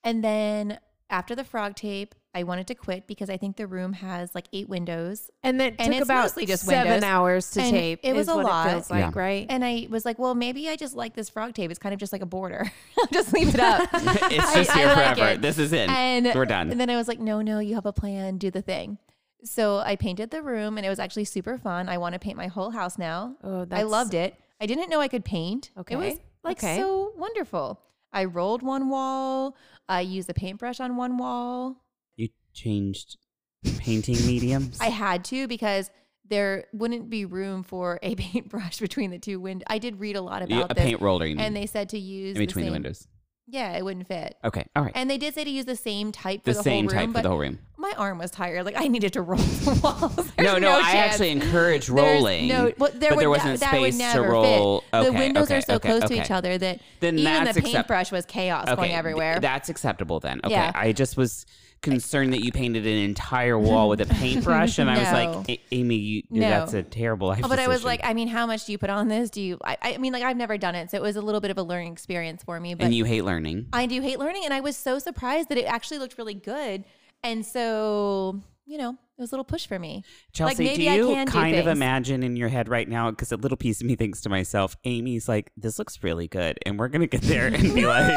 S1: and then after the frog tape, I wanted to quit because I think the room has like eight windows,
S2: And that
S1: And
S2: took
S1: it's
S2: about
S1: mostly just
S2: seven
S1: windows.
S2: hours to
S1: And
S2: tape.
S1: it was
S2: is
S1: a
S2: what
S1: lot.
S2: It feels like
S3: Yeah.
S2: right.
S1: and I was like, well, maybe I just like this frog tape. It's kind of just like a border. [LAUGHS] I'll just leave it up.
S3: [LAUGHS] it's
S1: I-
S3: just
S1: I
S3: here
S1: like
S3: forever.
S1: it.
S3: This is it.
S1: and
S3: We're done.
S1: And then I was like, no, no, you have a plan. Do the thing. So I painted the room, and it was actually super fun. I want to paint my whole house now.
S2: oh,
S1: I loved it. I didn't know I could paint. It was
S2: Okay.
S1: like
S2: Okay.
S1: so wonderful. I rolled one wall. I used a paintbrush on one wall.
S3: you changed painting
S1: [LAUGHS]
S3: mediums.
S1: I had to because there wouldn't be room for a [LAUGHS] paintbrush between the two windows. I did read a lot
S3: You-
S1: about
S3: a
S1: this.
S3: paint roller. You mean,
S1: and they said to use
S3: in between
S1: the,
S3: the
S1: same-
S3: windows.
S1: Yeah, it wouldn't fit.
S3: Okay. All right.
S1: And they did say to use the same type for
S3: the
S1: the,
S3: same
S1: whole room,
S3: type for
S1: but
S3: the whole room.
S1: my arm was tired. Like I needed to roll the [LAUGHS] walls. There's
S3: no, no, I
S1: chance.
S3: actually encourage
S1: There's
S3: rolling.
S1: No, well, there,
S3: but
S1: would,
S3: there wasn't
S1: that, that would
S3: space to
S1: never
S3: roll.
S1: Fit. the
S3: Okay,
S1: windows
S3: okay,
S1: are so
S3: okay,
S1: close to
S3: okay.
S1: each other that
S3: Then
S1: even the
S3: that's accept-
S1: paintbrush was chaos going
S3: th-
S1: everywhere.
S3: that's acceptable then. Okay.
S1: Yeah.
S3: I just was concerned that you painted an entire wall
S1: [LAUGHS]
S3: with a paintbrush, and I was
S1: No.
S3: like, "A- Amy, you,
S1: No.
S3: that's a terrible life
S1: but I was
S3: decision."
S1: like, I mean, how much do you put on this? Do you? I, I mean, like I've never done it, so it was a little bit of a learning experience for me. But
S3: and you hate learning.
S1: I do hate learning, and I was so surprised that it actually looked really good. And so, you know, it was a little push for me.
S3: Chelsea,
S1: maybe
S3: do
S1: I
S3: you
S1: can do
S3: kind of
S1: things.
S3: imagine in your head right now? Because a little piece of me thinks to myself, Amy's like, this looks really good. And we're going to get there
S1: [LAUGHS]
S3: and be like,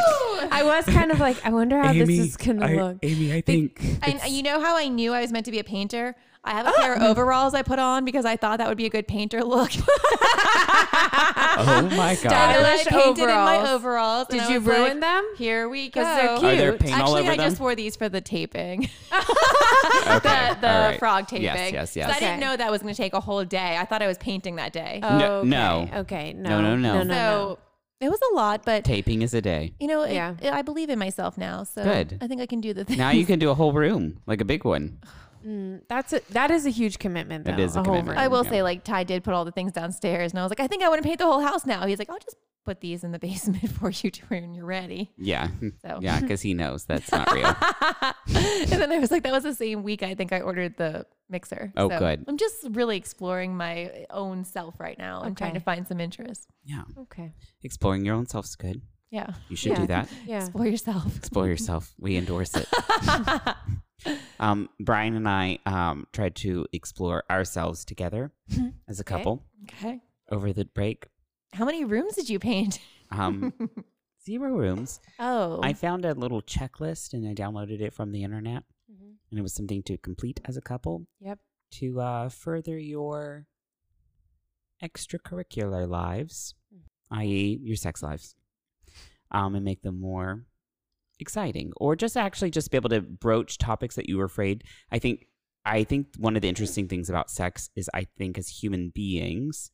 S2: I was kind of like, I wonder how this is gonna look.
S3: Amy, I think.
S1: [LAUGHS] And you know how I knew I was meant to be a painter? I have a pair of
S2: Ah.
S1: overalls I put on because I thought that would be a good painter look. [LAUGHS]
S3: oh my
S1: And
S3: God.
S1: I
S2: Stylish
S1: painted in my
S2: overalls.
S1: overalls. and
S2: Did
S1: I
S2: you
S1: was like,
S2: ruin them?
S1: Here we go.
S2: 'Cause they're
S3: Are there
S2: cute.
S3: paint all
S1: Actually,
S3: over
S1: I
S3: them?
S1: just wore these for the taping, [LAUGHS]
S3: Okay,
S1: the, the
S3: all right.
S1: frog taping.
S3: Yes, yes,
S1: So
S3: yes.
S1: I didn't
S2: Okay. Oh.
S1: know that was going to take a whole day. I thought I was painting that day.
S3: No- no.
S2: Okay. Okay.
S3: No,
S2: No.
S3: no, no.
S2: No. No. no.
S1: so it was a lot, but
S3: Taping is a day.
S1: you know, it-
S2: Yeah.
S1: it- I believe in myself now. So
S3: Good.
S1: I think I can do the thing.
S3: Now you can do a whole room, like a
S1: [LAUGHS]
S3: big one.
S2: Mm, that's a that is a huge commitment. Though,
S3: That is a
S2: a whole
S3: commitment.
S1: I
S2: room.
S1: will
S3: Yeah.
S1: say, like Ty did put all the things downstairs, and I was like, I think I want to paint the whole house now. He's like, I'll just put these in the [LAUGHS] basement for you to when you're ready. [LAUGHS]
S3: Yeah.
S1: So.
S3: Yeah, because he knows that's not
S1: [LAUGHS]
S3: real.
S1: and then I was like, that was the same week I think I ordered the mixer.
S3: Oh, good.
S1: I'm just really exploring my own self right now. I'm trying to
S2: Okay.
S1: find some interest.
S3: yeah.
S2: Okay.
S3: Exploring your own self's good.
S1: Yeah.
S3: You should
S2: Yeah.
S3: do that.
S2: Yeah.
S1: Explore yourself. [LAUGHS]
S3: Explore yourself. We endorse it. Um, Brian and I um, tried to explore ourselves together as a
S2: Okay.
S3: couple
S1: Okay.
S3: over the break.
S1: How many rooms did you paint?
S3: Um, zero rooms.
S1: [LAUGHS] oh.
S3: I found a little checklist and I downloaded it from the internet, and it was something to complete as a couple
S2: Mm-hmm. Yep.
S3: to uh, further your extracurricular lives, i.e., your sex lives, um, and make them more exciting, or just actually just be able to broach topics that you were afraid. I think I think one of the interesting things about sex is I think as human beings,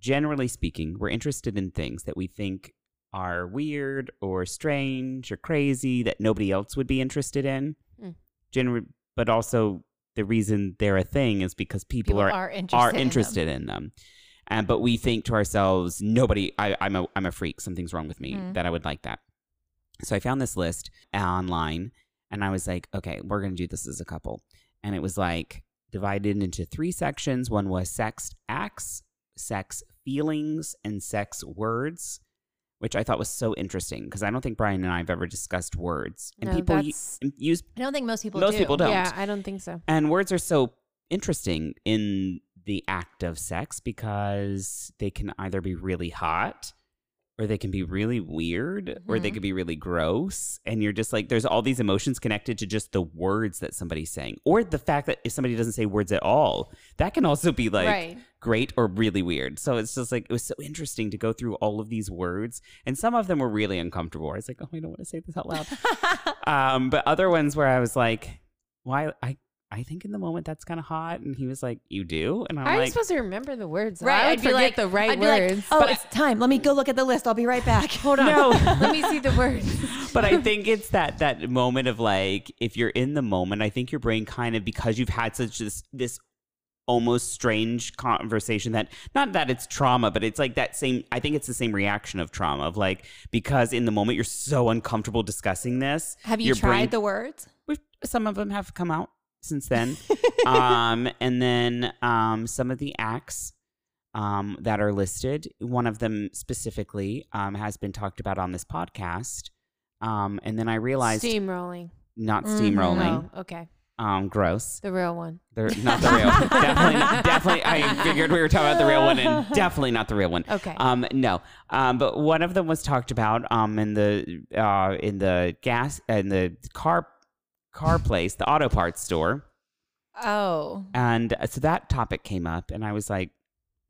S3: generally speaking, we're interested in things that we think are weird or strange or crazy that nobody else would be interested in.
S2: Mm.
S3: Gener- but also the reason they're a thing is because people,
S1: people
S3: are
S1: are interested.
S3: are
S1: in them.
S3: interested in them. And but we think to ourselves, nobody, I, I'm a, I'm a freak. Something's wrong with me
S1: Mm.
S3: that I would like that. So I found this list online, and I was like, okay, we're gonna do this as a couple. And it was like divided into three sections. One was sex acts, sex feelings, and sex words, which I thought was so interesting because I don't think Brian and I have ever discussed words, and
S2: No,
S3: people u-
S2: that's-
S3: use
S1: I don't think most people
S3: Most
S1: do.
S3: people don't.
S2: Yeah, I don't think so.
S3: and words are so interesting in the act of sex because they can either be really hot or they can be really weird or they
S1: Mhm.
S3: could be really gross. And you're just like, there's all these emotions connected to just the words that somebody's saying or the fact that if somebody doesn't say words at all, that can also be like
S2: right.
S3: great or really weird. So it's just like, it was so interesting to go through all of these words. And some of them were really uncomfortable. I was like, oh, I don't want to say this out
S2: [LAUGHS]
S3: loud um, but other ones where I was like, why I I think in the moment that's kind of hot, and he was like, you do, and I'm
S2: How are you
S3: like,
S2: supposed to remember the words?
S1: right.
S2: I would
S1: I'd be
S2: forget
S1: like,
S2: the right
S1: I'd be like,
S2: words.
S1: oh, it's time. Let me go look at the list. I'll be right back. [LAUGHS] Hold on.
S3: no.
S2: [LAUGHS]
S3: [LAUGHS]
S2: Let me see the words.
S3: but I think it's that that moment of like, if you're in the moment, I think your brain kind of because you've had such this this almost strange conversation that not that it's trauma but it's like that same i think it's the same reaction of trauma of like because in the moment you're so uncomfortable discussing this
S1: Have you
S3: your
S1: tried
S3: brain
S1: the words?
S3: we've, some of them have come out since then. um, and then um, some of the acts um, that are listed, one of them specifically um, has been talked about on this podcast. Um, and then I [LAUGHS] realized
S2: Steamrolling.
S3: not
S1: Mhm.
S3: steamrolling,
S2: Oh, okay.
S3: um, gross.
S2: The real one.
S3: They're not the real. definitely, not- definitely. I figured we were talking about the real one, and definitely not the real one.
S2: Okay.
S3: Um, no. Um, but one of them was talked about um in the uh in the gas in the car car place, the auto parts store,
S1: Oh.
S3: and uh, so that topic came up, and I was like,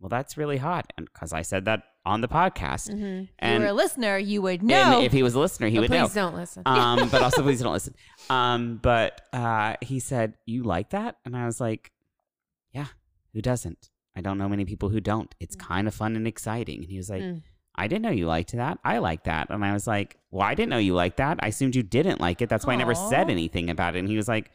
S3: well, that's really hot, and because I said that on the podcast,
S2: hmm
S1: If you
S3: and,
S1: were a listener, you would know.
S3: and if he was a listener, he
S2: But
S3: would know.
S2: please don't listen.
S3: Um, but also please don't listen. Um, but uh, he said, "You like that?" And I was like, "Yeah, who doesn't? I don't know many people who don't. It's kind of fun and exciting." And he was like,
S2: Mm.
S3: "I didn't know you liked that. I like that." And I was like, "Well, I didn't know you liked that. I assumed you didn't like it. That's why I never
S1: Aw.
S3: said anything about it." And he was like,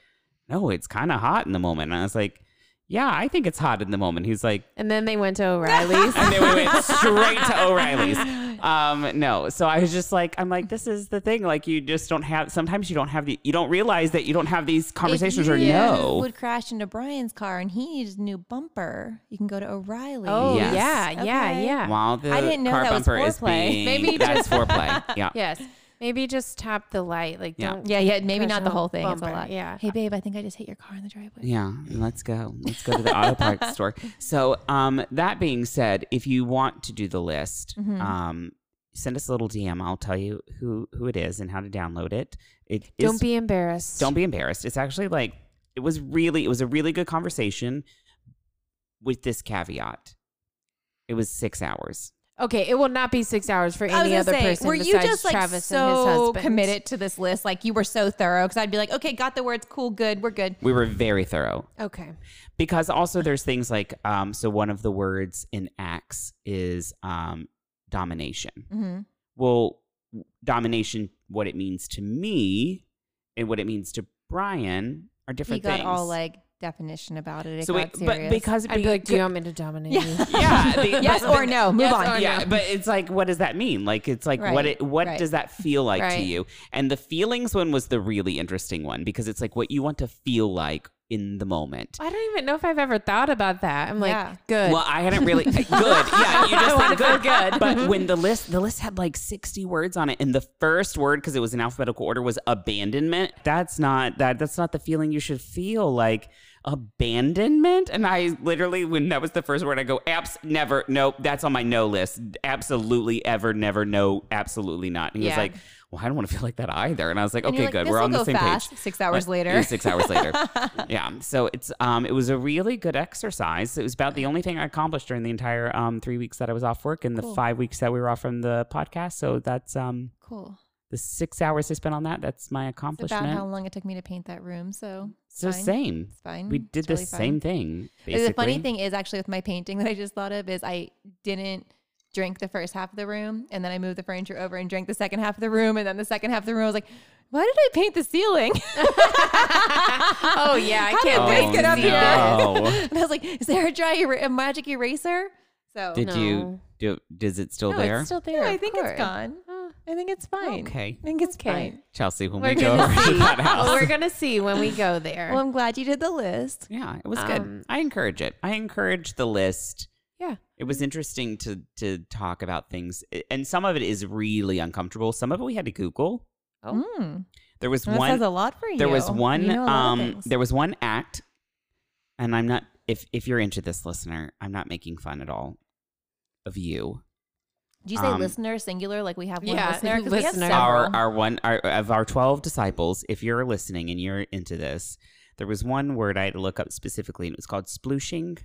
S3: "No, it's kind of hot in the moment." And I was like, "Yeah, I think it's hot in the moment." He was like,
S2: and then they went to [LAUGHS] O'Reilly's.
S3: and [LAUGHS] then we went straight
S1: [LAUGHS]
S3: to O'Reilly's. Um, no, so I was just like, I'm like, this is the thing. Like, you just don't have. Sometimes you don't have the. You don't realize that you don't have these conversations
S1: if
S3: or
S1: you
S3: no.
S1: would crash into Brian's car and he needs a new bumper, you can go to O'Reilly's.
S2: oh,
S3: Yes.
S2: yeah, yeah,
S1: Okay.
S2: yeah.
S3: While the
S1: I didn't know
S3: car
S1: that was
S3: bumper is
S1: foreplay. [LAUGHS]
S3: being,
S2: Maybe
S3: that's foreplay. Yeah.
S2: Yes. Maybe just tap the light. Like,
S3: Yeah.
S2: don't.
S1: Yeah, yeah. Maybe
S2: Crash
S1: not
S2: a
S1: the whole thing. It's
S2: bumper,
S1: a lot.
S2: yeah.
S1: Hey, babe, I think I just hit your car in the driveway.
S3: Yeah, let's go. Let's go to the
S1: [LAUGHS]
S3: auto parts store. So, um, that being said, if you want to do the list,
S1: Mm-hmm.
S3: um, send us a little DM. I'll tell you who who it is and how to download it. It is
S2: Don't be embarrassed.
S3: Don't be embarrassed. It's actually like it was really it was a really good conversation with this caveat. It was six hours.
S2: Okay, it will not be six hours for
S1: I was
S2: any
S1: gonna
S2: other
S1: say,
S2: person
S1: were
S2: besides
S1: you just like
S2: Travis and
S1: so
S2: his husband.
S1: committed to this list? Like you were so thorough? Because I'd be like, okay, got the words, cool, good, we're good.
S3: We were very thorough
S2: Okay.
S3: because also there's things like um, so one of the words in Acts is um, domination.
S1: Mm-hmm.
S3: Well, domination, what it means to me and what it means to Brian are
S1: He
S3: different
S1: got
S3: things.
S1: all like definition about it. It
S3: so
S1: got
S3: it- but
S1: serious.
S3: because
S2: I'd be like, do you want me to dominate you?
S3: [LAUGHS] yeah,
S2: [LAUGHS]
S3: the-
S1: yes
S3: but
S1: or
S3: the- [LAUGHS]
S1: no, move
S2: Yes
S1: on.
S2: or
S3: yeah,
S2: no.
S3: but it's like, what does that mean? Like, it's like, what
S1: Right,
S3: it, what
S1: right.
S3: does that feel like to
S2: Right.
S3: you? And the feelings one was the really interesting one because it's like what you want to feel like in the moment.
S2: I don't even know if I've ever thought about that. I'm like,
S1: Yeah.
S2: good.
S3: Well, I
S1: [LAUGHS]
S3: hadn't really good. Yeah, you just
S2: wanna
S3: said good.
S2: feel good.
S3: But when the list, the list had like sixty words on it, and the first word, because it was in alphabetical order, was abandonment. That's not that. That's not the feeling you should feel like abandonment. And I literally, when that was the first word, I go, "Abs, never, nope. That's on my no list. Absolutely, ever, never, no, absolutely not." And he was
S2: Yeah.
S3: like, "Well, I don't want to feel like that either." And I was like,
S1: And
S3: "Okay,
S1: you're like,
S3: good.
S1: "This
S3: We're
S1: will
S3: on the
S1: go
S3: same page."
S1: fast, Six hours
S3: Right.
S1: later.
S3: It was six hours
S1: [LAUGHS]
S3: later. yeah. So it's um it was a really good exercise. It was about the only thing I accomplished during the entire um three weeks that I was off work and the five weeks that we were off from the podcast. So that's um
S1: cool.
S3: the six hours I spent on that. That's my
S1: It's about
S3: accomplishment.
S1: how long it took me to paint that room. So it's
S3: so
S1: fine.
S3: same.
S1: It's fine.
S3: We did
S1: It's
S3: the
S1: really fine.
S3: same thing. Basically.
S1: The funny thing is actually with my painting [LAUGHS] that I just thought of is I didn't drink the first half of the room and then I moved the furniture over and drank the second half of the room and then the second half of the room I was like, why did I paint the
S3: [LAUGHS]
S1: ceiling?
S2: oh yeah, I
S1: How did
S2: can't
S1: this
S2: wait.
S1: get
S2: to
S1: up
S2: see
S1: here?
S2: that.
S3: [LAUGHS]
S1: [LAUGHS]
S3: no.
S1: and I was like, is there a dry er- a magic eraser? So
S3: Did you
S2: No.
S3: do is it still
S2: No,
S3: there?
S2: it's still there.
S1: no, I
S2: of
S1: think
S2: course.
S1: it's gone.
S2: Oh,
S1: I think it's fine.
S3: okay.
S1: I think it's
S2: Okay.
S1: fine.
S3: Chelsea, when
S2: We're
S3: we go
S2: gonna
S3: over to
S2: see.
S3: that house.
S2: Well, we're gonna see when we go there.
S1: Well, I'm glad you did the list.
S3: yeah, it was
S2: Um,
S3: good. I encourage it. I encourage the list.
S2: yeah.
S3: It was interesting to to talk about things, I- and some of it is really uncomfortable. Some of it we had to Google. Oh.
S1: Mm.
S3: There was
S1: That
S3: one.
S1: says a lot for you.
S3: There was one.
S1: You know a lot of
S3: um,
S1: things.
S3: there was one act, and I'm not. If if you're into this, listener, I'm not making fun at all of you.
S1: Did you say
S3: um,
S1: listener singular? Like we have one
S2: Yeah,
S1: listener? 'Cause we have
S2: listener.
S1: several.
S3: Our our one our, of our twelve disciples. If you're listening and you're into this, there was one word I had to look up specifically, and it was called splooshing.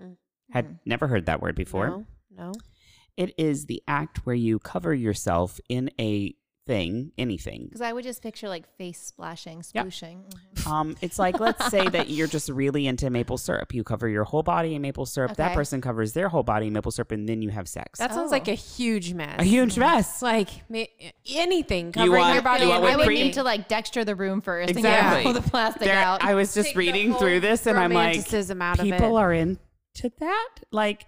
S2: Mm.
S3: Had never heard that word before.
S2: No. no.
S3: It is the act where you cover yourself in a thing,
S2: [LAUGHS]
S3: anything.
S1: Because I would just picture like face splashing,
S3: Yeah.
S1: splooshing.
S3: Um, it's like let's say that you're just really into maple syrup. You cover your whole body in maple syrup. That
S1: Okay.
S3: person covers their whole body in maple syrup, and then you have sex.
S2: That sounds
S1: Oh.
S2: like a huge mess.
S3: a huge
S2: It's
S3: mess.
S2: like ma- anything covering
S3: want-
S2: your body.
S3: you
S2: and
S3: want
S1: I would
S3: pre-
S1: need to like dexture the room first and
S3: Exactly.
S1: get all the plastic
S3: There-
S1: out.
S3: I was just
S2: Take the
S3: reading
S2: whole
S3: through this, and I'm like,
S2: romanticism out of it.
S3: people are into that. Like,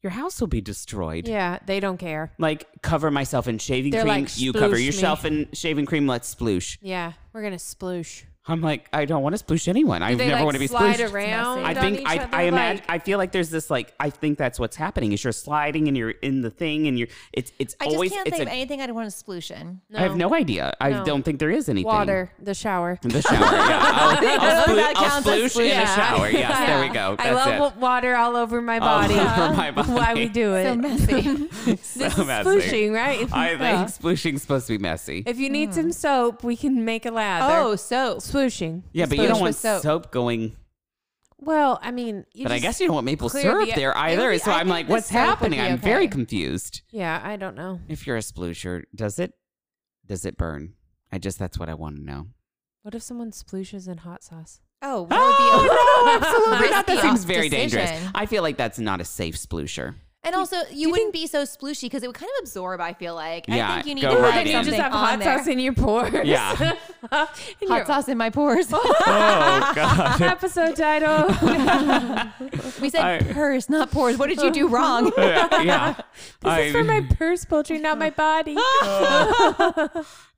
S3: your house will be destroyed.
S2: Yeah, they don't care.
S3: Like, cover myself in shaving
S2: They're
S3: cream.
S2: like,
S3: you cover
S2: "Sploosh me."
S3: yourself in shaving cream. Let's sploosh.
S2: Yeah, we're gonna sploosh.
S3: I'm like, I don't want to sploosh anyone. I
S2: Do they
S3: never
S2: like
S3: want to be
S2: slide
S3: splooshed.
S2: around? on
S3: I think
S2: each
S3: I,
S2: other,
S3: I imagine
S2: like-
S3: I feel like there's this like I think that's what's happening is you're sliding and you're in the thing and you're it's it's
S1: I just
S3: always
S1: can't
S3: it's
S1: think of
S3: a-
S1: anything I'd want to sploosh
S2: [LAUGHS]
S1: in.
S3: I have no idea. I
S2: No.
S3: don't think there is anything.
S2: water, the shower.
S3: In the
S2: [LAUGHS]
S3: shower. Yeah. [LAUGHS] I'll, I'll, splo-
S1: That
S3: I'll
S1: counts as
S3: sploosh in the
S2: Yeah.
S3: shower. Yes, there we go.
S2: I
S3: That's
S2: love
S3: it. [LAUGHS] Oh,
S2: wa- water all over my body.
S3: over my
S2: [LAUGHS] Why we
S3: body.
S2: do it?
S1: So messy.
S2: this
S3: So
S2: is
S3: messy.
S2: splooshing, right?
S3: [LAUGHS] I think Hmm.
S2: Yeah.
S3: splooshing's supposed to be messy.
S2: If you need some soap, we can make a lather.
S1: oh, so
S2: swooshing.
S3: yeah, but you don't
S1: sploosh
S3: want
S1: with soap.
S3: soap, going.
S2: Well, I mean, you
S3: But I
S2: just-
S3: guess you don't want maple
S2: clear
S3: syrup
S2: the-
S3: there
S2: it would
S3: either.
S2: be-
S3: so
S2: I
S3: I'm
S2: think
S3: like,
S2: the
S3: what's
S2: soap would be
S3: happening? I'm very
S1: okay.
S3: confused.
S2: Yeah, I don't know.
S3: If you're a sploosher, does it does it burn? I just that's what I want to know.
S2: What if someone splooshes in hot [LAUGHS] sauce?
S1: [LAUGHS]
S3: [LAUGHS]
S1: oh, that would be a
S3: Oh no, absolutely not. That
S1: risky
S3: seems very dangerous.
S1: decision.
S3: I feel like that's not a safe sploosher.
S1: [LAUGHS] And also, you, wouldn't be so splooshy because it would kind of absorb. I feel like.
S3: Yeah,
S1: I think you need
S3: go
S1: to
S3: right
S1: put
S3: in.
S1: something
S2: You just have
S1: on
S2: hot
S1: there.
S2: sauce in your pores.
S3: Yeah.
S2: [LAUGHS] In your
S1: hot sauce in my
S3: [LAUGHS]
S1: pores. [LAUGHS]
S3: Oh [LAUGHS] god.
S2: Episode title.
S1: we said
S3: I-
S1: purse, not pores. What did you
S3: [LAUGHS]
S1: do wrong?
S3: yeah. yeah.
S2: This is for my purse poultry, not my body.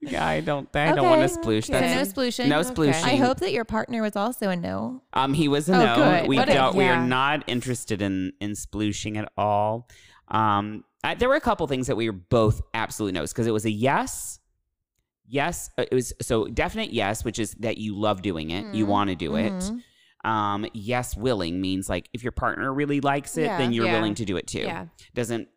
S3: yeah, I don't I don't want to
S1: Okay.
S3: sploosh.
S1: So no
S3: That's
S1: splooshing.
S3: no
S2: Okay.
S3: splooshing.
S1: I hope that your partner was also a no.
S3: Um, he was a
S1: Oh,
S3: no.
S1: good.
S3: We
S1: What a-
S3: don't. We
S2: yeah.
S3: are not interested in in splooshing at all. Um, I, there were a couple things that we were both absolute no's because it was a yes, yes. uh, It was so definite yes, which is that you love doing it, you
S1: Mhm.
S3: want to do it.
S1: Mhm.
S3: Um, yes, willing means like if your partner really likes it,
S1: Yeah.
S3: then you're
S2: Yeah.
S3: willing to do it too.
S2: Yeah.
S3: Doesn't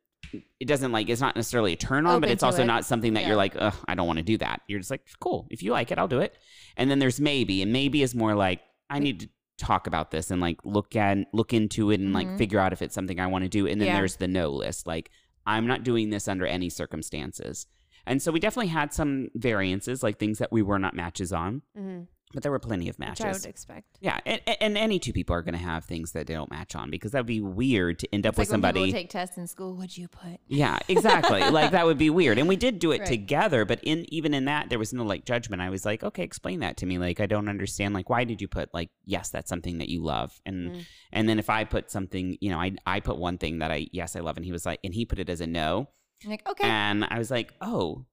S3: it doesn't like it's not necessarily a turn on, but
S1: Open
S3: it's
S1: to
S3: also
S1: Oh, it.
S3: not something that
S1: Yeah.
S3: you're like, Ugh, I don't want to do that. You're just like, cool, if you like it, I'll do it. And then there's maybe, and maybe is more like, I need to talk about this and like look at look into it and like
S1: Mhm.
S3: figure out if it's something I want to do. And then
S2: Yeah.
S3: there's the no list, like I'm not doing this under any circumstances. And so we definitely had some variances, like things that we were not matches on,
S2: Mhm.
S3: but there were plenty of
S2: Which I
S3: matches.
S2: would expect.
S3: Yeah, and, and- and any two people are going to have things that they don't match on because that'd be weird to end up
S1: It's
S3: with
S1: like when
S3: somebody.
S1: people take tests in school. What'd you put?
S3: yeah, exactly. like that would be weird. And we did do it
S1: Right.
S3: together, but in even in that there was no like judgment. I was like, "Okay, explain that to me. Like I don't understand like why did you put like yes, that's something that you love." And
S1: Mm-hmm.
S2: Mm.
S3: and then if I put something, you know, I I put one thing that I yes, I love and he was like and he put it as a no.
S1: I'm like, okay.
S3: And I was like, "Oh,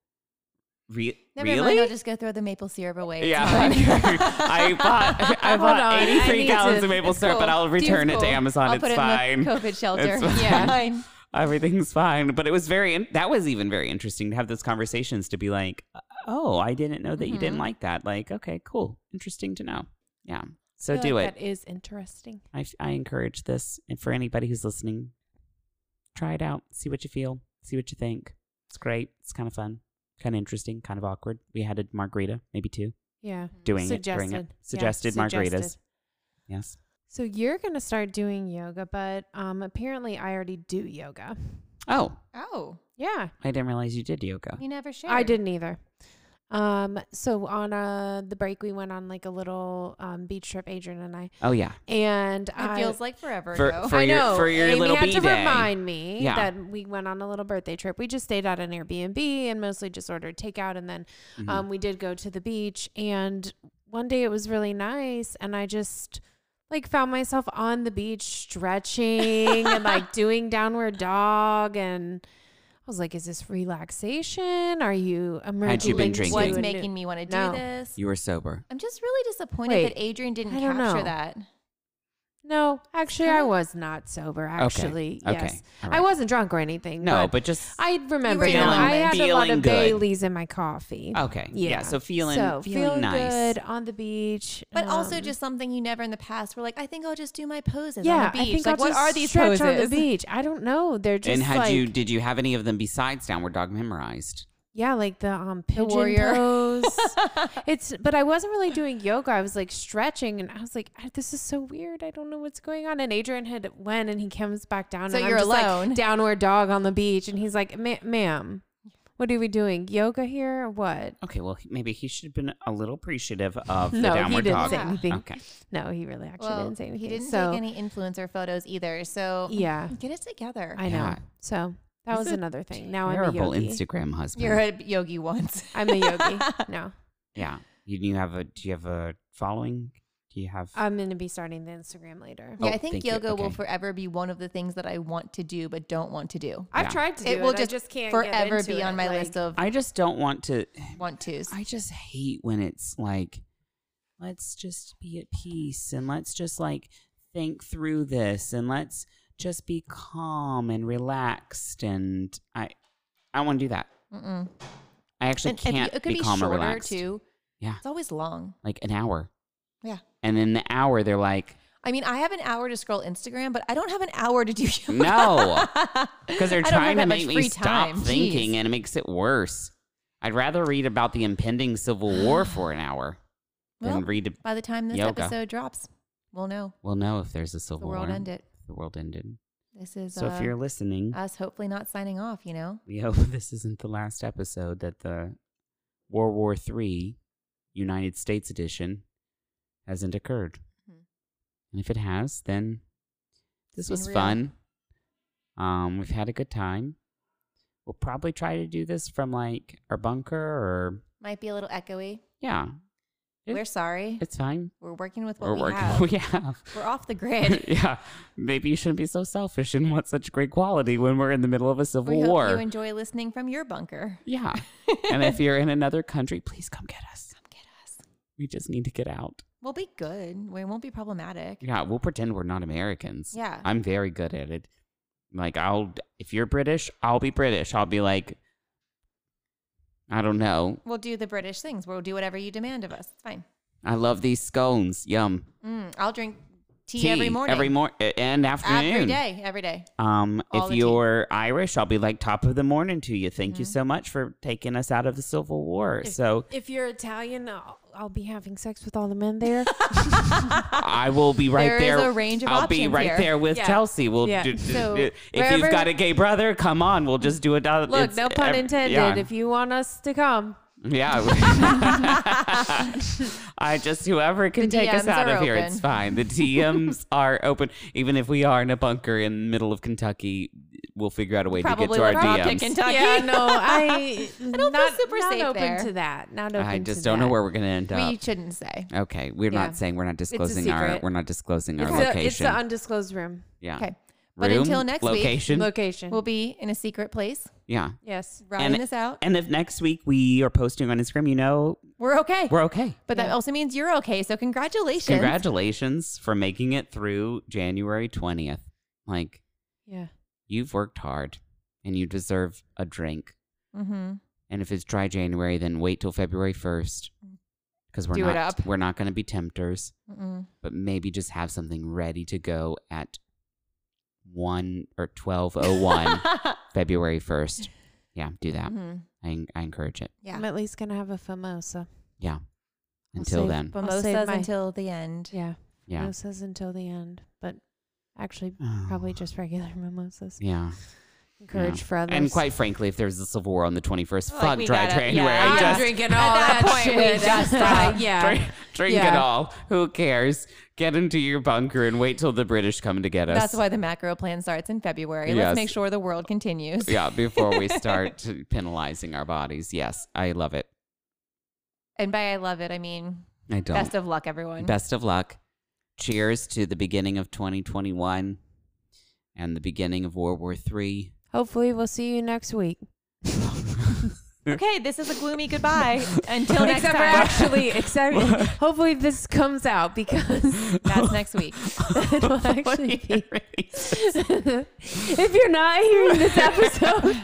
S3: Re-
S1: Never
S3: really?
S1: mind. I'll just go throw the maple syrup away. It's
S3: Yeah, [LAUGHS]
S1: fine.
S3: I
S1: [LAUGHS]
S3: bought
S2: Hold
S3: I
S2: on,
S3: bought
S2: I
S3: eighty three
S2: need
S3: gallons
S2: to-
S3: of maple
S1: It's
S3: syrup, but
S1: cool.
S3: I'll return
S1: Dude's cool.
S3: it to Amazon.
S1: I'll
S3: it's
S1: put it
S3: fine.
S1: in the COVID shelter.
S3: It's fine.
S2: [LAUGHS] Yeah.
S1: Fine.
S3: Everything's fine. But it was very in- that was even very interesting to have those conversations to be like, oh, I didn't know that you didn't
S2: Mm-hmm.
S1: Mhm.
S3: like that. Like, okay, cool, interesting to know. Yeah, so
S2: feel
S3: do
S2: like
S3: it.
S2: That is interesting.
S3: I, I encourage this. And for anybody who's listening, try it out. See what you feel. See what you think. It's great. It's kind of fun. Kind of interesting. Kind of awkward. We had a margarita, maybe two,
S2: Yeah.
S3: doing it.
S2: Suggested.
S3: Doing it.
S2: Yeah,
S3: Suggested margaritas.
S2: Mm. suggested.
S3: Yes.
S2: So you're gonna start doing yoga, but um, apparently I already do yoga.
S3: Oh,
S1: Oh,
S2: Yeah,
S3: I didn't realize you did yoga.
S1: you never shared.
S2: I didn't either. Um, so on uh the break we went on like a little um beach trip, Adrian and I,
S3: Oh, yeah.
S2: and
S1: It
S2: I
S1: feels like forever
S3: For-
S1: ago.
S3: for-
S2: I
S3: your-
S2: know.
S3: your
S2: Amy
S3: little
S2: had to
S3: B-day.
S2: remind me
S3: Yeah.
S2: that we went on a little birthday trip. We just stayed at an Airbnb and mostly just ordered takeout, and then
S3: Mhm.
S2: um, we did go to the beach. And one day it was really nice, and I just like found myself on the beach stretching and
S3: [LAUGHS]
S2: like doing downward dog and. I was like, is this relaxation? Are you emerging?
S3: you been
S2: into
S3: drinking?
S2: a
S1: What's
S2: new-
S1: making me want to do
S2: No.
S1: this?
S3: you were sober.
S1: I'm just really disappointed
S2: Wait,
S1: that Adrian didn't
S2: I don't
S1: capture
S2: know.
S1: that.
S2: No, actually, I
S1: kinda-
S2: was not sober. Actually,
S3: okay.
S2: yes,
S3: All
S2: I
S3: right.
S2: wasn't drunk or anything.
S3: No,
S2: but
S3: but just.
S2: I remember
S1: You were
S2: now.
S1: feeling-
S2: I had a lot
S3: feeling
S2: of
S3: good.
S2: Bailey's in my coffee.
S3: okay. Yeah. So feeling,
S2: so
S3: feeling, nice.
S2: good on the beach,
S1: But also
S2: um,
S1: just something you never in the past were like, I think I'll just do my poses
S2: yeah.
S1: on the beach.
S2: I think
S1: like,
S2: I'll
S1: what
S2: just
S1: are these
S2: stretch
S1: poses?
S2: on the beach? I don't know. They're just
S3: and had
S2: like
S3: you, did you have any of them besides Downward Dog memorized?
S2: yeah, like the um pigeon
S1: warrior.
S2: pose.
S1: [LAUGHS]
S2: it's but I wasn't really doing yoga. I was like stretching, and I was like, "Ah, this is so weird. I don't know what's going on. And Adrian had went, and he comes back down.
S1: So
S2: and
S1: you're
S2: I'm just, like,
S1: alone.
S2: downward dog on the beach, and he's like, Ma- "Ma'am, what are we doing? Yoga here or what?"
S3: Okay, well, he- maybe he should have been a little appreciative of the
S2: No, he
S3: downward
S2: didn't
S3: dog.
S1: say
S2: anything.
S3: Okay.
S2: No, he really actually
S1: Well,
S2: didn't say anything.
S1: he didn't
S2: so,
S1: take any influencer photos either. So [LAUGHS]
S2: Yeah,
S1: [SIGHS] get it together.
S2: I
S3: Yeah.
S2: know. So that
S3: He's
S2: was
S3: a
S2: another thing. Now I'm a
S3: Terrible
S2: yogi.
S3: Instagram husband.
S1: You're a yogi
S2: [LAUGHS]
S1: once.
S2: I'm a yogi.
S1: [LAUGHS]
S2: No,
S3: yeah. You, you have a do you have a following? Do you have
S2: I'm going to be starting the Instagram later.
S1: Yeah,
S3: Oh,
S1: I think
S3: thank you.
S1: yoga will
S3: Okay.
S1: forever be one of the things that I want to do but don't want to do.
S2: I've
S3: Yeah.
S2: tried to. Do
S1: It
S2: it,
S1: will
S2: I
S1: just
S2: can't get
S1: Forever
S2: into
S1: be on
S2: it,
S1: my
S2: like-
S1: list of
S3: I just don't want to
S1: want tos.
S3: I just hate when it's like let's just be at peace and let's just like think through this and let's just be calm and relaxed and I I want to do that.
S1: Mm-mm.
S3: I actually
S1: if you-
S3: can't
S1: it could
S3: be,
S1: be
S3: calm
S1: shorter
S3: or relaxed.
S1: too.
S3: Yeah.
S1: It's always long.
S3: Like an hour.
S1: Yeah.
S3: And then the hour
S1: [LAUGHS]
S3: they're like
S1: I mean, I have an hour to scroll Instagram, but I don't have an hour to do [LAUGHS] yoga. [LAUGHS]
S3: No. Because
S1: I
S3: they're
S1: don't have
S3: trying to
S1: that much
S3: make me
S1: free
S3: stop
S1: time. Jeez.
S3: thinking, and it makes it worse. I'd rather read about the impending civil
S1: [GASPS]
S3: war for an hour than
S1: Well,
S3: read.
S1: By the time this
S3: Yoga.
S1: episode drops, we'll know
S3: We'll know if there's a civil
S1: the world
S3: war.
S1: ended.
S3: The world ended.
S1: This is
S3: So
S1: uh,
S3: if you're listening,
S1: us hopefully not signing off, you know?
S3: we [LAUGHS] hope this isn't the last episode that the World War Three United States edition hasn't occurred.
S1: Mhm.
S3: And if it has, then
S1: It's
S3: this
S1: been
S3: was
S1: real.
S3: fun. Um, we've had a good time. We'll probably try to do this from like our bunker or
S1: Might be a little echoey.
S3: yeah, It-
S1: We're sorry.
S3: it's fine.
S1: We're working with what
S3: We're
S1: we
S3: working. [LAUGHS]
S1: have.
S3: We have.
S1: We're off the grid.
S3: yeah, maybe you shouldn't be so selfish and want such great quality when we're in the middle [LAUGHS] of a civil
S1: we hope
S3: war.
S1: you enjoy listening from your bunker. [LAUGHS]
S3: yeah, and if you're in another country, please come get us.
S1: Come get us.
S3: We just need to get out.
S1: We'll be good. We won't be problematic.
S3: Yeah, we'll pretend we're not Americans.
S1: Yeah.
S3: I'm very good at it. Like I'll, if you're British, I'll be British. I'll be like, I don't know.
S1: We'll do the British things. We'll do whatever you demand of us. It's fine.
S3: I love these scones. Yum.
S1: Mm, I'll drink tea, every morning.
S3: every mor- and afternoon.
S1: Every day. Every day.
S3: Um,
S1: All
S3: if
S1: the tea. Mm-hmm.
S3: you're Irish, I'll be like top of the morning to you. Thank you so much for taking us out of the Civil War. So
S2: If you're Italian, I'll, I'll be having sex with all the men
S3: [LAUGHS]
S2: there.
S3: I will be right
S1: There
S3: there.
S1: is a range of
S3: I'll be
S1: options
S3: right
S1: here.
S3: there with
S2: Yeah.
S3: Chelsea. We'll
S2: Yeah.
S3: do, do-
S1: So,
S3: do- if
S2: wherever-
S3: you've got a gay brother, come on. We'll just do it. down-
S2: Look,
S3: it's
S2: no pun
S3: ev-
S2: intended.
S3: Yeah,
S2: If you want us to come,
S1: [LAUGHS]
S3: yeah. [LAUGHS] I just whoever can
S1: The
S3: take us
S1: DMs
S3: out
S1: are
S3: of here,
S1: open.
S3: it's fine.
S1: [LAUGHS]
S3: The DMs are open, even if we are in a bunker in the middle of Kentucky. We'll figure out a way
S1: Probably
S3: to
S1: will
S3: get to our
S1: not
S3: DMs.
S1: pick Kentucky.
S2: yeah, no, I,
S1: [LAUGHS]
S2: I
S1: feel
S2: don't not,
S1: super
S2: not
S1: safe
S2: open
S1: there.
S2: to that. Not open.
S3: I just
S2: to
S3: don't know
S2: that.
S3: where we're gonna end up.
S1: We shouldn't say.
S3: Okay, we're
S2: Yeah.
S3: not saying we're not disclosing our
S2: secret.
S3: we're not disclosing
S2: It's
S3: our
S2: the-
S3: location.
S2: it's the undisclosed room
S3: yeah.
S1: Okay. But
S3: Room,
S1: until next week,
S3: location.
S2: location.
S1: We'll be in a secret place.
S3: Yeah.
S2: Yes.
S1: Riding
S3: And-
S1: this out.
S3: And if next week we are posting on Instagram, you know
S1: We're okay.
S3: we're okay.
S1: but that
S2: Yeah.
S1: also means you're okay. So congratulations.
S3: Congratulations for making it through January 20th. Like,
S2: Yeah.
S3: you've worked hard and you deserve a drink.
S1: Mm-hmm.
S3: And if it's dry January, then wait till February 1st because we're
S1: Do it
S3: not
S1: up.
S3: we're not going to be tempters,
S1: Mm-mm.
S3: but maybe just have something ready to go at 1 or
S1: [LAUGHS]
S3: 1201 February 1st. Yeah, do that.
S1: Mhm.
S3: I, I encourage it.
S1: Yeah.
S2: I'm at least gonna have a famosa.
S3: Yeah.
S2: I'll
S3: Until
S2: save
S3: then.
S2: I'll
S1: Mimosas
S2: save my-
S1: until the end.
S2: Yeah.
S3: Yeah.
S2: Mimosas until the end, but actually
S3: Oh,
S2: probably
S3: [SIGHS]
S2: just regular [LAUGHS] mimosas.
S3: Yeah.
S2: Encourage for others.
S3: And quite frankly, if there's a civil war on the 21st,
S1: Like,
S3: fuck
S1: we
S3: dry
S1: gotta-
S3: January.
S1: yeah. I'm
S3: Just
S2: drinking
S1: all that shit.
S2: [LAUGHS]
S3: Uh,
S2: yeah.
S3: Drink, drink it
S2: Yeah.
S3: all. Who cares? Get into your bunker and wait till the British come to get us.
S1: That's why the macro plan starts in February.
S3: Yes.
S1: Let's make sure the world continues.
S3: [LAUGHS] Yeah, before we start [LAUGHS] to penalizing our bodies. Yes, I love it.
S1: And by I love it, I mean
S3: I don't.
S1: best of luck, everyone.
S3: Best of luck. Cheers to the beginning of 2021 and the beginning of World
S1: [LAUGHS]
S3: War Three. [LAUGHS]
S2: Hopefully we'll see you next week.
S1: Okay, this is a gloomy
S3: [LAUGHS]
S1: goodbye. Until next
S2: except for
S1: time.
S2: [LAUGHS] actually except hopefully this comes out
S3: [LAUGHS]
S2: because
S1: [LAUGHS] That's next week.
S2: it will actually be [LAUGHS] if you're not hearing
S3: [LAUGHS]
S2: this episode,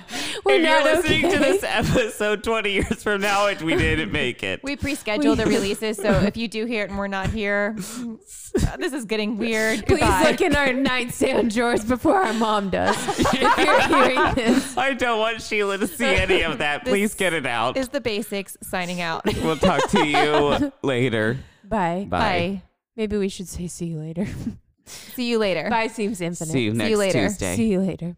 S2: we're
S3: if
S2: not
S3: you're listening
S2: okay.
S3: to this episode 20 years from now and we didn't make
S1: [LAUGHS]
S3: it,
S2: [LAUGHS]
S1: We pre-schedule the releases, so if you do hear it and we're not here,
S3: [LAUGHS]
S1: uh, this is getting weird.
S2: Please
S1: Goodbye.
S2: look in our nightstand drawers before our mom
S3: [LAUGHS]
S2: does. if you're hearing this,
S3: I don't want Sheila to see any of that.
S1: This
S3: Please get it out.
S1: is the basics signing out.
S3: We'll talk to you later.
S2: bye.
S3: Bye.
S1: Bye.
S2: Maybe we should say see you later.
S1: See you later.
S2: bye seems infinite.
S3: See you next
S1: later.
S3: Tuesday.
S2: See you later.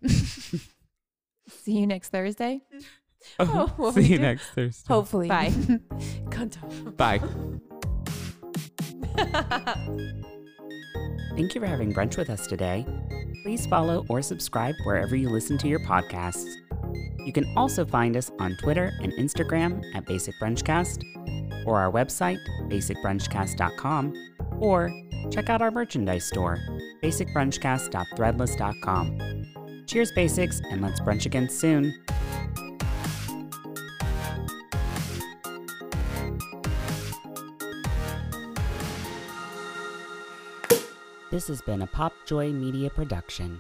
S1: See you next Thursday.
S2: [LAUGHS] Oh, what
S3: see
S2: we
S3: you
S2: do?
S3: next Thursday.
S2: Hopefully.
S1: Bye.
S2: Contact.
S3: Bye. [LAUGHS] Thank you for having brunch with us today. Please follow or subscribe wherever you listen to your podcasts. You can also find us on Twitter and Instagram at Basic Brunchcast, or our website, basicbrunchcast.com, or check out our merchandise store, basicbrunchcast.threadless.com. Cheers, Basics, and let's brunch again soon. This has been a Popjoy Media production.